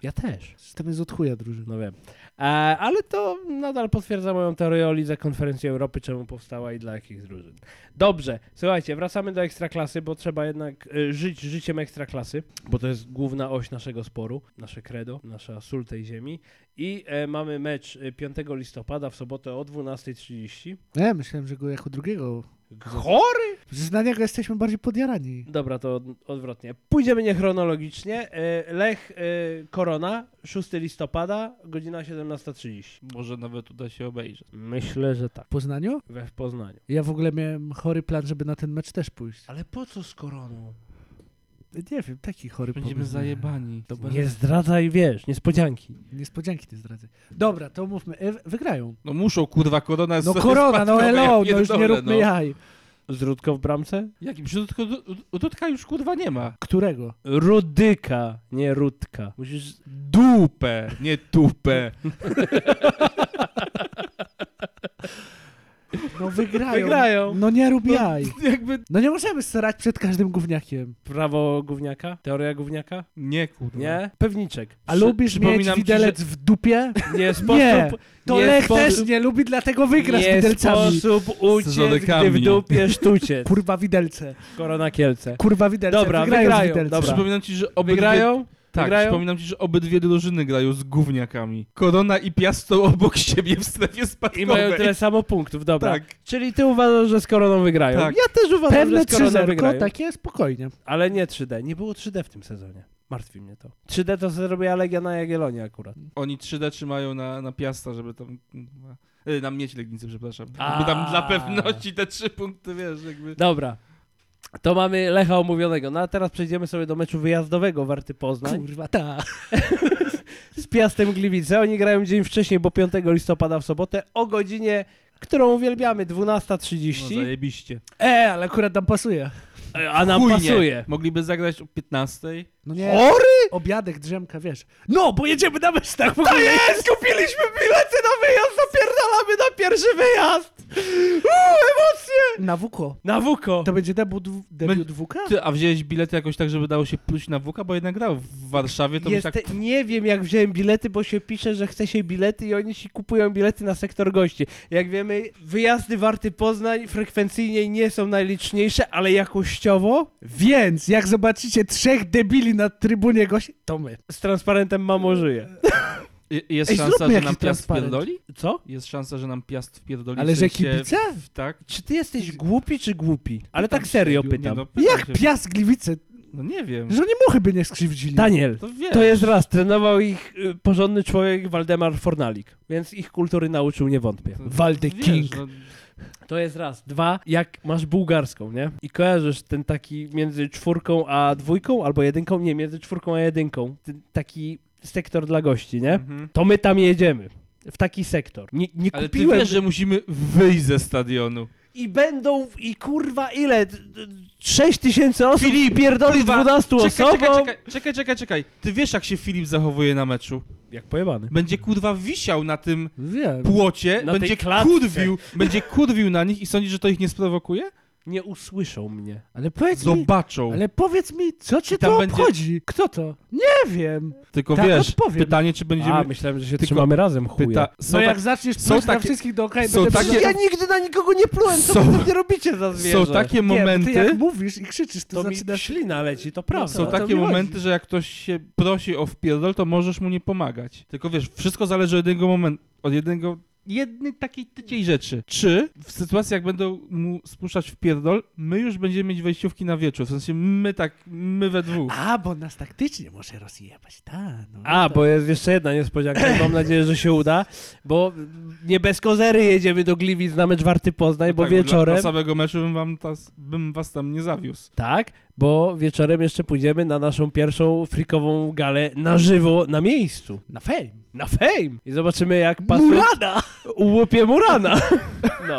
[SPEAKER 1] Ja też.
[SPEAKER 2] System jest od chuja drużyna.
[SPEAKER 1] No wiem. E, ale to nadal potwierdza moją teorię o Lidze Konferencji Europy, czemu powstała i dla jakich drużyn. Dobrze, słuchajcie, wracamy do Ekstraklasy, bo trzeba jednak e, żyć życiem Ekstraklasy, bo to jest główna oś naszego sporu, nasze credo, nasza sól tej ziemi. I e, mamy mecz e, 5 listopada w sobotę o 12.30.
[SPEAKER 2] Nie, No myślałem, że go jako drugiego.
[SPEAKER 1] Chory!
[SPEAKER 2] Że na niego jesteśmy bardziej podjarani.
[SPEAKER 1] Dobra, to od, odwrotnie. Pójdziemy niechronologicznie. E, Lech e, Korona, 6 listopada, godzina 17.30.
[SPEAKER 3] Może nawet uda się obejrzeć.
[SPEAKER 1] Myślę, że tak.
[SPEAKER 2] W Poznaniu?
[SPEAKER 1] We w Poznaniu.
[SPEAKER 2] Ja w ogóle miałem chory plan, żeby na ten mecz też pójść.
[SPEAKER 1] Ale po co z Koroną?
[SPEAKER 2] Nie wiem, taki chory
[SPEAKER 3] Będziemy
[SPEAKER 2] pomysł.
[SPEAKER 3] zajebani. To bez...
[SPEAKER 1] Nie zdradzaj, wiesz, niespodzianki.
[SPEAKER 2] Niespodzianki nie zdradzę. Dobra, to mówmy. E, wygrają.
[SPEAKER 3] No muszą, kurwa, korona jest
[SPEAKER 2] No
[SPEAKER 3] sobie
[SPEAKER 2] korona, no
[SPEAKER 3] spadkowa, ja
[SPEAKER 2] hello, no już nie
[SPEAKER 3] pierdolę,
[SPEAKER 2] róbmy
[SPEAKER 3] no.
[SPEAKER 2] jaj.
[SPEAKER 1] Zrudko w bramce?
[SPEAKER 3] Jakim? Przecież Dudko- U- Dudka już kurwa nie ma.
[SPEAKER 2] Którego?
[SPEAKER 1] Rudyka, nie Rudka. Musisz...
[SPEAKER 3] Dupę, nie tupę.
[SPEAKER 2] No wygrają.
[SPEAKER 1] Wygrają.
[SPEAKER 2] No nie rób jaj.
[SPEAKER 3] Jakby...
[SPEAKER 2] No nie możemy srać przed każdym gówniakiem.
[SPEAKER 1] Prawo gówniaka? Teoria gówniaka?
[SPEAKER 3] Nie,
[SPEAKER 2] No.
[SPEAKER 3] kurwa.
[SPEAKER 1] Nie? Pewniczek.
[SPEAKER 2] A lubisz mieć
[SPEAKER 3] przypominam ci,
[SPEAKER 2] widelec w dupie?
[SPEAKER 1] Nie
[SPEAKER 2] Nie,
[SPEAKER 1] sposób...
[SPEAKER 2] To
[SPEAKER 1] nie
[SPEAKER 2] Lech
[SPEAKER 1] sposób-
[SPEAKER 2] też nie lubi, dlatego wygra z
[SPEAKER 1] Nie
[SPEAKER 2] widelcami.
[SPEAKER 1] sposób uciec, gdy w
[SPEAKER 3] żonekami.
[SPEAKER 1] dupie sztuciec.
[SPEAKER 2] Kurwa widelce.
[SPEAKER 1] Korona Kielce.
[SPEAKER 2] Kurwa widelce.
[SPEAKER 1] Dobra,
[SPEAKER 2] wygrają,
[SPEAKER 1] wygrają,
[SPEAKER 2] z widelcem.
[SPEAKER 1] dobra.
[SPEAKER 3] Przypominam ci, że obydwie...
[SPEAKER 1] Wygrają?
[SPEAKER 3] Tak,
[SPEAKER 1] Wygrają?
[SPEAKER 3] przypominam ci, że obydwie drużyny grają z gówniakami. Korona i Piast są obok siebie w strefie spadkowej.
[SPEAKER 1] I mają tyle samo punktów, dobra.
[SPEAKER 3] Tak.
[SPEAKER 1] Czyli ty uważasz, że z Koroną wygrają.
[SPEAKER 3] Tak.
[SPEAKER 1] Ja też uważam,
[SPEAKER 2] Pewne tak.
[SPEAKER 1] że z Koroną
[SPEAKER 2] trzyzerko,
[SPEAKER 1] wygrają.
[SPEAKER 2] takie spokojnie.
[SPEAKER 1] Ale nie 3D. Nie było 3D w tym sezonie. Martwi mnie to. 3D to sobie zrobiła Legia na Jagiellonie akurat.
[SPEAKER 3] Oni 3D trzymają na, na Piasta, żeby tam... kurwa, e, Na mieć Legnicy, przepraszam.
[SPEAKER 1] A.
[SPEAKER 3] Żeby tam dla pewności te trzy punkty, wiesz, jakby...
[SPEAKER 1] Dobra. To mamy Lecha omówionego. No a teraz przejdziemy sobie do meczu wyjazdowego Warty Poznań
[SPEAKER 2] Kurwa, ta.
[SPEAKER 1] z Piastem Gliwice. Oni grają dzień wcześniej, bo 5 listopada w sobotę o godzinie, którą uwielbiamy,
[SPEAKER 3] No
[SPEAKER 1] 12.30.
[SPEAKER 3] zajebiście.
[SPEAKER 2] E, ale akurat nam pasuje.
[SPEAKER 1] E, a nam
[SPEAKER 3] Chujnie.
[SPEAKER 1] pasuje.
[SPEAKER 3] Mogliby zagrać o 15.
[SPEAKER 2] No nie,
[SPEAKER 1] Chory?
[SPEAKER 2] obiadek, drzemka, wiesz. No, bo jedziemy na mecz, tak w ogóle.
[SPEAKER 1] Jest! Kupiliśmy bilety na wyjazd, zapierdalamy na pierwszy wyjazd! Uuu, emocje!
[SPEAKER 2] Na WK.
[SPEAKER 1] Na Wuko.
[SPEAKER 2] To będzie debiut, debiut WK?
[SPEAKER 3] Ty, a wziąłeś bilety jakoś tak, żeby dało się pluć na WK, bo jednak grał w Warszawie, to
[SPEAKER 1] Jest,
[SPEAKER 3] by tak...
[SPEAKER 1] Nie wiem, jak wziąłem bilety, bo się pisze, że chce się bilety i oni ci kupują bilety na sektor gości. Jak wiemy, wyjazdy Warty Poznań frekwencyjnie nie są najliczniejsze, ale jakościowo
[SPEAKER 2] Więc jak zobaczycie trzech debili na trybunie gości, to my.
[SPEAKER 1] z transparentem mamo żyje.
[SPEAKER 3] Je- Jest
[SPEAKER 2] Ej,
[SPEAKER 3] szansa,
[SPEAKER 2] zróbmy
[SPEAKER 3] że
[SPEAKER 2] jakiś
[SPEAKER 3] nam Piast
[SPEAKER 2] transparent.
[SPEAKER 3] wpierdoli?
[SPEAKER 1] Co?
[SPEAKER 3] Jest szansa, że nam Piast wpierdoli.
[SPEAKER 2] Ale
[SPEAKER 3] w
[SPEAKER 2] że
[SPEAKER 3] sensie-
[SPEAKER 2] kibice?
[SPEAKER 3] w- Tak.
[SPEAKER 1] Czy ty jesteś głupi czy głupi? Ale tak
[SPEAKER 3] Tam
[SPEAKER 1] serio
[SPEAKER 3] się-
[SPEAKER 1] pytam.
[SPEAKER 3] Nie, no, pytam
[SPEAKER 2] Jak
[SPEAKER 3] się.
[SPEAKER 2] piast Gliwice?
[SPEAKER 3] No nie wiem.
[SPEAKER 2] Że oni muchy by nie skrzywdzili.
[SPEAKER 1] Daniel,
[SPEAKER 3] To wiesz.
[SPEAKER 1] to jest raz, trenował ich y, porządny człowiek Waldemar Fornalik, więc ich kultury nauczył, nie wątpię.
[SPEAKER 3] To
[SPEAKER 2] Waldek
[SPEAKER 3] wiesz,
[SPEAKER 2] King.
[SPEAKER 3] no,
[SPEAKER 1] To jest raz. Dwa, jak masz bułgarską, nie? I kojarzysz ten taki między czwórką a dwójką, albo jedynką, nie, między czwórką a jedynką. Ten taki sektor dla gości, nie?
[SPEAKER 3] mhm.
[SPEAKER 1] To my tam jedziemy. W taki sektor. Nie, nie
[SPEAKER 3] Ale ty
[SPEAKER 1] kupiłem...
[SPEAKER 3] wiesz, że musimy wyjść ze stadionu.
[SPEAKER 1] I będą, i kurwa, ile? 6 tysięcy osób
[SPEAKER 3] Filip,
[SPEAKER 1] pierdoli
[SPEAKER 3] kurwa,
[SPEAKER 1] 12
[SPEAKER 3] Czekaj,
[SPEAKER 1] osobom.
[SPEAKER 3] czekaj, czekaj, czekaj, czekaj, czekaj. Ty wiesz, jak się Filip zachowuje na meczu.
[SPEAKER 1] Jak pojebany.
[SPEAKER 3] Będzie kurwa wisiał na tym
[SPEAKER 2] Wiem.
[SPEAKER 3] płocie,
[SPEAKER 1] Na tej
[SPEAKER 3] będzie
[SPEAKER 1] klatce.
[SPEAKER 3] kurwił, będzie kurwił na nich i sądzisz, że to ich nie sprowokuje?
[SPEAKER 1] Nie usłyszą mnie.
[SPEAKER 2] Ale powiedz mi,
[SPEAKER 3] Zobaczą.
[SPEAKER 2] ale powiedz mi, co cię
[SPEAKER 3] tam
[SPEAKER 2] to
[SPEAKER 3] będzie-
[SPEAKER 2] obchodzi? Kto to? Nie wiem.
[SPEAKER 3] Tylko
[SPEAKER 2] Tak
[SPEAKER 3] wiesz,
[SPEAKER 2] odpowiem.
[SPEAKER 3] pytanie, czy
[SPEAKER 1] A,
[SPEAKER 3] będziemy...
[SPEAKER 1] myślałem, że się
[SPEAKER 3] tylko-
[SPEAKER 1] trzymamy razem, chuja.
[SPEAKER 3] Pyta...
[SPEAKER 2] No
[SPEAKER 3] Są,
[SPEAKER 2] jak
[SPEAKER 3] tak,
[SPEAKER 2] zaczniesz
[SPEAKER 3] są
[SPEAKER 2] pluć na
[SPEAKER 3] takie-
[SPEAKER 2] wszystkich dookoła i
[SPEAKER 3] są
[SPEAKER 2] będę
[SPEAKER 3] takie-
[SPEAKER 2] przecież-
[SPEAKER 1] Ja nigdy na nikogo nie plułem, co
[SPEAKER 3] Są-
[SPEAKER 1] wy tam nie robicie za zwierzę?
[SPEAKER 3] są takie
[SPEAKER 2] Nie, bo ty
[SPEAKER 3] momenty,
[SPEAKER 2] jak mówisz i krzyczysz, to,
[SPEAKER 1] To mi
[SPEAKER 2] zaczynasz...
[SPEAKER 1] ślina leci, to prawda.
[SPEAKER 3] No są
[SPEAKER 2] to
[SPEAKER 3] takie
[SPEAKER 2] mi chodzi.
[SPEAKER 3] momenty, że jak ktoś się prosi o wpierdol, to możesz mu nie pomagać. Tylko wiesz, wszystko zależy od jednego momentu, od jednego jednej takiej tyciej rzeczy. Czy w sytuacji, jak będą mu spuszczać wpierdol, my już będziemy mieć wejściówki na wieczór. W sensie my tak, my we dwóch.
[SPEAKER 2] A, bo nas taktycznie może rozjebać. Ta, no.
[SPEAKER 1] A,
[SPEAKER 2] to-
[SPEAKER 1] bo jest jeszcze jedna niespodzianka, mam nadzieję, że się uda, bo nie bez kozery jedziemy do Gliwic na mecz Warty
[SPEAKER 2] No
[SPEAKER 1] Poznań, bo
[SPEAKER 3] tak,
[SPEAKER 1] wieczorem...
[SPEAKER 3] Dla, dla samego meczu bym, wam tas, bym was tam nie zawiózł.
[SPEAKER 1] Tak, bo wieczorem jeszcze pójdziemy na naszą pierwszą frikową galę na żywo, na miejscu.
[SPEAKER 2] Na fame.
[SPEAKER 1] Na fame! I zobaczymy jak pasuje...
[SPEAKER 2] Murada!
[SPEAKER 1] Łopie Murana! No.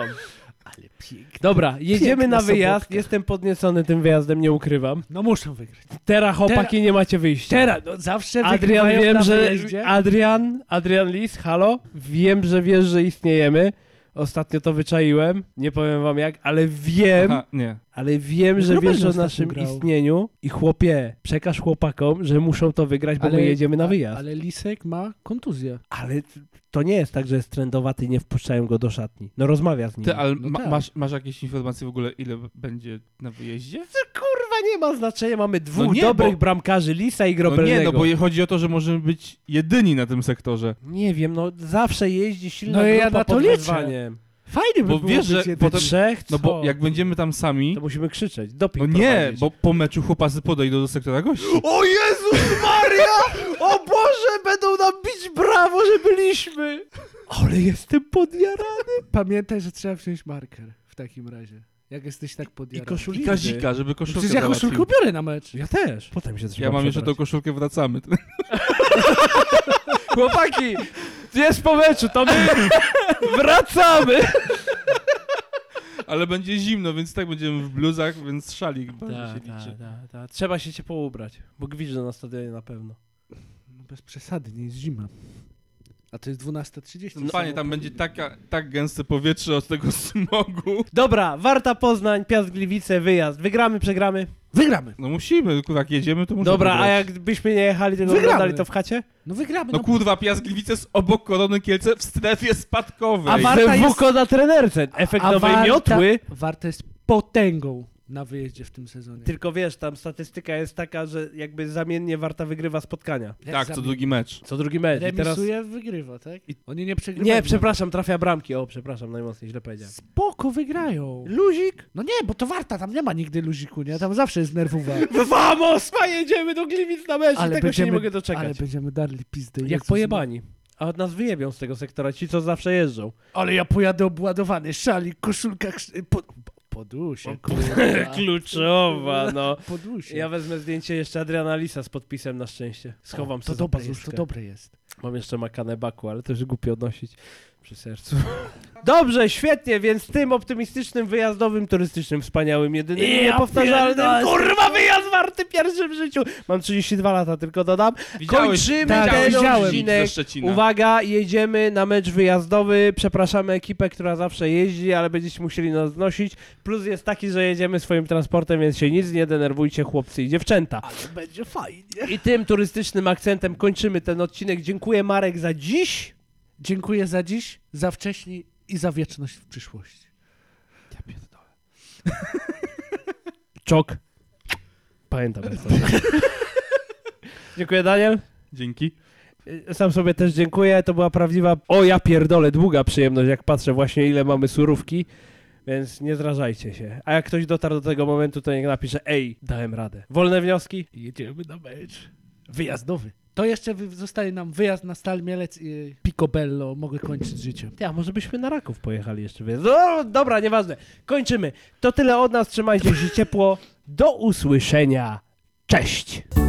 [SPEAKER 2] Ale pięknie.
[SPEAKER 1] Dobra, jedziemy
[SPEAKER 2] Piękna
[SPEAKER 1] na wyjazd,
[SPEAKER 2] sobotka.
[SPEAKER 1] jestem podniecony tym wyjazdem, nie ukrywam.
[SPEAKER 2] No muszą wygrać.
[SPEAKER 1] Teraz chłopaki nie macie wyjścia.
[SPEAKER 2] Teraz, no zawsze
[SPEAKER 1] Tak. Adrian,
[SPEAKER 2] wygrywają
[SPEAKER 1] wiem,
[SPEAKER 2] na
[SPEAKER 1] że.
[SPEAKER 2] wyjeździe.
[SPEAKER 1] Adrian, Adrian Lis, halo? Wiem, że wiesz, że istniejemy. Ostatnio to wyczaiłem, nie powiem wam jak, ale wiem,
[SPEAKER 3] Aha, nie.
[SPEAKER 1] ale wiem, że
[SPEAKER 2] Robert
[SPEAKER 1] wiesz o
[SPEAKER 2] No ostatnio
[SPEAKER 1] naszym
[SPEAKER 2] grał.
[SPEAKER 1] istnieniu i chłopie, przekaż chłopakom, że muszą to wygrać, bo
[SPEAKER 2] Ale-
[SPEAKER 1] my jedziemy na
[SPEAKER 2] a-
[SPEAKER 1] wyjazd. Ale,
[SPEAKER 2] Ale Lisek ma kontuzję.
[SPEAKER 1] t- to nie jest tak, że jest trendowaty i nie wpuszczają go do szatni. No rozmawia z nim.
[SPEAKER 3] Ty, ale
[SPEAKER 2] No
[SPEAKER 3] ma,
[SPEAKER 2] tak.
[SPEAKER 3] masz, masz jakieś informacje w ogóle, ile będzie na wyjeździe?
[SPEAKER 1] Kurwa, nie ma znaczenia, mamy dwóch
[SPEAKER 3] No nie,
[SPEAKER 1] dobrych
[SPEAKER 3] bo-
[SPEAKER 1] bramkarzy, Lisa i
[SPEAKER 3] No
[SPEAKER 1] Grobelnego.
[SPEAKER 3] nie, no bo je- chodzi o to, że możemy być jedyni na tym sektorze.
[SPEAKER 1] Nie wiem, no zawsze jeździ silna
[SPEAKER 2] No i
[SPEAKER 1] grupa
[SPEAKER 2] ja na to
[SPEAKER 1] pod
[SPEAKER 2] liczę.
[SPEAKER 1] wezwaniem.
[SPEAKER 2] Fajnie by
[SPEAKER 3] Bo
[SPEAKER 2] było
[SPEAKER 3] wiesz, że
[SPEAKER 2] być
[SPEAKER 1] Po
[SPEAKER 3] potem-
[SPEAKER 2] jedynym.
[SPEAKER 1] trzech, co?
[SPEAKER 3] No bo jak będziemy tam sami,
[SPEAKER 1] To musimy krzyczeć, doping
[SPEAKER 3] no nie,
[SPEAKER 1] prowadzić.
[SPEAKER 3] bo po meczu chłopacy podejdą do sektora gości.
[SPEAKER 1] O Jezus Maria! O Boże, będą nam bić brawo, że byliśmy! Ale jestem podjarany.
[SPEAKER 2] Pamiętaj, że trzeba wziąć marker w takim razie. Jak jesteś tak
[SPEAKER 1] I
[SPEAKER 2] podjarany.
[SPEAKER 1] koszulki.
[SPEAKER 3] I Kazika, żeby koszulkę
[SPEAKER 2] Przecież ja
[SPEAKER 3] załatwił.
[SPEAKER 2] koszulkę biorę na mecz.
[SPEAKER 1] Ja też. Potem się trzeba
[SPEAKER 3] Ja mam jeszcze tą
[SPEAKER 1] przebrać.
[SPEAKER 3] koszulkę, wracamy.
[SPEAKER 1] Chłopaki, jest po meczu, to my wracamy!
[SPEAKER 3] Ale będzie zimno, więc tak będziemy w bluzach, więc szalik będzie się liczy.
[SPEAKER 1] tak, Trzeba się ciepło ubrać, bo gwizdze na stadionie na pewno.
[SPEAKER 2] No bez przesady, nie jest zima. A to jest 12.30.
[SPEAKER 3] No, Panie, tam będzie taka, tak gęste powietrze od tego smogu.
[SPEAKER 1] Dobra, Warta Poznań, Piast Gliwice, wyjazd. Wygramy, przegramy.
[SPEAKER 2] Wygramy!
[SPEAKER 3] No musimy, kurwa, jak jedziemy, to musimy
[SPEAKER 1] Dobra, a
[SPEAKER 3] wygrać.
[SPEAKER 1] jakbyśmy nie jechali, tylko
[SPEAKER 2] Wygramy.
[SPEAKER 1] oglądali to w chacie?
[SPEAKER 2] No wygramy!
[SPEAKER 3] No
[SPEAKER 2] No,
[SPEAKER 3] kurwa, Piasgliwice jest obok Korony Kielce w strefie spadkowej.
[SPEAKER 1] A
[SPEAKER 2] Warta
[SPEAKER 1] Warta jest... na trenerce. Efekt nowej
[SPEAKER 2] Warta-
[SPEAKER 1] miotły.
[SPEAKER 2] Warta jest potęgą na wyjeździe w tym sezonie.
[SPEAKER 1] Tylko wiesz, tam statystyka jest taka, że jakby zamiennie Warta wygrywa spotkania.
[SPEAKER 2] Jak
[SPEAKER 3] Tak, co
[SPEAKER 2] zamieni-
[SPEAKER 3] drugi mecz.
[SPEAKER 1] Co drugi mecz. I teraz...
[SPEAKER 2] Remisuje, wygrywa, tak?
[SPEAKER 1] I-
[SPEAKER 2] Oni nie przegrywają. No.
[SPEAKER 1] Nie, przepraszam, trafia bramki. O, przepraszam, najmocniej źle powiedziałem.
[SPEAKER 2] Spoko wygrają.
[SPEAKER 1] Luzik?
[SPEAKER 2] No nie, bo to Warta, tam nie ma nigdy luziku, nie? Tam zawsze jest nerwowa.
[SPEAKER 1] Vamos, ma jedziemy do Gliwic na mecz. Ale tego się nie mogę
[SPEAKER 2] Ale
[SPEAKER 1] doczekać.
[SPEAKER 2] będziemy darli pizdy.
[SPEAKER 1] Jak pojebani. A od nas wyjebią z tego sektora ci, co zawsze jeżdżą.
[SPEAKER 2] Ale ja pojadę obładowany, szalik, koszulka, krz- po, podusie, kurwa.
[SPEAKER 1] Kluczowa, no.
[SPEAKER 2] Podusie.
[SPEAKER 1] Ja wezmę zdjęcie jeszcze Adriana Lisa z podpisem na szczęście. Schowam
[SPEAKER 2] O,
[SPEAKER 1] sobie
[SPEAKER 2] to
[SPEAKER 1] za
[SPEAKER 2] dobre jest,
[SPEAKER 1] paluszkę.
[SPEAKER 2] to dobre jest.
[SPEAKER 1] Mam jeszcze makanę baku, ale też głupio odnosić przy sercu. Dobrze, świetnie, więc tym optymistycznym, wyjazdowym, turystycznym, wspaniałym, jedynym,
[SPEAKER 2] Ja
[SPEAKER 1] niepowtarzalnym,
[SPEAKER 2] pierdolę.
[SPEAKER 1] kurwa, wyjazd warty pierwszy w życiu. Mam 32 lata, tylko dodam. Kończymy
[SPEAKER 2] tak,
[SPEAKER 1] ten
[SPEAKER 2] widziałem.
[SPEAKER 1] odcinek. Uwaga, jedziemy na mecz wyjazdowy. Przepraszamy ekipę, która zawsze jeździ, ale będziecie musieli nas znosić. Plus jest taki, że jedziemy swoim transportem, więc się nic nie denerwujcie, chłopcy i dziewczęta.
[SPEAKER 2] Ale będzie fajnie.
[SPEAKER 1] I tym turystycznym akcentem kończymy ten odcinek. Dziękuję Marek za dziś.
[SPEAKER 2] Dziękuję za dziś, za wcześniej i za wieczność w przyszłości.
[SPEAKER 1] Czok. Pamiętam. jak to było. dziękuję Daniel.
[SPEAKER 3] Dzięki.
[SPEAKER 1] Y, Sam sobie też dziękuję. To była prawdziwa, o ja pierdolę, długa przyjemność, jak patrzę właśnie ile mamy surówki. Więc nie zrażajcie się. A jak ktoś dotarł do tego momentu, to niech napisze ej, dałem radę. Wolne wnioski?
[SPEAKER 2] Jedziemy na mecz. Wyjazdowy. To jeszcze wy- zostaje nam wyjazd na Stal Mielec i Picobello. Mogę kończyć życie.
[SPEAKER 1] Ja, może byśmy na Raków pojechali jeszcze. Więc... No, dobra, nieważne. Kończymy. To tyle od nas. Trzymajcie się ciepło. Do usłyszenia. Cześć!